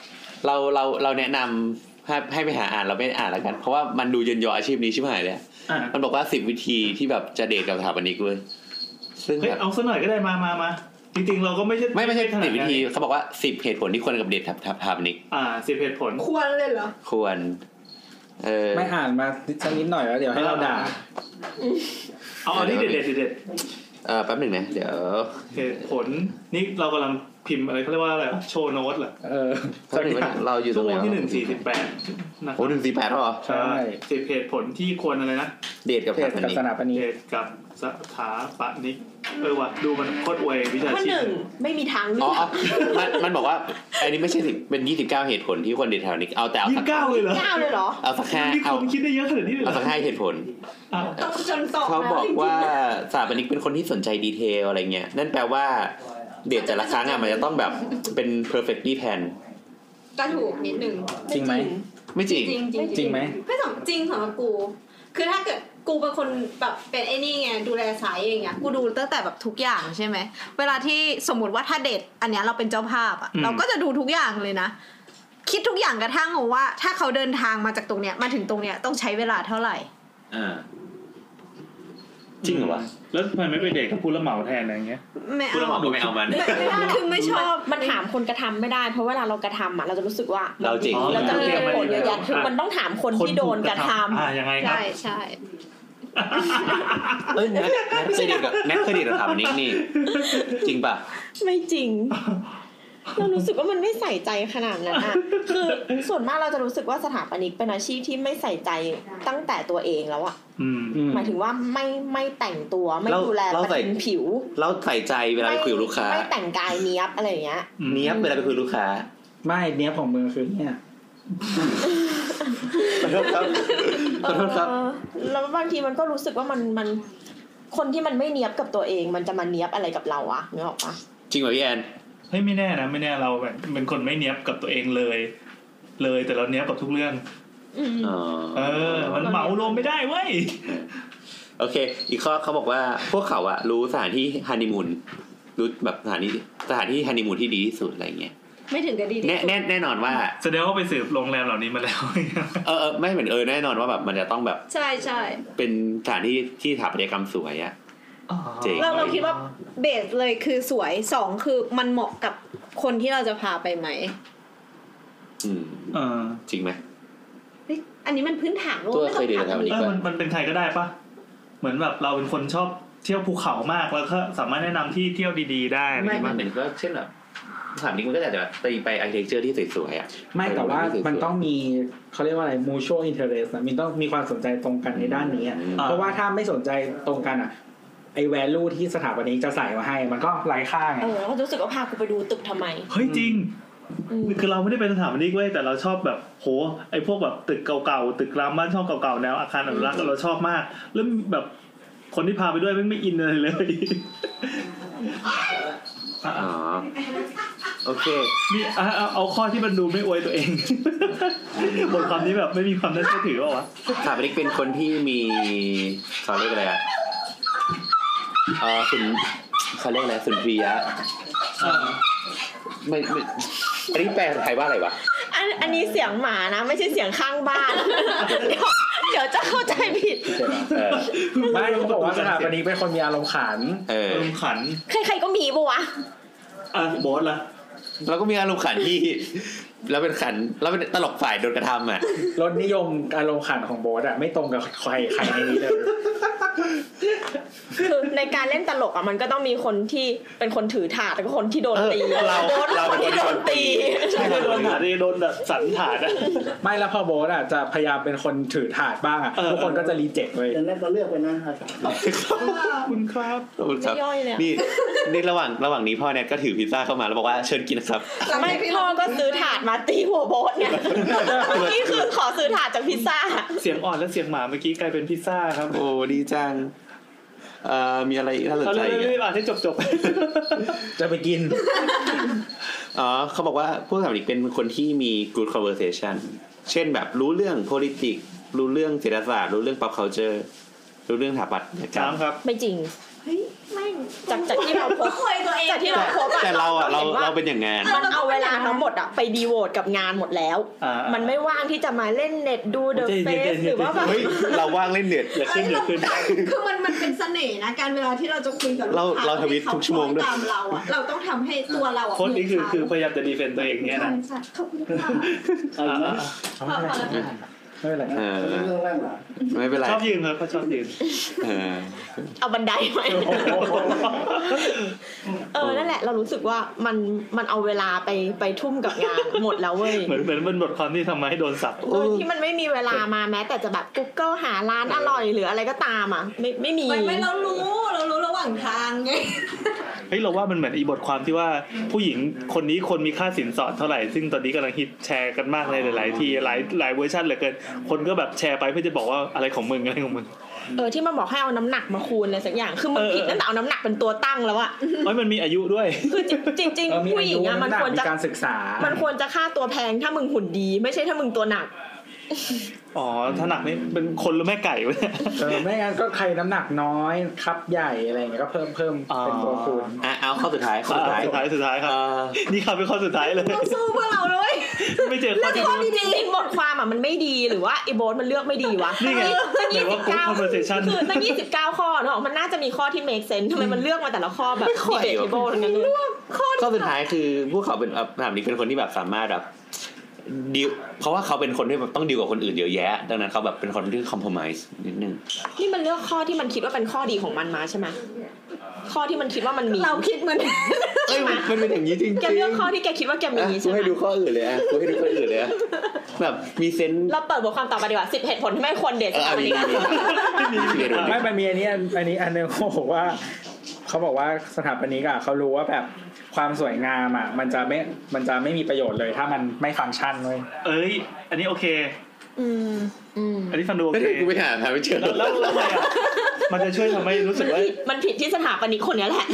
G: เราเราเราแนะนำให้ให้ไปหาอ่านเราไม่ได้อ่านแล้วกัน เพราะว่ามันดูเยินยออาชีพนี้ชิบหายเลยอะ
C: อ่ะ
G: มันบอกว่าสิบวิธีที่แบบจะเดทกับสถาปนิกเว้ยซึ่ง
C: เฮ้ย
G: แบบ
C: เอาซะหน่อยก็ได้มามามาจริงๆเราก็ไม่ใช่
G: ไม่ไม่ใช่
C: ขนา
G: สิ
C: ด
G: บวิ
C: นั้น
G: ธีเขาบอกว่าสิบเหตุผลที่ควรกับเดทกับสถาปนิก
C: อ่าสิบเหตุผล
H: ควรเลยเหรอ
G: ควร เออ
B: ไม่อ่านมาสักนิดหน่อยแล้วเดี๋ยวให้เราด่า
C: เอาเอาที่เด็ดๆเด็ด
G: เออแป๊บหนึ่งนะ เดี๋ยว
C: ๆเหตุผลนี่เรากำลังพิมพ์อะไรเขาเรียกว่าอะไรวะโชว์โน้ตเหรอ
B: เออ
G: แป๊บหนึ่งนะเราอยู่ต
C: ชั่
G: ร
C: ว
G: ง
C: โม
G: ไหน
C: ง
G: วะ
C: ที่หนึ่งสี่สิบแปดนะค
G: โอ้
C: รับ
G: หนึ่งสี่แปดแล้วเหรอ
B: ใช่
C: สิบเหตุผลที่ควรอะไรนะ
G: เดทกับ
B: เท
G: สถาป
B: ศกับ
G: นิก
B: สนาปนิก
C: เดทกับสถาปนิกเออว่ะดูมันโคตรอวยวิชา
E: ข้อ
C: ชี
E: หนึ่
C: พ
E: งไม่มีทางเลื
G: อ๋อ
E: อก
G: อ๋อมันมันบอกว่า อันนี้ไม่ใช่สิบเป็นยี่สิบเก้าเหตุผลที่ควรเดทสถาปนิกเอาแต่เอา
C: ยี่
G: สั
C: สิ
G: ก
C: บเก้าเลยเหรอ
E: เก้าเลยเหรอ
G: เอาสักห้า
C: นี่
G: เอา
C: คุณคิดได้เยอะขนาดนี้เลยเหร
G: เอา
C: อ
G: สักห้าเหตุผล
C: อ้าว
H: ต้องจนตอก
G: เขา
H: แล้ว
G: บอกว่าสถาปนิกเป็นคนที่สนใจดีเทลอะไรเงี้ย นั่นแปลว่าเดทแต่ละครั้งอ่ะมันจะต้องแบบเป็น perfectly plan
H: ก็ถูกนิดนึง
B: จริงไหม
G: ไม่จริง
H: จริงจริง
B: จริงไหม
H: ไม่สมจริงสำหรับกู คือถ้าเกิดกูเป็นคนแบบเป็นไอ้นี่ไงดูแลสายเองอ่ะกูดูตั้งแต่แบบทุกอย่างใช่ไหมเวลาที่สมมติว่าถ้าเดทอันเนี้ยเราเป็นเจ้าภาพอ่ะเราก็จะดูทุกอย่างเลยนะ คิดทุกอย่างกระทั่งว่า ถ้าเขาเดินทางมาจากตรงเนี้ยมาถึงตรงเนี้ยต้องใช้เวลาเท่าไหร่
G: อ่า จริงเหรอวะ
C: แล้วทำไมไม่ไปเดทกับผู้รับเหมาแทนอะไรอย่างเงี้ย
H: ไม่เอา
G: ผู้รับเหมาก็ไม่เอามัน
H: ไม่ไม่คือไม่ชอบ
E: มันถามคนกระทำไม่ได้ เพราะเวลาเรากระทำอ่ะเราจะรู้สึกว่า
G: เราจริง
C: อ๋อ
E: เราจะมีเหตุผลเยอะแยะคือมันต้องถามคนที่โดนกระทำ
C: อ่ายังไงครับ
H: ใช่ใช่
G: เอ้ยแม็กแม็กเคยเดทกับแม็กเคยเดทกับสถาปนิกนี่ จริงป่ะ
E: ไม่จริง เรารู้สึกว่ามันไม่ใส่ใจขนาดนั้นอ่ะคือส่วนมากเราจะรู้สึกว่าสถาปนิกเป็นอาชีพที่ไม่ใส่ใจตั้งแต่ตัวเองแล้วอ่ะ
C: อืม
B: อืม
E: หมายถึงว่าไม่ไม่แต่งตัวไม่
G: เรา
E: ดูแล
G: เรา
E: ประ
G: ใส่
E: ทินผิว
G: เราใส่ใจเวลาไปคุยกับลูกค้า
E: ไม่แต่งกายเนี้ยบอะไรอย่างเงี้ย
G: เนี้ยบเวลาไปคุยกับลูกค้า
B: ไม่เนี้ยของมึงคือเนี่ย
G: ขอโทษครับขอโทษครับ
E: เออแล้วบางทีมันก็รู้สึกว่ามันมัน คนที่มันไม่เนียบกับตัวเอง มันจะมาเนียบอะไรกับเราอะนึกออกปะ
G: จริงเหรอพี่แอน
C: เฮ้ยไม่แน่นะไม่แน่เราแบบเป็นคนไม่เนี้ยบกับตัวเองเลย เลยแต่เราเนี้ยบกับทุกเรื่อง
G: อ๋อ
C: เออ มันเหมารวมไม่ได้เว้ย
G: โอเค อีกข้อเขาบอกว่าพวกเขาอะรู้สถานที่ฮันนีมูนรู้แบบสถานที่สถานที่ฮันนีมูนที่ดีที่สุดอะไรเงี้ย
H: ไม่ถึงกับดีที่
G: แน่
H: สุด
G: แน่แน่นอนว่า
C: แสดงว่าไปสืบโรงแรมเหล่านี้มาแล้ว
G: เออเออไม่เหมือนเออแน่นอนว่าแบบมันจะต้องแบบ
H: ใช่ใช่
G: เป็นสถานที่ที่สถาปัตยกรรมสวยอะ เจ๋ง
H: เราเราคิดว่าเบสเลยคือสวยสองคือมันเหมาะกับคนที่เราจะพาไปไหม
G: อืม
C: เออ
G: จริงไหม
H: เฮ้ยอันนี้มันพื้นฐาน
G: ตัวเคยเดินทาง
H: ไม่
C: เอ
H: ต้อ
C: องมั
H: ถาม
C: นมันเป็นใครก็ได้ปะเหมือนแบบเราเป็นคนชอบเที่ยวภูเขามากแล้วก็สามารถแนะนำที่เที่ยวดีๆได้อะไร
G: ไม่
C: อย่างเงี้ย
G: มั
C: บ้า
G: น
C: ง
G: เหมือนก็เช่นแบบสถาปนิกมันก็จะแบบตีไปอาร์เคเต็กเจอร์ที่สวยๆอะ
B: ไม่แต่ว่า
G: ปโรงแรที่สยๆ
B: มันต้องมีเขาเรียกว่าอะไร mutual interest นะมันต้องมีความสนใจตรงกันในด้านนี้อะ
G: อืม
B: เพราะว่าถ้าไม่สนใจตรงกันอ่ะไอ้ value ที่สถาปนิกจะใส่มาให้ มันก็ไร้ค่าไง
E: เออแล้วก็รู้สึกว่าพากูไปดูตึกทำไม
C: เฮ้ยจริง
E: อืม
C: คือเราไม่ได้เป็นสถาปนิกเว้ยแต่เราชอบแบบโหไอ้พวกแบบตึกเก่าๆตึกรามบ้านช่องเก่าๆแนวอาคารอนุรักษ์เราชอบมาก แล้วแบบคนที่พาไปด้วยไม่ไม่อินอะไรเลย [LAUGHS] อ่ะ
G: อ๋อ โอเค
C: นี่อ่ะเอาเอาข้อที่มันดูไม่อวยตัวเอง [LAUGHS] บทความนี้แบบไม่มีความน่าเชื่อถือเปล่าวะ
G: สถาปนิกเป็นคนที่มีเขาเรียกอะไรอะเออสุนเขาเรียกอะไรสุนทรียะ
C: อ่ะ
G: ไม่ไม่อันนี้แปลไทยว่าอะไรวะ
E: อันอันนี้เสียงหมานะ ไม่ใช่เสียงข้างบ้าน [LAUGHS] เดี๋ยวเดี๋ยวจะเข้าใจผิด
G: เออ
B: ไม่เขาบอกว่าสถาปนิกเป็นคนมีอารมณ์ขัน
G: เออ
C: เติมขัน
E: ใครๆก็มีปะวะ
C: อ่ะโบสล่ะ
G: เราก็มีอารมณ์ขันที่ แล้วเป็นขันแล้วเป็นตลกฝ่ายโดนกระทำ
E: [LAUGHS]
G: อ่ะ
B: รสนิยมอารมณ์ขันของโบสอะไม่ตรงกับใครใครในนี้เลย
E: คือในการเล่นตลกอ่ะมันก็ต้องมีคนที่เป็นคนถือถาดแล้วก็คนที่โดนตี
G: เออเรา
E: โบท
G: เรา
E: ค
G: เป็น น
E: ที่
G: คนโด
E: โดน
G: นตี
E: ตี
C: ใช่โดนถาดนี่โดนแบบสันถาดอะ
B: ไม่แล้วพอโบสอะจะพยายามเป็นคนถือถาดบ้างอะ
C: เออ
B: ทุกคนก็จะรีเจ็คเลย
A: ดังนั้นเราเลือกไปนะ
C: [LAUGHS] คุณครับ
G: ขอบคุณครับ
E: ไม่ย่อยเลยอะ
G: นี่นี่ระหว่างระหว่างนี้พ่อเนี่ยก็ถือพิซซ่าเข้ามาแล้วบอกว่าเชิญกินนะครับ
E: ไม่พ่อก็ซื้อถาดมาตีหัวโบทเนี่ยเมื่อกี้คือขอซื้อถาดจากพิซซ่า
C: เสียงอ่อนและเสียงหมาเมื่อกี้กลายเป็นพิซซ่าครับ
G: โอ้ดีจังเอ่อมีอะไรอีกน่าสน
C: เอา
G: ใจ
C: เรื่
G: อีก
C: อย
G: อะ
C: ๆอ่ [LAUGHS] านให้จบ
B: จะไป
E: [LAUGHS]
B: กิน
G: อ๋อเขาบอกว่าผู้สามีเป็นคนที่มี good conversation เช่นแบบรู้เรื่อง politics รู้เรื่องเศรษฐศาสตร์รู้เรื่อง pop culture รู้เรื่องสถาปัตย
C: ๆ
G: กรร
C: สาม มครับ
E: ไม่จริง
H: เฮ้ยไม่
E: จากจากที่เราพบ
H: เคยตัวเอง
E: จากที่เราพบอะ
G: แต่เราอ่ะเรา
E: ห็นว่
G: เราเป็นอย่างงาน
E: มันเอาเวลาทั้งหมดอะไปดีโวตกับงานหมดแล้ว
C: อ่ามั
E: มันไม่ว่างที่จะมาเล่นเน็ตดูเดอะ
C: ใจ
E: เฟ
C: เย็
E: ส
C: นๆ
E: หรือว่าแบบ
G: เฮ้ย เราว่างเล่นเน็ต
C: อย่าขึ้นอย่าขึ้น
H: คือมันมันเป็นเสน่ห์นะการเวลาที่เราจะคุยกับลูก
G: เรา
H: ค้
G: เราทวีต
H: ให้ข
G: ทุกชั่วโมงด้วย
H: ตามเราอะเราต้องทำให้ตัวเราอะ
C: โค้ดนี้คือ
H: เหมื
C: คือพ
H: เข
C: ยายามจะดีเฟนต์ตัวเองเนี่ย
H: า
C: นะ
H: ใช่ใช่ขอบคุณค่ะ
A: เอาอีกไหม
B: เอาไม่เป็นไรไม่เป็นไร
G: เออ
A: เรื่องแรกเหรอ
G: ไม่เป็นไร
C: ชอบยืนครับเขาชอบยืน
G: เออ
E: เอาบันไดไหมเออนั่นแหละ เรารู้สึกว่ามันมันเอาเวลาไปไปทุ่มกับงานหมดแล้วเว้ย
C: เหมือนเหมือนเป็นบทความที่ทำมาให้โดนสับ
E: โดยที่มันไม่มีเวลามาแม้ แต่จะแบบ Google หาร้านอร่อยหรืออะไรก็ตามอ่ะ ไม่ไม่มี
H: ไม่ไม่เรารู้เรารู้ระหว่างทางไง
C: เฮ้ยเราว่ามันเหมือนอีบทความที่ว่าผู้หญิงคนนี้คนมีค่าสินสอดเท่าไหร่ ซึ่งตอนนี้กำลังฮิตแชร์กันมากในหลาย ๆ ที่หลายหลายเวอร์ชันเหลือเกิน คนก็แบบแชร์ไปเพื่อจะบอกว่าอะไรของมึงอะไรของมึง
E: เออที่มันบอกให้เอาน้ำหนักมาคูณอะไรสักอย่าง คือมันผิดตั้งแต่เอาน้ำหนักเป็นตัวตั้งแล้วอะ
C: เอ้ยมันมีอายุด้วย
E: คือจริงจริง
B: เออมี
E: ๆผู้หญิงอะ
B: ายุ
E: มัน
B: หก
E: ควรจะ
B: มีการศึกษา
E: มันควรจะค่าตัวแพงถ้ามึงหุ่นดี ไม่ใช่ถ้ามึงตัวหนัก
C: อ๋อถ้าหนักนี่เป็นคนหรือแม่ไก่วะเนี่ย
B: เออไม่งั้นก็ใครน้ำหนักน้อยครับใหญ่อะไรเงี้ยก็เพิ่มเพิ่ม
C: อ๋อ
B: เป็นตัวคูณ
G: อ่ะเอาเข้อสุดท้ายข้อ
C: อ่ะ
G: สุดท้าย
C: สุดท้ายสุดท้ายครับ
G: เอ่อ
C: นี่ครับเป็นข้อสุดท้ายเลย
E: ต้องสู้เพื่อเราเลย
C: ไม่เจอข้
E: แล้
C: อ
E: ว
C: ที่
E: ข้อจริงจริงๆบทความอ่ะมันไม่ดีหรือว่าไอ้โบทมันเลือกไม่ดีวะ
C: นี่ไง
E: ตั้ง
C: ไหน
E: ยี่สิ
C: ว่า
E: บ
C: good
E: เก้า
C: conversation
E: คือตั้งยี่สิบเก้าข้อเนอะมันน่าจะมีข้อที่ make sense ทำไมมันเลือกมาแต่ละข้อแบบ debatable ทั้งนั้นเลย
G: ข้อสุดท้ายคือพวกเขาเป็นแบบถามนี้เป็นคนที่แบบสามารถแบบดิวเพราะว่าเขาเป็นคนที่แบบต้องดิวกับคนอื่นเยอะแยะ ดังนั้นเขาแบบเป็นคนที่คอมเพลมไส์นิดนึง
E: นี่มันเลือกข้อที่มันคิดว่าเป็นข้อดีของมันมาใช่ไหมข้อที่มันคิดว่ามันมี
H: เราคิดเหมือน
G: เอ้ยมันมันเป็นอย่างนี้จริงๆ
E: แกเลือกข้อที่แกคิดว่าแกมี
G: อ่ะกู
E: ใช่ไหม
G: ให้ดูข้ออื่นเลยอ่ะกูให้ดูข้ออื่นเลยอ่ะแบบมีเซนส์
E: เราเปิดบทความต่อไปดีกว่าสิบเหตุผลที่ไม่ควรเดท
G: เอออัน
E: วัน
G: นี้
E: นี้กัน
G: อันนี้มีดู
B: ไม่มันมีอันนี้อันอันนี้อันหนึงเขาบอกว่าเขาบอกว่าสถาปนิกอะเขารู้ว่าแบบความสวยงามอะมันจะไม่มันจะไม่มีประโยชน์เลยถ้ามันไม่ฟังก์ชันเลย
C: เอ้ย อันนี้โอเค
E: อืมอืม
C: อันนี้ฟังดูโอ
G: ไม่
C: เค
G: ได้กูไปหาหาไม่เจอ
C: แล้วแล้วแล้วอะไรอ่ะมันจะช่วยทำให้รู้สึกว่า
E: มันผิดที่สถาปนิกคนเนี้ยแหละ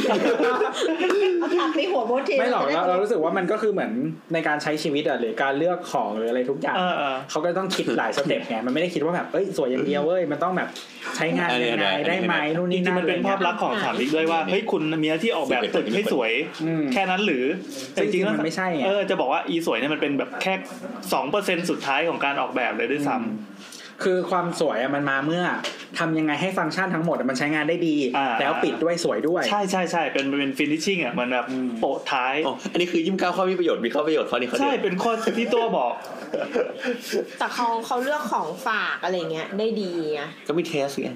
H: เอาถักในหัวโบสเท
B: ไม่หรอกเราเรารู้สึกว่ามันก็คือเหมือนในการใช้ชีวิตอะหรือการเลือกของหรืออะไรทุกอย่าง
C: เออเออ
B: เขาก็ต้องคิดหลายสเต็ปไงมันไม่ได้คิดว่าแบบเอ้ยสวยอย่างเดียวเว้ยมันต้องแบบใช้งานยังไงได้ไหมนู่น
C: จ
B: นี่
C: ริ
B: นั่
C: งๆ
B: น
C: มันเป็นภาพลักษณ์ของสถามอีกด้วยว่าเฮ้ยคุณมีหน้าที่ออกแบบตึกให้สวย
B: อืม
C: แค่นั้นหรือ
B: แต่จริงๆมันไม่ใช่ไง
C: เออจะบอกว่าอีสวยเนี่ยมันเป็นแบบแค่สองเปอร์เซ็นสุดท้ายของการออกแบบเลยด้วยซ้
B: คือความสวยอะมันมาเมื่อทำยังไงให้ฟังก์ชันทั้งหมดอะมันใช้งานได้ดี แล้วปิดด้วยสวยด้วย
C: ำใช่ใช่ใช่เป็นเป็นฟินิชชิ่งอ่ะมันแบบ
B: อืม
C: โปะท้าย
G: อ๋ออันนี้คือยิ่มเก้าข้อมีประโยชน์มีข้อประโยชน์ข้อนี้ข้อเดี
C: ใช่
G: ยว
C: เป็นข้อที่ตัวบอก
E: แต่เขาเขาเลือกของฝากอะไรเงี้ยได้ดีอะ
G: ก็มีเทสไง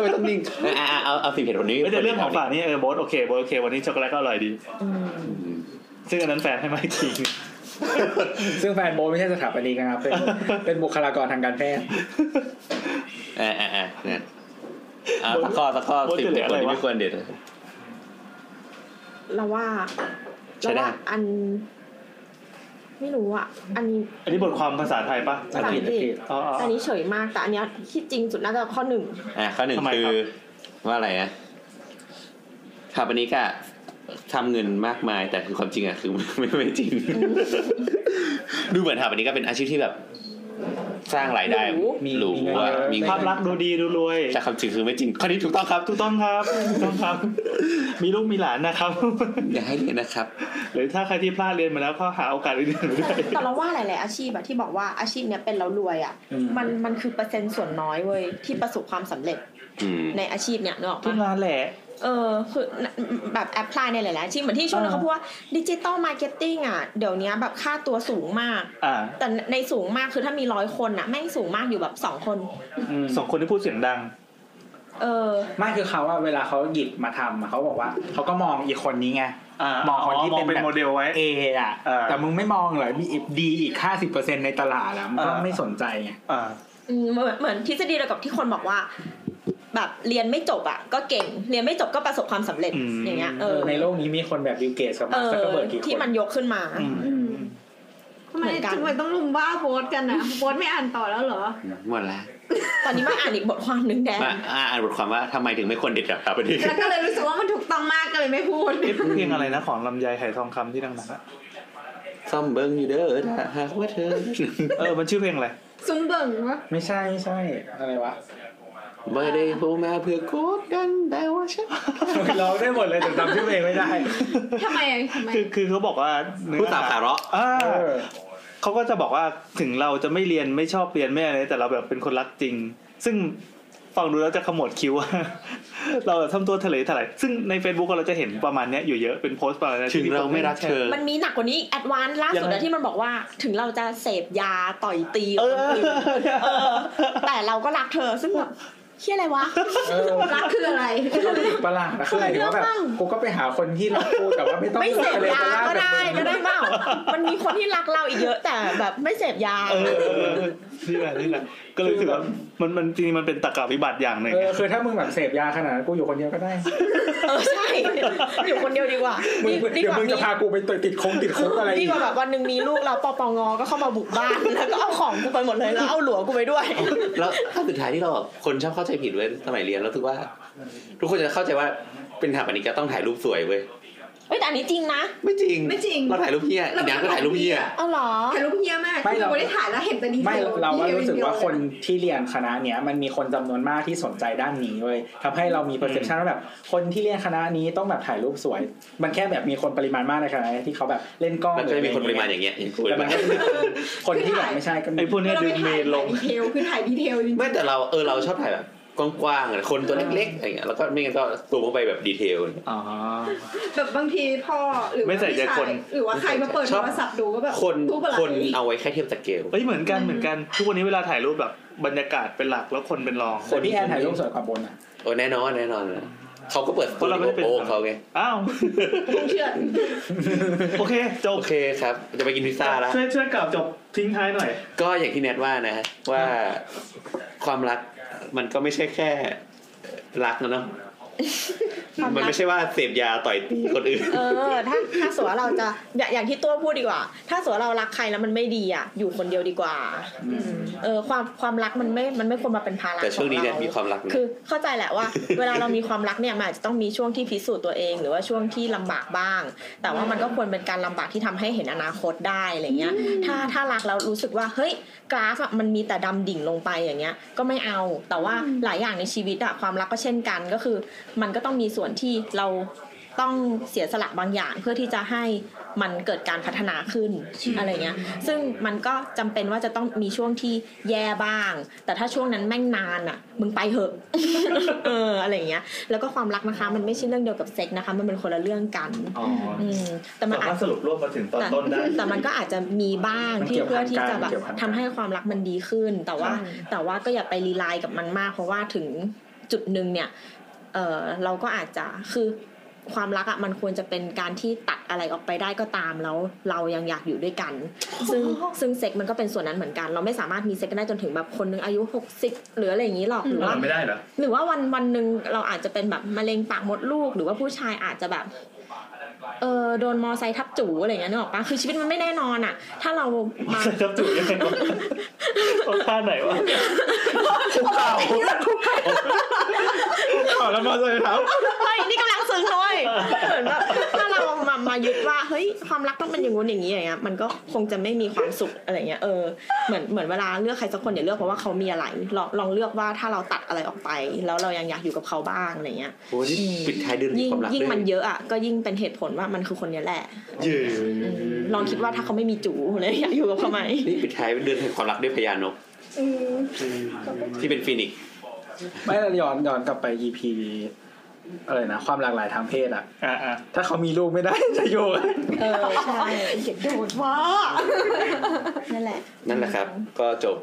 G: ไม่ต้องนิ่งอ่ะอ่ะเอาเอาสิบเหตุผลนี้
C: ไม่แต่เรื่องของฝากนี่เออโบสโอเคโบสโอเค วันนี้ช็อกโกแลตก็อร่อยดี ซึ่งอันนั้นแฟนให้มาอีกทีนึง
B: ซึ่งแฟนโบทไม่ใช่สถาปนิก
C: [LAUGHS]
B: นะครับเป็นเป็นบุคลากรทางการแพทย์
G: เออเออเออเนี่ยอ่ะสักข้อสักข้อสิบเด็ดคนที่ไม่ควรเด็ด
E: เราว่า
G: ใช่
E: เรา
G: ได้
E: ว่าอัน ไม่รู้อ่ะ อันนี้
C: อันนี้บทความภาษาไทยปะ
E: ภาษาอังกฤษ
C: อ๋ออ๋อ
E: อันนี้เฉยมากแต่อันเนี้ยที่จริงสุดน่าจะข้อหนึ่ง
G: อ่ะข้อหนึ่ง
C: ทำไม
G: คื
C: ครั
G: อบ ว่าอะไรนะคาปนิกอะทำเงินมากมาย แต่คือความจริงอะคือไม่ไม่จริง [LAUGHS] ดูเหมือนคาปนิกก็เป็นอาชีพที่แบบ สร้างรายได้
B: มี
G: หรู
B: มีเงิน
G: อะ
B: เยอะ
G: มีเงิน
C: ภาพลักษณ์ดูดีดูรวย
G: แต่ความจริงคือไม่จริงข้อนี้ถูกต้องครับ
C: ถูกต้องครับถูกต้องครับ มีลูกมีหลานนะครับ
G: อย่าให้เลยนะครับ
C: หรือถ้าใครที่พลาดเรียนมาแล้วก็หาโอกาสอื่นๆด้วย
E: แต่เราว่าหลาย ๆ อาชีพอะที่บอกว่าอาชีพเนี้ยเป็นแล้วรวยอะ
B: อืม
E: มันมันคือเปอร์เซ็นต์ส่วนน้อยเว้ยที่ประสบความสำเร็จ
G: อืม
E: ในอาชีพเนี้ยเนกอะ
C: ทุกงานแหละ
E: เออคือแบบแอพพลายในหลายๆอาชีพเหมือนที่ช่วงนั้นเขาพูดว่าดิจิตอลมาร์เก็ตติ้งอ่ะ เดี๋ยวนี้แบบค่าตัวสูงมาก
C: อ่า
E: แต่ในสูงมากคือถ้ามีร้อยคนอ่ะแม่งสูงมากอยู่แบบสองคน
B: อืม
C: สองคนที่พูดเสียงดัง
E: เออ
B: ไม่คือเขาว่าเวลาเขาหยิบมาทำอะเขาบอกว่าเขาก็มองอีกคนนี้ไง
C: อ่าม
B: องคนที่
C: มอ
B: เป็น
C: งเป็น
B: แบบ
C: โมเดลไว้
B: เออะ
C: เออ
B: แต่มึงไม่มองเหรอมีอีกดีอีกห้าสิบเปอร์เซ็นในตลาดอะมันก็
C: เออ
B: ไม่สนใจไง
C: อ่า
E: อืมเหมือนเหมือนทฤษฎีเดียวกับที่คนบอกว่า แบบเรียนไม่จบอ่ะ ก็เก่งเรียนไม่จบก็ประสบความสำเร็จ
C: อืม
E: อย่างเงี้ยเอ
B: เอ
E: อ
B: อในโลกนี้มีคนแบบบิลเกตกับ
E: เอ
B: มาร์
E: อ
B: คซักเคอร์เบิร์กกี่คน
E: ที่มันยกขึ้นมา
C: อืม
H: ทำไม
E: เหมือนกัน
H: ทำไมต้องลุมว่าโพสต์กันนะโพสต์ไม่อ่านต่อแล้วเหรอ
G: หมดแล้ว
E: ตอนนี้มาอ่านอีกบทความหนึ่งแดน
G: มาอ่าอ่านบทความว่าทำไมถึงไม่ควรเด็ดดับครับวันนี้
H: แล้วก็เลยรู้สึกว่ามันถูกต้องมากก็เลยไม่พูด
C: เอ๊ะเพลงอะไรนะของลำไยไหทองคำที่ดังๆอะ
G: [LAUGHS] ซ่อมเบิ้งอยู่เด้อถ้าหากว่าเธ [LAUGHS] อ
C: เออมันชื่อเพลงอะไร
H: ซุ้มเบิ่งวะ
B: ไม่ใช่ไม่ใช่อะไรวะ
G: ไม่ได้โทรมาเพื่อโกรธกันแต่ว่าฉัน
B: ร้องได้หมดเลยแต่จำชื่อเพลงไม่ได้
H: ทำไมอะทำไม
C: คือคือเขาบอกว่าเนื้อ
G: ผู้สาวขาเราะ
C: อ่า
B: เออ
C: เขาก็จะบอกว่าถึงเราจะไม่เรียนไม่ชอบเรียนไม่อะไรแต่เราแบบเป็นคนรักจริง ซึ่งฟังดูแล้วจะขมวดคิ้ว เราแบบทำตัวทะเลถลายซึ่งใน Facebook เราจะเห็นประมาณเนี้ยอยู่เยอะเป็นโพสต์ประมาณนี้ย
G: ถึงเราไม่รักเธอ
E: มันมีหนักกว่านี้อีกแอดวานซ์ล่าสุดอะที่มันบอกว่าถึงเราจะเสพยาต่อยตี
C: เออ
E: คนอื่น
C: เนี่ย
E: เออ แต่เราก็รักเธอซึ่งแบบเชี่ยอะไรวะ
B: เออ
H: รักคืออะไร
B: ประหลาดนะคือหมายถึงว่าแบบกูก็ไปหาคนที่รักกูแต่ว่าไม่ต้อง
E: ไม่เสพยาก็ได้
B: แบบ
E: ก็ได้เปล่ามันมีคนที่รักเราอีกเยอะ แต่แบบไม่เสพยา
C: เออเออเออนี่แหละนี่แหละก็เลยรู้สึกว่ามันมันจริงๆมันเป็นตรรกะวิบัติอย่างหนึ่ง
B: เออคือถ้ามึงแบบเสพยาขนาดนั้นกูอยู่คนเดียวก็ได้
E: เออใช่ อยู่คนเดียวดีกว่า
B: มึง
E: ดีดีก
B: เดี๋ยว
E: ว่า
B: มึง
E: มี
B: จะพากูไปติดคงติดคุกอะไร
E: ดี
B: อีก
E: กว่าแบบวันหนึ่งมีลูกเราปปงก็เข้ามาบุกบ้าน แล้วก็เอาของกูไปหมดเลยแล้วเอาหลัวกูไปด้วย
G: แล้วขั้นสุดท้ายที่เราแบบคนชอบเข้าใจผิดเว้ยสมัยเรียนแล้วรู้สึกว่า ทุกคนจะเข้าใจว่าเป็นสถาปนิกจะต้องถ่ายรูปสวยเว้ย
E: เฮ้ยแต่อันนี้จริงนะ
G: ไม่จริง
H: ไม่จริง
G: เราถ่ายรูปเพี้ยอีน้ำก็ถ่ายรูปเพี้ย
E: เอาเหรอ
H: ถ่ายรูปเฮียมากคือเราไม่ได้ถ่ายแล้วเห็นแต่ดีเท
B: ไม่
H: ล
B: เราว่า
H: ดีทล
B: รู้สึกว่า
H: อย่งเดีย
B: คนที่เรียนคณะเนี้ยมันมีคนจำนวนมากที่สนใจด้านนี้เว้ยทำให้เรามี perception ว่าแบบ คนที่เรียนคณะนี้ต้องแบบถ่ายรูปสวย มันแค่แบบมีคนปริมาณมากในคณะที่เขาแบบเล่นกล้อง
G: มันก็จะมีคนปริมาณอย่างเงี้ยอย่างคุณ
B: แต่มันก็มีคนที่แบบไม่ใช่ก็มี
C: ไอ้พวกเนี้ย
H: เรา
C: ดึ
H: ไม่
C: งเม
H: ถ่าย
C: นลง
H: ดีเทลคือถ่ายดีเทลจริง
G: ไม่แต่เราเออเราชอบถ่ายแบบกว้างๆอะคนตัวเล็กๆอะไรเงี้ยแล้วก็ไม่งั้นก็ซูมเข้าไปแบบดีเทลอย่างเงี้ย
C: อ๋อ
H: ๆแบบบางทีพ่อหรือว่า
C: ไม่ใส่ใจ
H: พี่ชาย
C: คน
H: หรือว่าใครมาเปิด
G: ช
H: โท
G: อบ
H: รศัพท์ดูก็แบบ
G: คน
H: ทุบอะไร
G: คนเอาไว้แค่เทียบสเกล
C: เอ้ยเหมือนกันเหมือนกันทุกวันนี้เวลาถ่ายรูปแบบบรรยากาศเป็นหลักแล้วคนเป็นรอง
B: คนที่แอนถ่ายรูปสวยกว่าบนอ่ะ
G: โอ้แน่นอนแน่นอนนะเขาก็เปิดสตูดิ
C: เพราะเราไม่ได้เป็น
G: โอของเขาไง
C: อ้าว
H: ทุบเชือด
C: โอเค จบ
G: โอเคครับ จะไปกินพิซซ่าละ
C: ช่วยช่วยกล่าวจบทิ้งท้ายหน่อย
G: ก็อย่างที่แนทว่านะฮะว่าความรักมันก็ไม่ใช่แค่รักนะเนาะ
E: ความรัก
G: มันไม่ใช่ว่าเสพยาต่อยตีคนอื่น
E: เออ ถ้าถ้าสมมุติว่าเราจะอย่าอย่างที่ตัวพูดดีกว่า ถ้าสมมุติว่าเรารักใครแล้วมันไม่ดีอ่ะ อยู่คนเดียวดีกว่าเออความความรักมันไม่มันไม่ควรมาเป็นภาระ
G: แต่ช่วงนี้
E: ขอ
G: แน
E: รา
G: ทมีความรักนะ
E: คือเข้าใจแหละว่า เวลาเรามีความรักเนี่ยมันอาจจะต้องมีช่วงที่พิสูจน์ตัวเอง หรือว่าช่วงที่ลำบากบ้าง แต่ว่ามันก็ควรเป็นการลำบากที่ทำให้เห็นอนาคตได้อะไรเงี้ย ถ้าถ้ารักแล้วรู้สึกว่าเฮ้ยกราฟอะมันมีแต่ดำดิ่งลงไปอย่างเงี้ย ก็ไม่เอา แต่ว่าหลายอย่างในชีวิตอะความรักก็เช่นกันก็คือ มันก็ต้องมีส่วนที่เราต้องเสียสละบางอย่างเพื่อที่จะให้มันเกิดการพัฒนาขึ้นอะไรเงี้ย ซึ่งมันก็จำเป็นว่าจะต้องมีช่วงที่แย่บ้าง แต่ถ้าช่วงนั้นแม่งนานอ่ะ มึงไป
B: [LAUGHS]
E: เหอะ เอออะไรเงี้ย แล้วก็ความรักนะคะ มันไม่ใช่เรื่องเดียวกับเซ็กนะคะ มันเป็นคนละเรื่องกัน
C: อ๋อ
E: อืมแต่มัน
C: สา
E: อาจ
C: มารถสรุปรวบมาถึงตอน
E: แต่
C: ต้นได้
E: แต่มันก็อาจจะมีบ้าง
B: มัน
E: ที่
B: เกี่ยวพั
E: เพื่อน ที่
B: กั
E: จะ
B: น
E: แบบ
B: เกี่ยวพันกัน
E: ทำให้ความรักมันดีขึ้น แต่ว่า
C: ครับ
E: แต่ว่าก็อย่าไปรีไลน์กับมันมาก เพราะว่าถึงจุดหนึ่งเนี่ยเออเราก็อาจจะคือความรักอะ่ะมันควรจะเป็นการที่ตัดอะไรออกไปได้ก็ตามแล้ว เรายังอยากอยู่ด้วยกัน ซึ่งซึ่งเซ็กมันก็เป็นส่วนนั้นเหมือนกัน เราไม่สามารถมีเซ็กกันได้จนถึงแบบคนหนึงอายุ 60 หรืออะไรอย่างนี้หรอกหรือว่า
C: มันไม่ได้เหรอ
E: หรือว่าวันวันหนึ่งเราอาจจะเป็นแบบมะเร็งปากมดลูก หรือว่าผู้ชายอาจจะแบบ เออโดนมอไซค์ทับจูอะไรอย่างเงี้ยนึกออกปะคือชีวิตมันไม่แน่นอนอ่ะ ถ้าเรามา
C: ใส่จับจุดยังไงวะเอาท่าไหนวะคุกเข่าคุกเข่าแล้วมาเลยครับ
E: เฮ้ยนี่กำลังซึ้งเลยเหมือนแบบถ้าเรามามายึดว่าเฮ้ยความรักต้องเป็นอย่างงู้นอย่างนี้อย่างเงี้ยมันก็คงจะไม่มีความสุขอะไรเงี้ยเออเหมือนเหมือนเวลาเลือกใครสักคนอย่าเลือกเพราะว่าเขามีอะไรลองลองเลือกว่าถ้าเราตัดอะไรออกไป แล้วเรายังอยากอยู่กับเขาบ้างอะไรเงี้ย
G: โอ้นี่ปิดท้ายเดือน
E: ยิ่ง
G: ความรัก
E: ยิ่ง
G: ด้ว
E: มันเยอะอ่ะก็ยิ่งเป็นเหตุผลว่ามันคือคนเนี้ยแหละ
G: เยอะ
E: ลองคิดว่าถ้าเขาไม่มีจูเลยอยากอยู่กับเขาไหม
G: นี่ปิดท้ายเดือนแห่งความรักด้วยพญานกที่เป็นฟินิกซ์
B: ไม่เราย้อนย้อนกลับไป EP อะไรนะความหลากหลายทางเพศอ่ะ
C: อ่าอ่า
B: ถ้าเขามีลูกไม่ได้ [LAUGHS] จะอยู่กัน
D: เออใช่
H: เดี๋ยวโดนว่า
D: นั่นแหละ
G: นั่นแหละครับ ก็จบ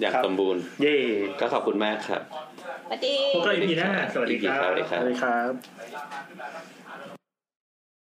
G: อย่างสมบูรณ์
C: เย่
G: ก็ขอบคุณมากครับ
E: ปฏิ
C: พบกันอีพีหน้าสวัสดี
G: อีกที
C: ครั
G: ครับ
C: บ
G: สวัสดีค
B: ส
G: รับ
B: วัสดีครับ